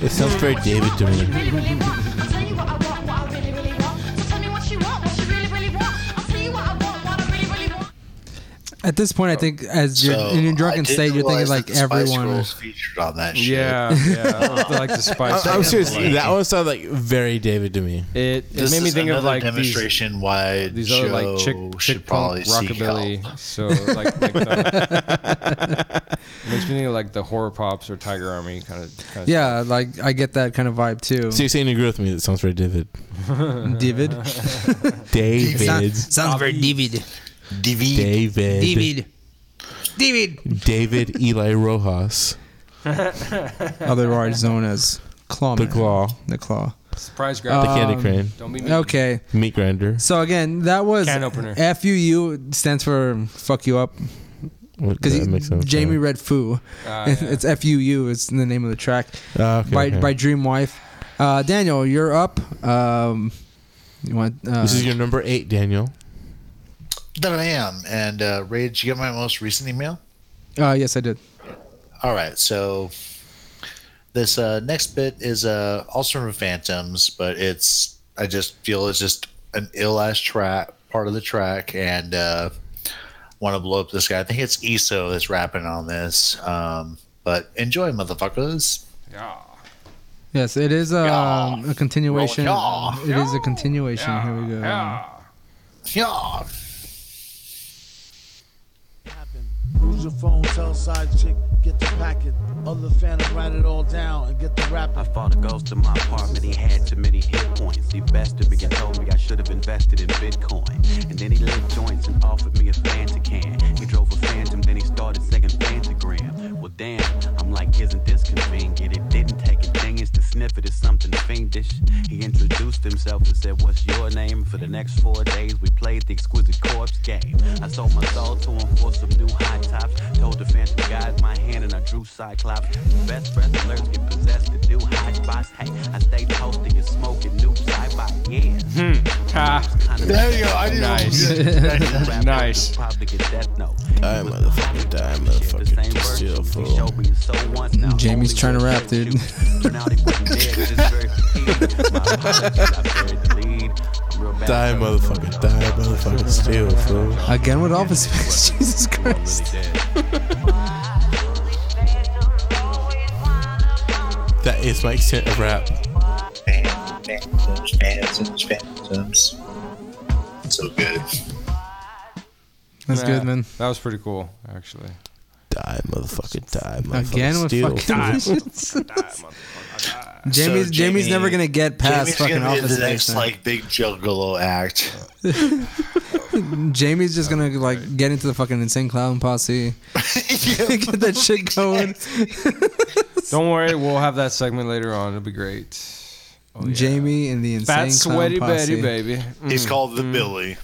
It sounds very David to me.
At this point, I think as you're in your drunken
I didn't
state, you're thinking
realize
like
that the Spice
everyone.
Girls featured on that shit.
Yeah, yeah. I like the Spice
I, am
Girls.
serious.
Like-
That one sounded like very David to me.
It, it
This
made me
is
think of
another
like
demonstration
these,
why
these other like chick
Joe should
chick punk
probably seek
rockabilly.
help.
So like, like
(laughs)
the, makes me think of like the horror pops or Tiger Army kind of. Kind of
Yeah, like I get that kind of vibe too.
So you're saying you agree with me? That sounds very David.
(laughs) David.
David.
Sound- sounds very David.
David.
David.
David. David.
David Eli Rojas.
Otherwise known as Claw.
The
Man.
Claw.
The Claw. Um,
Surprise
The Candy Crane.
Don't be mean.
Okay.
Meat Grinder.
So again, that was
Can opener.
FUU stands for fuck you up.
What- that makes
Because
sense,
Jamie
yeah.
read Foo.
Ah,
(laughs) It's FUU is the name of the track
Ah, okay,
by
okay.
by Dreamwife. Uh, Daniel, you're up. Um, you want uh,
this is your number eight, Daniel.
That I am. And uh, Ray, did you get my most recent email?
uh, yes, I did.
All right, so this uh, next bit is uh, also from Phantoms, but it's I just feel it's just an ill ass track part of the track, and uh, want to blow up this guy. I think it's Eso that's rapping on this, um, but enjoy, motherfuckers.
Yeah.
Yes, it is a, a continuation.
Yaw.
It is a continuation. Here we go.
Yeah.
Use your phone, tell side chick, get the packet. Other phantom, write it all down and get the rap.
I fought a ghost to my apartment. He had too many hit points. He bested me and told me I should have invested in Bitcoin. And then he lit joints and offered me a Fanta can. He drove a Phantom, then he started singing Fantagram. Well, damn, I'm like, isn't this convenient? It didn't take a genius to sniff it. It's something fiendish. He introduced himself and said, What's your name? For the next four days, we played the exquisite corpse game. I sold my soul to him for some new high tops. Told the Phantom guys my hand and I drew Cyclops. The best wrestlers get possessed to do high spots. Hey, I stayed toasting and smoking new sci fi. Yeah.
There you go. I didn't
(laughs)
nice. nice.
I motherfucker die, motherfucker still fool.
Jamie's trying to rap, dude.
Die, motherfucker. Die, motherfucker. Still, fool.
Again with office space. (laughs) Jesus Christ.
That is my extent of rap.
Phantoms, phantoms, phantoms. So good.
That's good,
man. That was pretty cool, actually.
Die, motherfucker. Die, motherfucker.
(laughs) Again with
still,
(laughs) fucking.
fool.
Jamie's Jamie's
So Jamie-
never gonna get past
Jamie's
fucking
gonna be
office
the next
space. man.
like big juggalo act.
(laughs) Jamie's just gonna like get into the fucking insane
(laughs)
clown posse. get that shit going.
Don't worry, we'll have that segment later on. It'll be great. Oh,
Jamie and the insane
Fat
clown
sweaty Betty,
posse.
baby.
He's called the
mm.
Billy.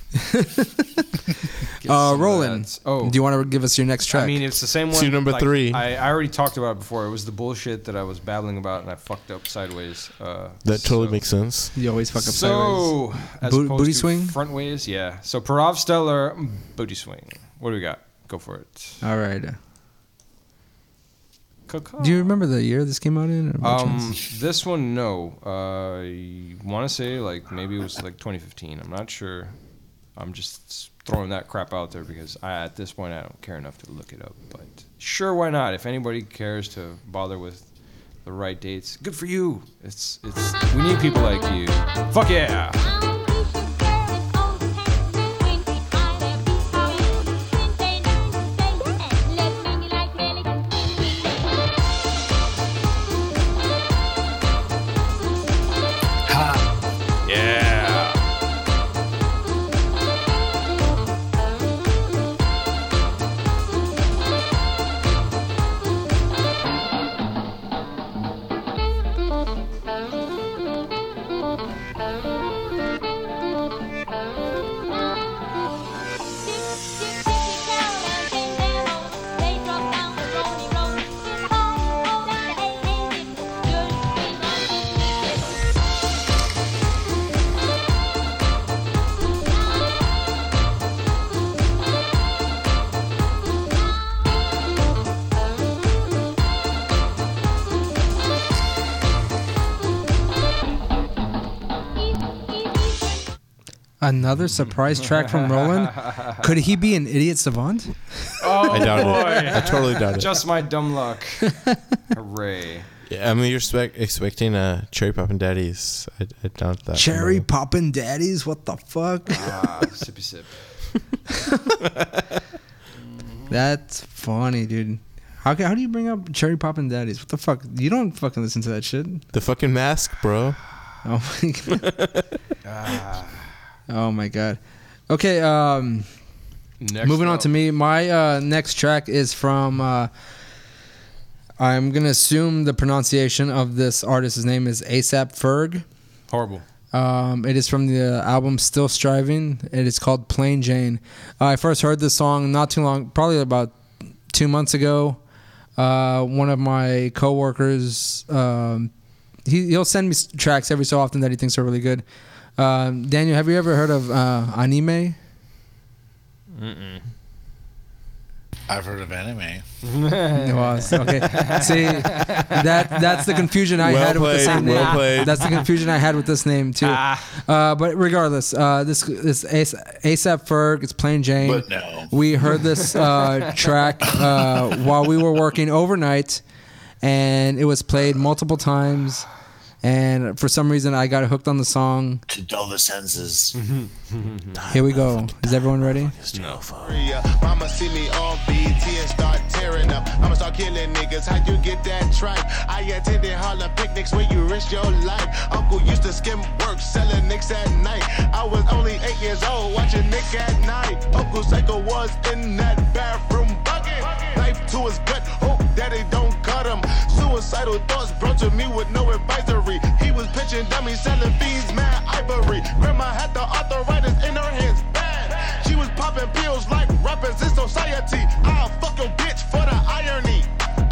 Uh, Roland, oh. do you want to give us your next track?
I mean, it's the same one.
See number
like,
three.
I, I already talked about it before. It was the bullshit that I was babbling about, and I fucked up sideways. Uh,
That totally makes sense.
You always fuck up
so, as
Bo-
opposed
booty
to
swing?
front ways, yeah. So Parov Stellar, mm, booty swing. What do we got? Go for it.
All right.
Coco.
Do you remember the year this came out in? or by chance?
Um, this one, no. Uh, I want to say like maybe it was like 2015. I'm not sure. I'm just throwing that crap out there because I, at this point I don't care enough to look it up. But sure, why not? If anybody cares to bother with the right dates, good for you. It's it's we need people like you. Fuck yeah. Yeah.
Another surprise track from
(laughs)
Roland. Could he be an idiot savant?
Oh
I doubt it.
boy.
I totally doubt it.
Just my dumb luck. Hooray.
Yeah, I mean, you're spec- expecting uh, Cherry Pop and Daddy's. I, I doubt that.
Cherry poppin' daddies, what the fuck?
(laughs) Ah, sippy sip.
(laughs) That's funny, dude. How, ca- how do you bring up cherry poppin' daddies? What the fuck? You don't fucking listen to that shit.
The fucking mask, bro.
(sighs) Oh my (laughs) god.
Ah.
oh my god. Okay, um moving on to me. My uh next track is from uh I'm gonna assume the pronunciation of this artist's name is ASAP Ferg.
(laughs) Horrible.
Um, it is from the album Still Striving. It is called Plain Jane. Uh, I first heard this song not too long, probably about two months ago. Uh, one of my coworkers, um, he, he'll send me s- tracks every so often that he thinks are really good. Um, Daniel, have you ever heard of uh, anime?
Mm-mm.
I've heard
(laughs)
of anime. (laughs)
It was okay. See, that that's the confusion I
Well
had with the
played,
same
well
name.
played.
That's the confusion I had with this name too. Uh, but regardless, uh, this this Ace- ASAP Ferg, it's Plain Jane.
But no.
We heard this uh, track uh, while we were working overnight, and it was played multiple times. And for some reason, I got hooked on the song.
(laughs) To dull the senses.
Mm-hmm. Here we go. Is everyone ready?
no.
Mama see me on BT and start tearing up. I'ma start killing niggas. How you get that tripe? I attended Harlem picnics where you risk your life. Uncle used to skim work, selling nicks at night. I was only eight years old watching Nick at night. Uncle Psycho was in that bathroom bucket. Knife to his gut. Hope daddy don't cut him. Suicidal thoughts brought to me with no advisory. He was pitching dummies, selling fiends, mad ivory. Grandma had the arthritis in her hands. Bad. She was popping pills like rappers in society. I'll fuck your bitch for the irony.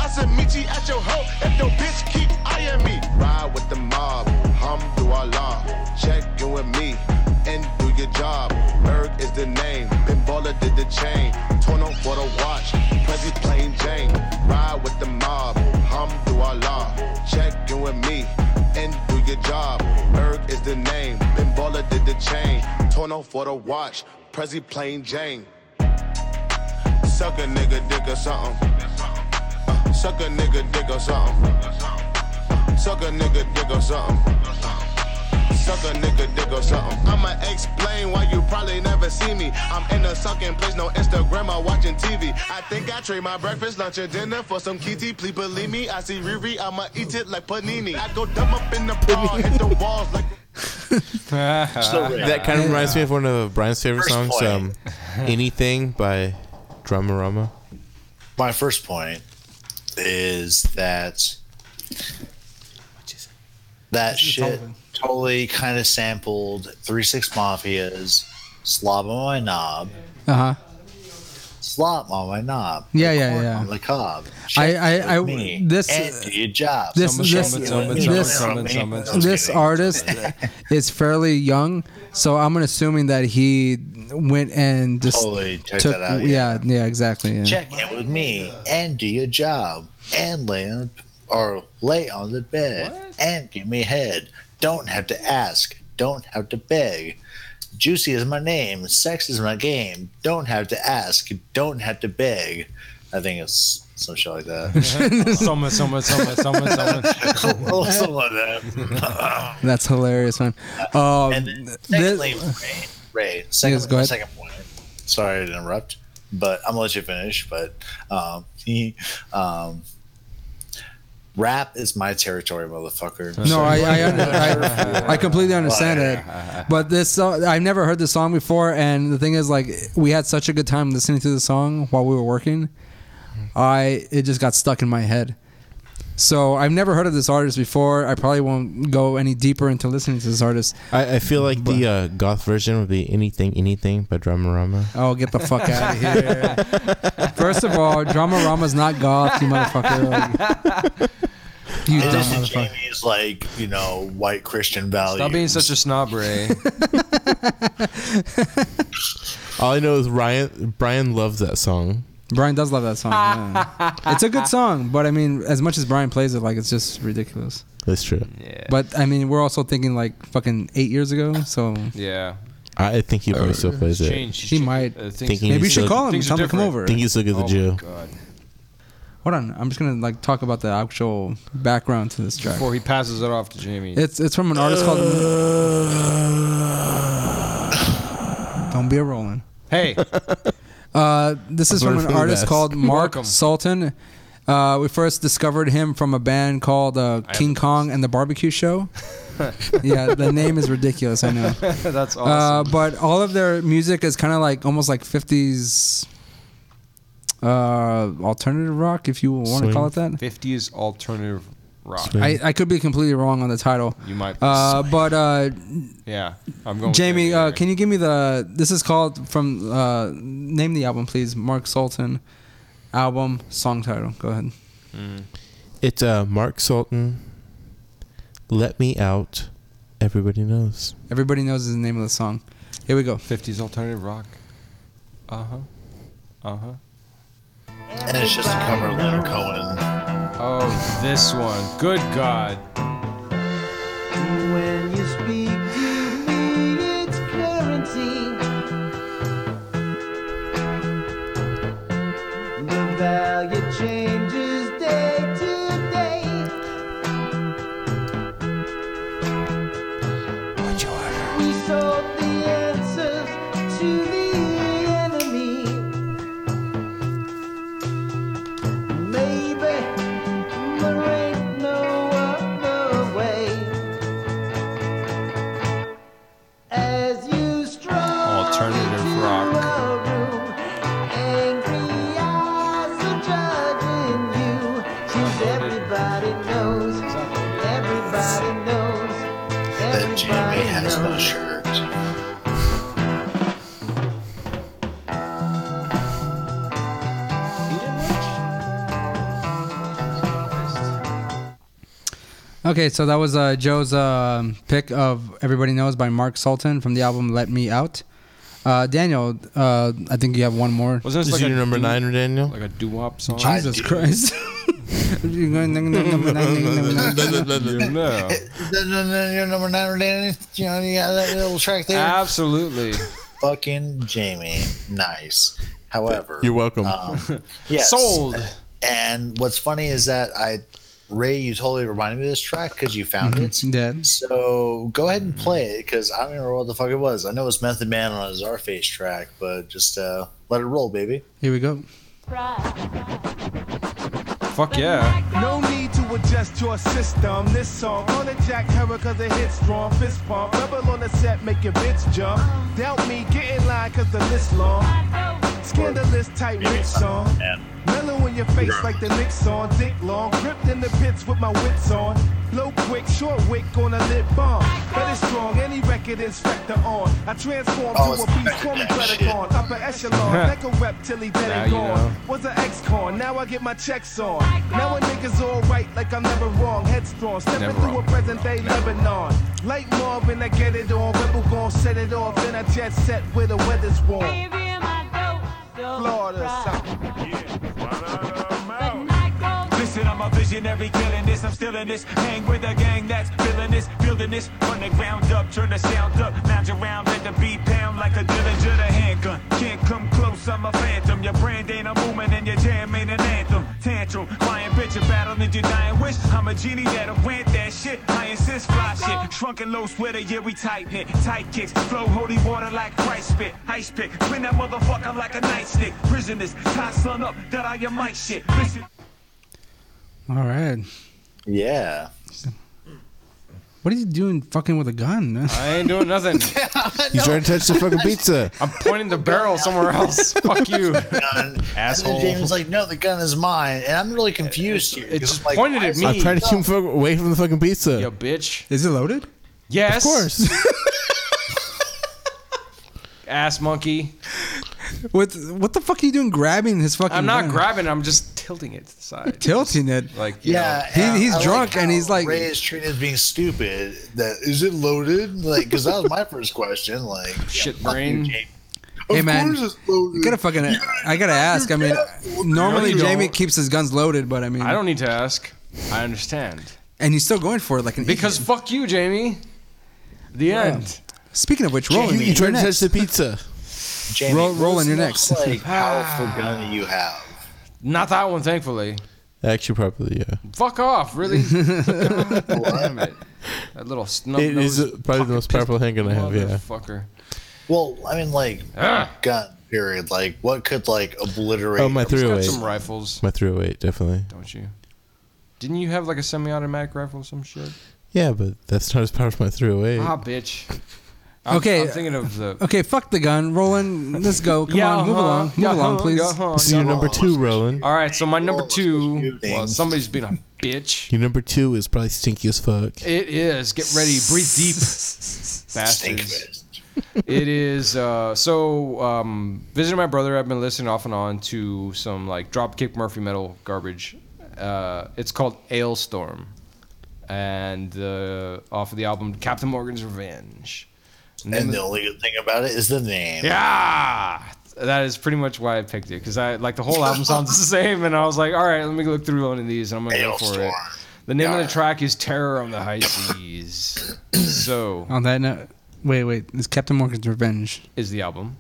I said, meet you at your hoe if your bitch keep eyeing me. Ride with the mob, hum through our law. Check in with me and do your job. Berg is the name, Pinballer did the chain. Torn on for the watch, Prezi plain Jane. Ride with the mob, hum through our law. Check in with me and do your job. Berg is the name, Pinballer did the chain. Torn on for the watch, Prezi plain Jane. Suck a nigga dick or something. Uh, suck a nigga dick or something. Suck a nigga dick or something. Suck a nigga dick or something. I'ma explain why you probably never see me. I'm in a sucking place, no Instagram or watching TV. I think I trade my breakfast, lunch, and dinner for some kitty. Please believe me, I see Riri, I'ma eat it like panini. I go dumb up in the ball, hit the walls like.
Uh, that kind of reminds me of one of Brian's favorite
First
songs,
point.
um, "Anything" by Drumorama.
My first point is that that shit totally kind of sampled Three Six Mafia's "Slob on My Knob,"
Uh huh.
"Slop on My Knob."
Yeah, yeah, yeah.
on the cob.
I, I,
With
I,
me
this,
and do your job.
this,
Someone,
this,
someone, someone,
this,
someone, someone, someone.
this artist (laughs) is fairly young, so I'm assuming that he went and just
Totally checked
took,
that out,
yeah, yeah, exactly. Yeah.
Check in with me and do your job and lay on or lay on the bed and give me head. Don't have to ask. Don't have to beg. Juicy is my name. Sex is my game. Don't have to ask. Don't have to beg. I think it's some shit
(laughs)
like that.
Someone, someone, someone, someone, someone.
Oh, (laughs) something like that. (laughs)
That's hilarious, man. Um,
and then secondly, Ray, Ray second,
Yes, go ahead.
second point. Sorry to interrupt, but I'm gonna let you finish. But um, he, um, rap is my territory, motherfucker.
No, I I, under,
(laughs)
I I completely understand it, but this song, I've never heard this song before, and the thing is, like, we had such a good time listening to the song while we were working. I it just got stuck in my head. So I've never heard of this artist before. I probably won't go any deeper into listening to this artist.
I, I feel like the uh, goth version would be "Anything, Anything" by Drumorama.
Oh, get the fuck out of here! First of all, Dramarama's not goth, you motherfucker. Like, you
It
dumb
is
motherfucker.
Jamie's like you know white Christian values.
Stop being such a snob, Ray.
(laughs) All I know is Ryan. Brian loves that song.
Brian does love that song. yeah. it's a good song, but I mean, as much as Brian plays it, like it's just ridiculous.
That's true.
Yeah.
But I mean, we're also thinking like fucking eight years ago, so
Yeah.
(laughs) I, I think he probably still plays it.
Changed.
he might.
Uh, things-
Thinking he's
Maybe we should
still-
call him.
Things
Tell
are
him to come
different.
over.
Think he's still good at the
Oh my
Jew.
Hold on, I'm just gonna like talk about the actual background to this track.
Before he passes it off to Jamie.
It's it's from an artist called. Don't be a rolling.
Hey.
(laughs) Uh, this is from an
Blurred
artist
vest.
called
You're
Mark
welcome.
Sultan. Uh, we first discovered him from a band called uh, King Kong and the
(laughs)
Barbecue Show. yeah, the name is ridiculous. I know.
That's
Uh,
awesome.
but all of their music is kind of like almost like 50s uh, alternative rock, if you want to call it that.
50s alternative rock.
I, I could be completely wrong on the title.
You might be.
Uh, but uh,
yeah, I'm going. with
Jamie, uh, can you give me the? This is called from. Uh, name the album, please. Mark Sultan, album song title. Go ahead.
Mm.
It's uh, Mark Sultan. Let me out. Everybody knows.
Everybody knows the name of the song. Here we go.
50s alternative rock. Uh
Uh-huh.
huh. Uh huh.
and it's just a cover of Leonard Cohen.
Oh, this one. Good God.
When you speak to me, it's quarantine. The value changes day to day.
Everybody knows. Everybody knows.
That GMA has no shirt.
Okay, so that was uh, Joe's um pick of Everybody Knows by Mark Sultan from the album Let Me Out. Uh, Daniel, uh, I think you have one more.
Wasn't this Is like your a number doo- nine, Daniel?
Like a doo-wop song?
Jesus Christ. (laughs)
(laughs)
(laughs)
No.
Your number nine, Danny. You know, you got that little track there.
Absolutely.
Fucking Jamie. Nice. However,
You're welcome.
(laughs)
um, yes.
Sold.
And what's funny is that I, Ray, you totally reminded me of this track because you found
Mm-hmm.
it.
Dead.
So go ahead and play it because I don't remember what the fuck it was. I know it was Method Man on his R Face track, but just uh, let it roll, baby.
Here we go.
Fuck yeah.
No need to adjust your system. This song on a jack hammer cause it hits strong. Fist pump, rebel on the set, make your bitch jump. Doubt me, get in line cause the list long. Scandalous type rich song. Mellow in your face like the Knicks on. Dick long, gripped in the pits with my wits on. Low quick, short wick on a lit bomb. But it's strong, any record inspector on. I transform Oh, to a it's beast, call me that shit. Predacon. Upper (laughs) echelon, like a rep till he dead Now and you gone. know. Was an ex-con, now I get my checks on. Now a nigga's alright, like I'm never wrong. Headstrong, stepping
Never
through
wrong.
a present day Lebanon. Like Marvin, I get it on. Rebel gon' set it off, then I jet set where the weather's warm. Florida, South.
Listen, I'm a visionary killing this. I'm still in this. Hang with a gang that's feeling this, building this. From the ground up, turn the sound up. Lounge around, let the beat pound like a Dillinger the handgun. Can't come close, I'm a phantom. Your brand ain't a movement and your jam ain't an anthem. Tantrum, crying bitch, a battle and your dying wish. I'm a genie that'll grant that shit. I insist, fly shit. Shrunken low sweater, yeah, we tighten it. Tight kicks, flow holy water like Christ spit. Ice pick, spin that motherfucker like a nightstick. Prisoners, tie sun up, that I your mic shit. Listen.
All right.
Yeah.
What are you doing fucking with a gun? (laughs)
I ain't doing
(laughs)
nothing.
He's trying to touch the fucking pizza.
(laughs) I'm pointing the barrel somewhere
(laughs)
else. Fuck you.
And
Asshole.
then Jamie's like, no, the gun is mine. And I'm really confused here. It's just like,
pointed
why
at
is
me.
I'm trying to keep him fuck- away from the fucking pizza.
You bitch.
Is it loaded?
Yes.
Of course.
(laughs) Ass monkey.
What what the fuck are you doing grabbing his fucking
I'm not
gun?
grabbing. I'm just tilting it to the side.
Tilting it.
Like you
Yeah,
know.
and
He- he's
I
drunk and
how
he's like-
Ray is treated as being stupid. That is it loaded? Like, because that was my first question.
(laughs)
Like, shit
brain.
Hey man, you gotta fucking. I gotta ask. I mean, normally
No, you
Jamie
don't.
keeps his guns loaded, but I mean,
I don't e- need to ask. I understand.
and he's still going for it like an
Because fuck you, Jamie. The
Yeah.
end.
Speaking of which, Roland,
You- you tried to touch
next.
the
(laughs)
pizza.
Jamie,
Roll- roll in your next.
what's the
(laughs)
most, Like, powerful gun that you have.
Not that one, thankfully.
Actually, probably yeah.
Fuck
(laughs)
off, really. God Damn it. That little snub
it is probably the most powerful handgun I have. Yeah.
Fucker. Ah.
Well, I mean, like, gun period. Like, what could like obliterate?
Oh, my
a-
three hundred eight.
some rifles.
My three hundred eight, definitely.
Don't you? Didn't you have like a semi-automatic rifle or some shit?
Yeah, but that's not as powerful as my three hundred eight.
Ah, bitch. I'm,
Okay.
I'm thinking of the.
Okay, fuck the gun, Roland. Let's go. Come
Yeah,
on, move
uh-huh.
along, move
Yeah,
along,
uh-huh.
please.
Yeah, uh-huh. This is your Yeah, number uh-huh.
Two Roland.
All right, so my number two. Well, somebody's being a bitch.
Your number two is probably stinky as fuck.
It is. Get ready. Breathe deep. Bastards. it is. Uh, so, um, visiting my brother, I've been listening off and on to some like Dropkick Murphy metal garbage. Uh, it's called Ailstorm, and uh, off of the album Captain Morgan's Revenge.
And the only good thing about it is the name.
Yeah, that is pretty much why I picked it because I like the whole album sounds the (laughs) same, and I was like, all right, let me look through one of these, and I'm gonna go for it. The name of the track is Terror on the High
(coughs)
Seas. so
On that note, wait, wait. It's Captain Morgan's Revenge.
is the album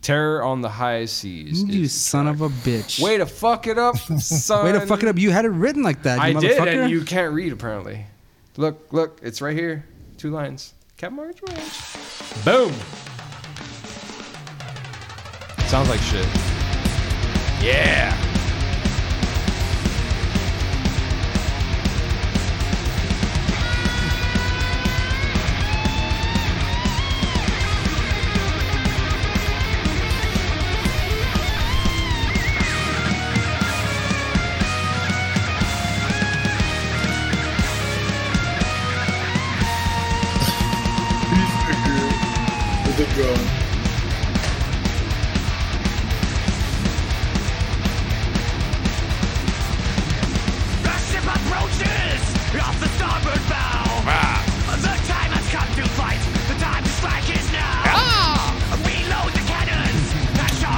Terror on the High Seas.
You son of a bitch.
Way to fuck it
(laughs)
up, son.
Way to fuck it up. You had it written like that.
I
You
did,
motherfucker.
and you can't read apparently. Look, look, it's right here. Two lines. Captain Morgan's Revenge. Boom. Sounds like shit. Yeah.
Terror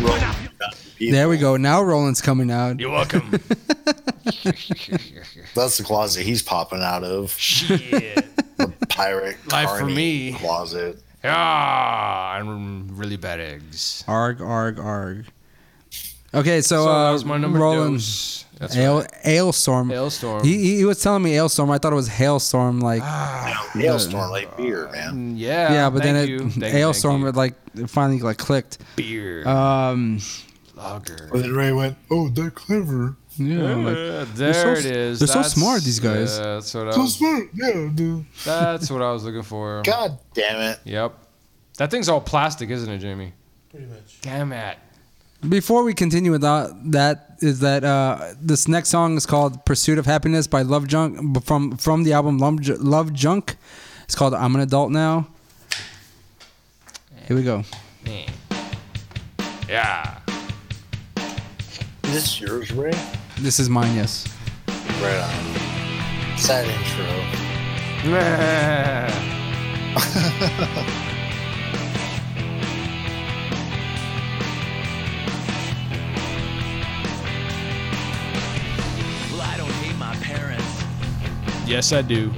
Ah. Ah. uh,
There we go. Now Roland's coming out. (laughs)
You're
(laughs)
welcome. That's the closet he's popping out of. Shit. the (laughs) pirate
Life for
carny
me.
closet.
Ah, and really bad eggs.
Arg, arg, arg. Okay,
So
so,
that
uh,
was my number
Roland,
dose. That's
Ale,
right.
Alestorm.
Alestorm.
He, he- he was telling me Alestorm. I thought it was Hailstorm. Like
No, Hailstorm, like beer, man.
Yeah, but then it
you. Ah, Mm, Thank you, thank
Alestorm it, like it finally like clicked.
Beer.
Um,
Lager.
But then Ray went, "Oh, they're clever."
Yeah, I'm like,
Uh,
they're so
there
s-
it is.
They're
That's-
so smart. These guys.
Yeah, that's what I
So
was.
smart. Yeah. dude.
(laughs)
That's what I was looking for.
(laughs) God damn it.
Yep. That thing's all plastic, isn't it, Jamie? Pretty much. Damn it.
Before we continue with that, that is that uh, this next song is called "Pursuit of Happiness" by Love Junk from from the album Love, Ju- Love Junk. It's called "I'm an Adult Now." Here we go.
Man. Yeah.
Is this yours, Ray?
This is mine. Yes.
Right
(laughs)
on. Sad intro.
Well, I don't hate my parents.
Yes, I do.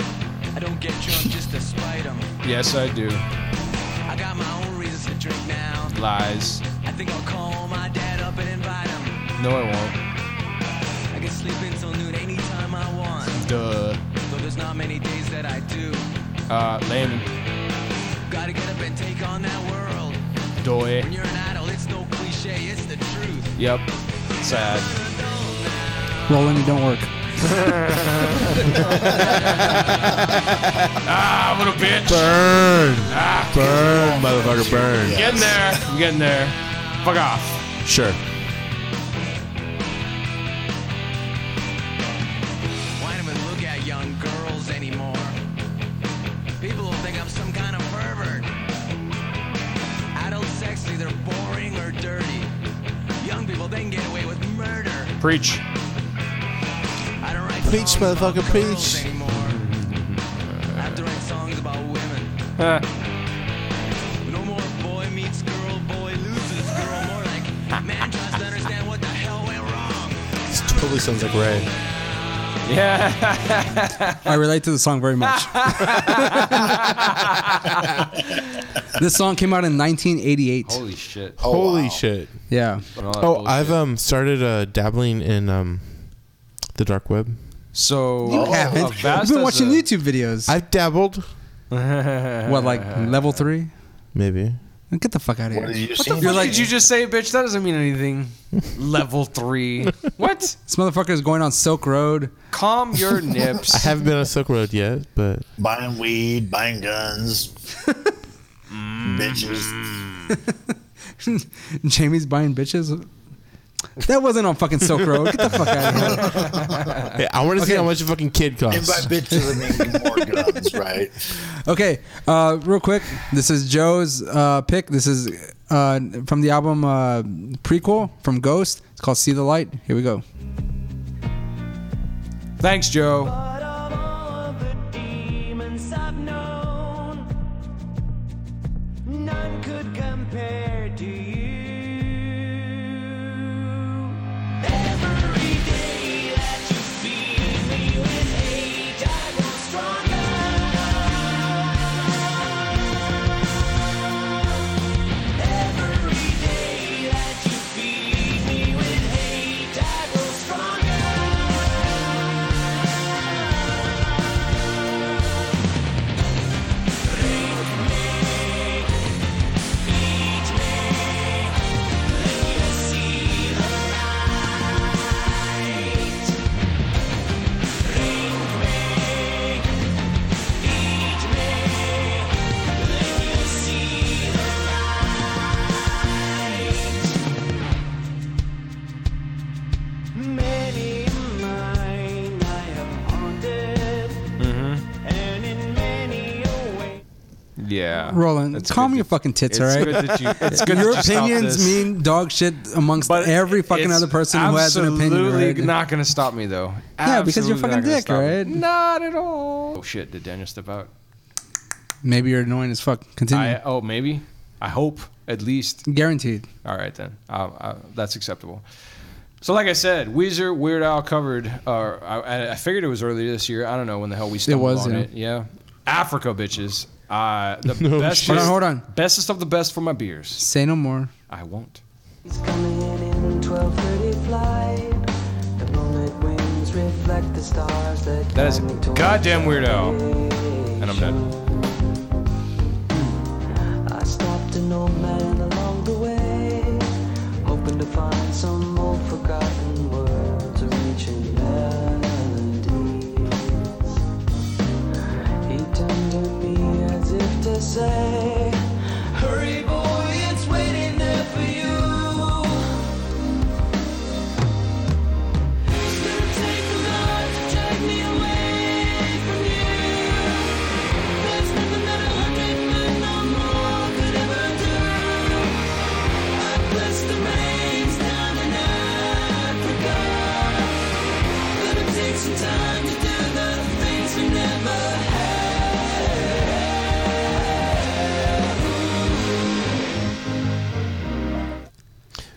I don't get drunk just to spite them.
Yes, I do.
I got my own reasons to drink now.
Lies.
I think I'll call my dad up and invite him.
No, I won't.
I can sleep until noon anytime I want.
Duh.
Though there's not many days that I do.
Uh, lame.
Gotta get up and take on that world.
Doy.
When you're an idol, it's no cliche, it's the truth.
Yep. Sad.
Roland, you don't work.
ah, little bitch.
Burn.
Ah,
burn, motherfucker, burn.
I'm getting there. I'm getting there. Fuck off.
Sure.
Why don't even look at young girls anymore? People will think I'm some kind of pervert. Adult sex either boring or dirty. Young people then get away with murder.
Preach.
Preach, motherfucker,
(laughs)
preach.
I have to write songs about women. No more boy meets girl, boy loses girl. More like man tries to understand what the hell went wrong.
This totally sounds like Ray.
(laughs) Yeah.
I relate to the song very (laughs) much. this song came out in 1988.
Holy shit!
Oh,
Holy shit.
Yeah.
Oh, I've um started uh, dabbling in um the dark web.
So
You haven't. You've oh, been watching YouTube videos.
I've dabbled.
(laughs) what, like (laughs) level three?
Maybe.
Get the fuck out of here.
What the fuck did you just say, bitch? That doesn't mean (laughs) anything. Level three. What? This
motherfucker is going on Silk Road.
Calm your nips.
I haven't been on Silk Road yet, but
Buying weed,
(laughs)
buying guns. Mm-hmm. bitches.
(laughs) Jamie's buying bitches. That wasn't on fucking Silk Road. Get the fuck out (laughs) of
(laughs)
here.
Hey, I want to see
Okay.
how much a fucking kid
And by
costs.
bitches, I mean more guns, right?
(laughs)
Okay, uh, real quick. This is Joe's uh, pick. This is uh, from the album uh, prequel from Ghost. It's called See the Light. Here we go.
Thanks, Joe.
demons I've known. None could compare to you. Every day that you see me with hate, I grow stronger. Every day that you feed me with hate, I grow stronger. Many a mine I have haunted,
Mm-hmm.
and in many a way.
Yeah.
Roland, calm your fucking tits,
it's
all right?
good that you- it's good
your
that you stopped
opinions
this.
mean dog shit amongst every fucking other person who has an opinion.
Absolutely
Right?
not going to stop me though.
Yeah, because you're
Absolutely not
fucking
gonna
dick,
stop me.
right?
Not at all. Oh shit! Did Daniel step out?
Maybe you're annoying as fuck. Continue.
I, oh, maybe. I I hope at least.
Guaranteed.
All right then, uh, uh, that's acceptable. So like I said, Weezer, Weird Al covered. Uh, I, I figured it was earlier this year. I don't know when the hell we stumbled
was,
on
yeah.
it. Yeah, Africa bitches. Uh, the
(laughs) No
best.
shit. Hold on, hold on.
Bestest of the best for my beers.
Say no more.
I won't.
He's coming in in 12:30 flight. The moonlit winds reflect the stars that
That is
guide me toward
goddamn weirdo. And I'm dead.
I stopped an old man along the way, hoping to find some old forgotten words or ancient melodies. He turned to me as if to say, Hurry, boy, it's waiting there for you. It's gonna take a lot to drag me away from you. There's nothing that a hundred men no more could ever do. I bless the rains down in Africa. Gonna take some time to do the things we never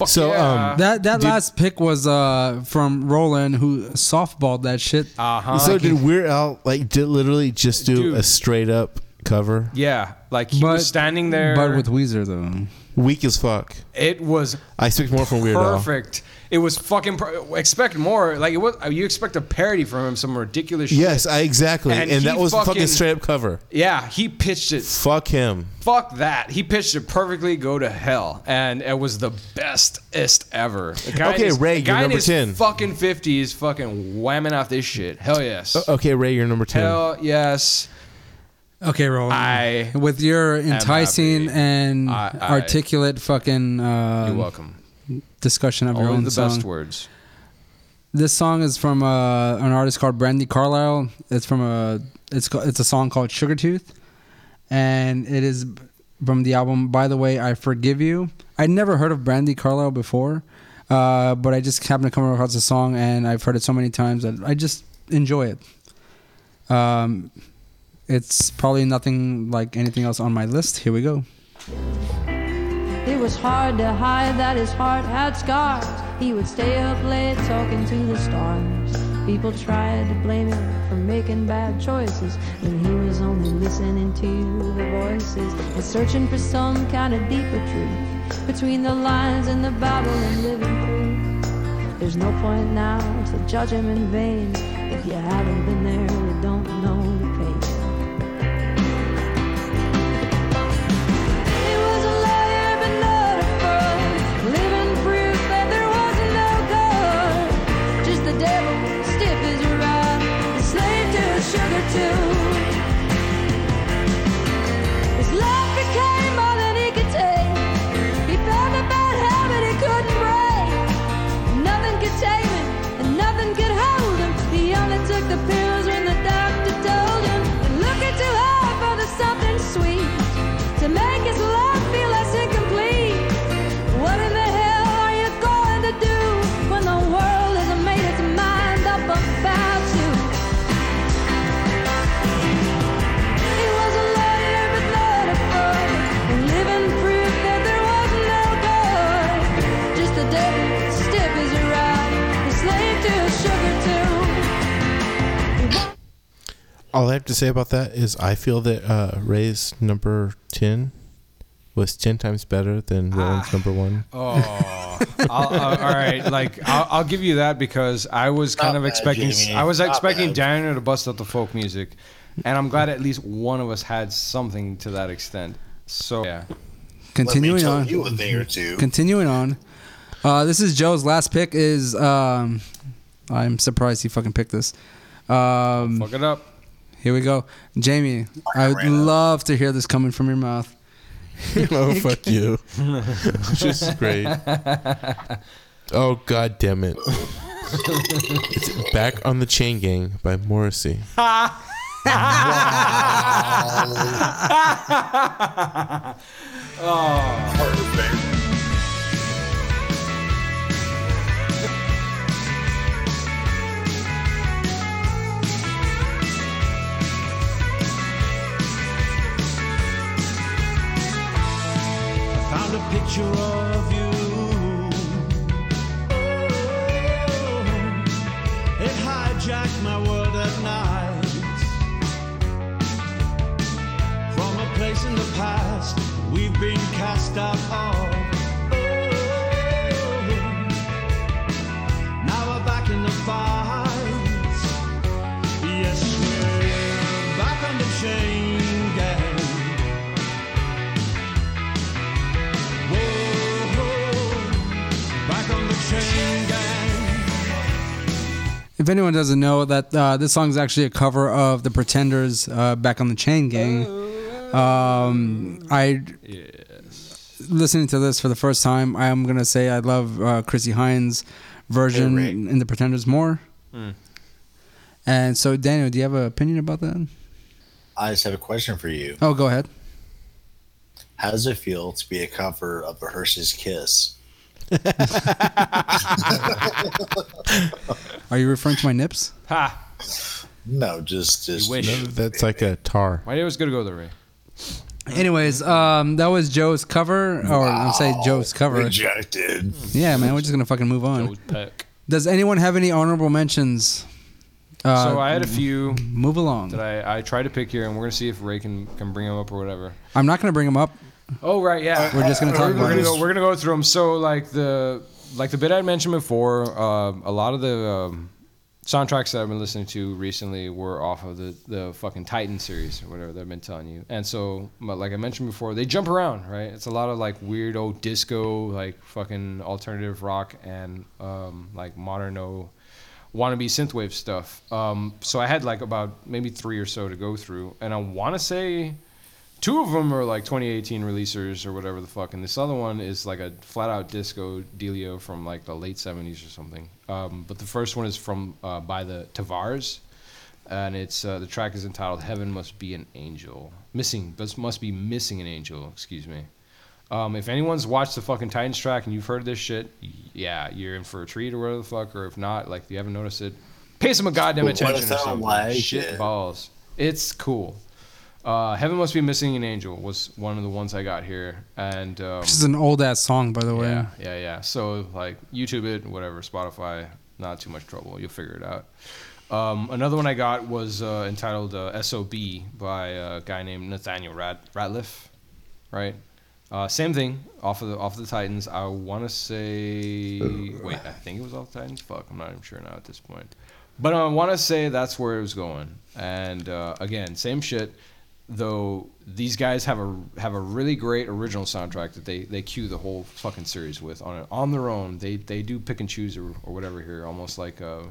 so um,
that that
did-
last pick was uh from Roland who softballed that shit.
Uh-huh.
So did Weird Al like did literally just do
Dude.
a straight up cover?
Yeah, like he was standing there.
Weezer though,
weak as fuck.
it was
I expect more from Weird Al.
perfect. It was fucking per- expect more. Like it was, you expect a parody from him, some ridiculous shit.
Yes, I exactly, and,
And he
that was fucking,
fucking-
straight up cover.
Yeah, he pitched it.
Fuck him.
Fuck that. He pitched it perfectly. Go to hell, and it was the bestest ever. The guy in
Okay,
his-
Ray,
the
you're
guy in
number
his
10.
Fucking fifty is fucking whamming off this shit. Hell yes.
O- okay, Ray, you're number Uh, ten.
Hell yes.
Okay, Roland.
I
with your enticing and
I- I-
articulate fucking. Uh,
You're welcome.
Discussion of your
Only
own
the
song.
best words.
This song is from uh, an artist called Brandy Carlisle. It's from a it's ca- it's a song called Sugar Tooth, and it is from the album By the Way I Forgive You. I'd never heard of Brandy Carlisle before, uh, but I just happened to come across the song, and I've heard it so many times that I just enjoy it. Um, it's probably nothing like anything else on my list. Here we go.
It was hard to hide that his heart had scars. He would stay up late talking to the stars. People tried to blame him for making bad choices when he was only listening to the voices and searching for some kind of deeper truth between the lines and the babble and living proof. There's no point now to judge him in vain. If you haven't been there, you don't know the pain. He was a liar but not a fraud, living proof that there was no God, just the devil, stiff as a rod, enslaved to a sugar tooth. His life became all that he could take. He found a bad habit he couldn't break. Nothing could tame him and nothing could hold him. He only took the pills when the doctor told him. And looking too hard for the something sweet to make his life feel less incomplete. What in the hell are you going to do when the world hasn't made its mind up about you? He was a lawyer, but not a fraud. Living proof that there was no God, just the devil, stiff as a rod, a slave to a sugar too.
All I have to say about that is I feel that uh, Ray's number ten was ten times better than Roland's number one.
Ah. Oh, I'll, uh, all right. Like I'll, I'll give you that because I was kind
Not
of
bad,
expecting
Jamie.
I was
Not
expecting
bad.
Daniel to bust out the folk music, and I'm glad at least one of us had something to that extent. So yeah,
Continuing on. Continuing on. Uh, this is Joe's last pick. Is um, I'm surprised he fucking picked this. Um,
Fuck it up.
Here we go, Jamie. I would love to hear this coming from your mouth.
(laughs) oh fuck
(laughs)
you! Which is (laughs) great. Oh god damn
(laughs)
it! it's back on the chain gang by Morrissey.
(laughs)
oh.
picture of you. Oh, it hijacked my world at night. From a place in the past, we've been cast out of. Oh, now we're back in the fight. Yes, we're back on the chain gang. Whoa, back on the chain gang.
If anyone doesn't know that uh, this song is actually a cover of the Pretenders' uh, "Back on the Chain" gang. Um, I listening to this for the first time. I am gonna say I love uh, Chrissy Hines' version in the Pretenders more.
Hmm.
And so, Daniel, do you have an opinion about that?
I just have a question for you.
Oh,
(laughs)
go ahead.
How does it feel to be a cover of a Hearse's Kiss?
Are you referring to my nips?
Ha!
No, just just
That's like a tar.
My day was gonna go there, Ray.
Anyways, um, that was Joe's cover, or I'm saying Joe's cover.
Rejected.
Yeah, man, we're just gonna fucking move on.
Peck.
Does anyone have any honorable mentions? Uh,
so I had a few.
Move along.
That I, I tried to pick here, and we're gonna see if Ray can, can bring them up or whatever.
I'm not gonna bring them up.
Oh right, yeah.
We're just gonna talk
we're
about
gonna
it.
go, We're gonna go through them. So like the like the bit I mentioned before, uh, a lot of the um, soundtracks that I've been listening to recently were off of the the fucking Titan series or whatever that I've been telling you. And so, but like I mentioned before, they jump around, right? It's a lot of like weirdo disco, like fucking alternative rock and um, like moderno wannabe synthwave stuff. Um, so I had like about maybe three or so to go through, and I want to say two of them are like 2018 releasers or whatever the fuck, and this other one is like a flat out disco dealio from like the late 70s or something. Um, but the first one is from uh, by the Tavars, and it's uh, the track is entitled "Heaven Must Be an Angel." Missing, but must be missing an angel. Excuse me. Um, if anyone's watched the fucking Titans track and you've heard this shit, y- yeah, you're in for a treat or whatever the fuck. Or if not, like if you haven't noticed it, pay some goddamn
What
attention.
if I
or something.
like
shit
it?
balls. It's cool. Uh, Heaven must be missing an angel was one of the ones I got here, and um,
This is an old ass song, by the way.
yeah, yeah, yeah. So like YouTube it, whatever, Spotify, not too much trouble. You'll figure it out. Um, another one I got was uh, entitled uh, "SOB" by a guy named Nathaniel Rad- Ratliff, right? Uh, same thing off of the off of the Titans. I want to say wait, I think it was off the Titans. Fuck, I'm not even sure now at this point. But I want to say that's where it was going. And uh, again, same shit. Though these guys have a have a really great original soundtrack that they they cue the whole fucking series with on on their own. They they do pick and choose or, or whatever here, almost like uh,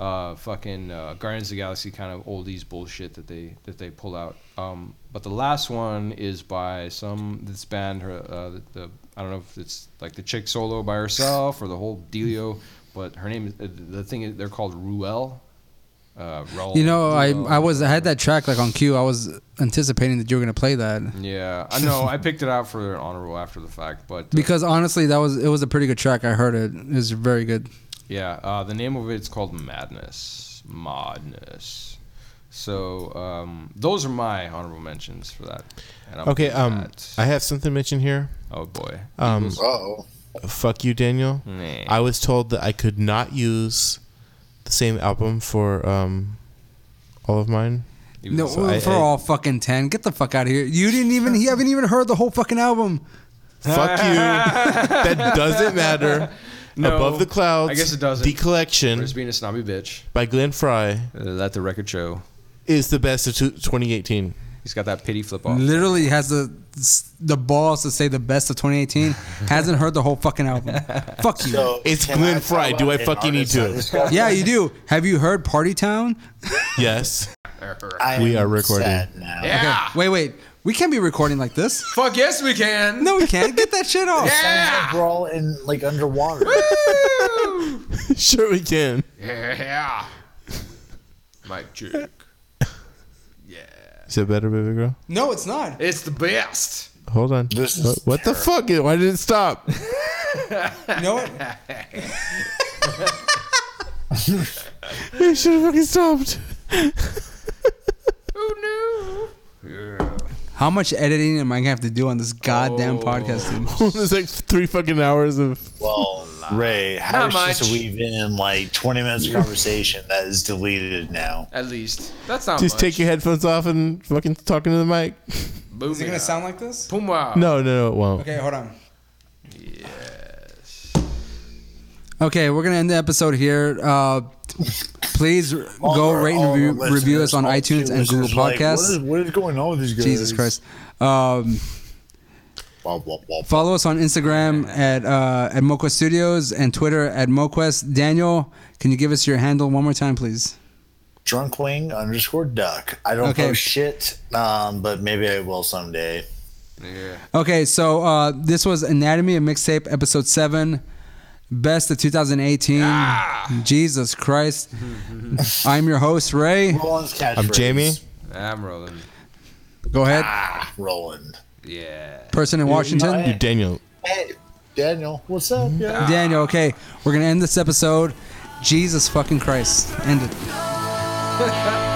uh, fucking uh, Guardians of the Galaxy kind of oldies bullshit that they that they pull out. Um, but the last one is by some this band. Her, uh, the, the I don't know if it's like the chick solo by herself or the whole dealio. But her name is uh, the thing. Is, they're called Ruel. Uh, Ruel.
You know, I I was I had that track like on cue. I was anticipating that you were gonna play that
Yeah, I know. I picked it out for an honorable after the fact, but
(laughs)
uh,
because honestly, that was it was a pretty good track. I heard it. It was very good.
Yeah, uh, the name of it's called Madness. Madness. So um, those are my honorable mentions for that. And I'm
Okay,
(laughs)
um, I have something mentioned here.
Oh boy.
Um,
Eagles. Uh-oh.
Fuck you, Daniel.
Nah.
I was told that I could not use the same album for um, all of mine.
No,
So I-
for
I-
all fucking ten. Get the fuck out of here. You didn't even. You haven't even heard the whole fucking album.
Fuck you.
(laughs)
that doesn't matter.
No,
Above the clouds.
I guess it doesn't.
The collection.
We're just being a snobby bitch.
by Glenn Fry.
Uh, let the record show.
Is the best of two- 2018.
He's got that pity flip off.
Literally has the the balls to say the best
(laughs)
of 2018. hasn't heard the whole fucking album. Fuck you.
So, It's can Glenn I Frey. Do I about an fucking need artist I to? discovered?
Yeah, you do. Have you heard Party Town?
Yes.
I
we
am
are recording.
sad Okay. Wait, wait. We can't be recording like this.
Fuck yes, we can.
No, we can't. Get that
(laughs)
shit off.
Sounds like we're all in like underwater.
(laughs)
sure we can.
Yeah. Mike Chick.
Is it better, baby girl?
No, it's not.
It's the
(laughs)
best.
Hold on. what what the fuck? Why did it stop?
(laughs)
(laughs)
You know what?
(laughs)
It (laughs) should have fucking stopped.
Yeah.
How much editing am I gonna have to do on this goddamn podcast?
(laughs)
Dude?
There's like three fucking hours of.
Well, Ray, how
Not
are you supposed to
much.
weave in like
(laughs)
20 minutes of conversation that is deleted now?
At least. That's not
Just take your headphones off and fucking talking to the mic.
Boom
Is it gonna sound like this?
Puma.
No, no, no, it won't.
Okay, hold on. Okay, we're gonna end the episode here. Uh, please r- go
our-
rate and
all our
review,
listeners,
review us on
all the
iTunes and Google
listeners are like,
Podcasts.
what is- what is going on with these guys?
Jesus Christ. Um, follow us on Instagram at uh, at MoQuest Studios and Twitter at MoQuest. Daniel, can you give us your handle one more time, please?
Drunkwing underscore duck. I don't
Okay.
know shit, um, but maybe I will someday.
Yeah.
Okay, so uh, this was Anatomy of Mixtape, episode seven, best of 2018. Jesus Christ! I'm your host Ray.
I'm Jamie.
I'm rolling.
Go ahead,
Ah.
Roland.
Yeah.
person in Washington.
You Daniel.
Hey, Daniel, what's up? Yeah.
Daniel, okay, we're gonna end this episode. Jesus fucking Christ, end it.
Daniel.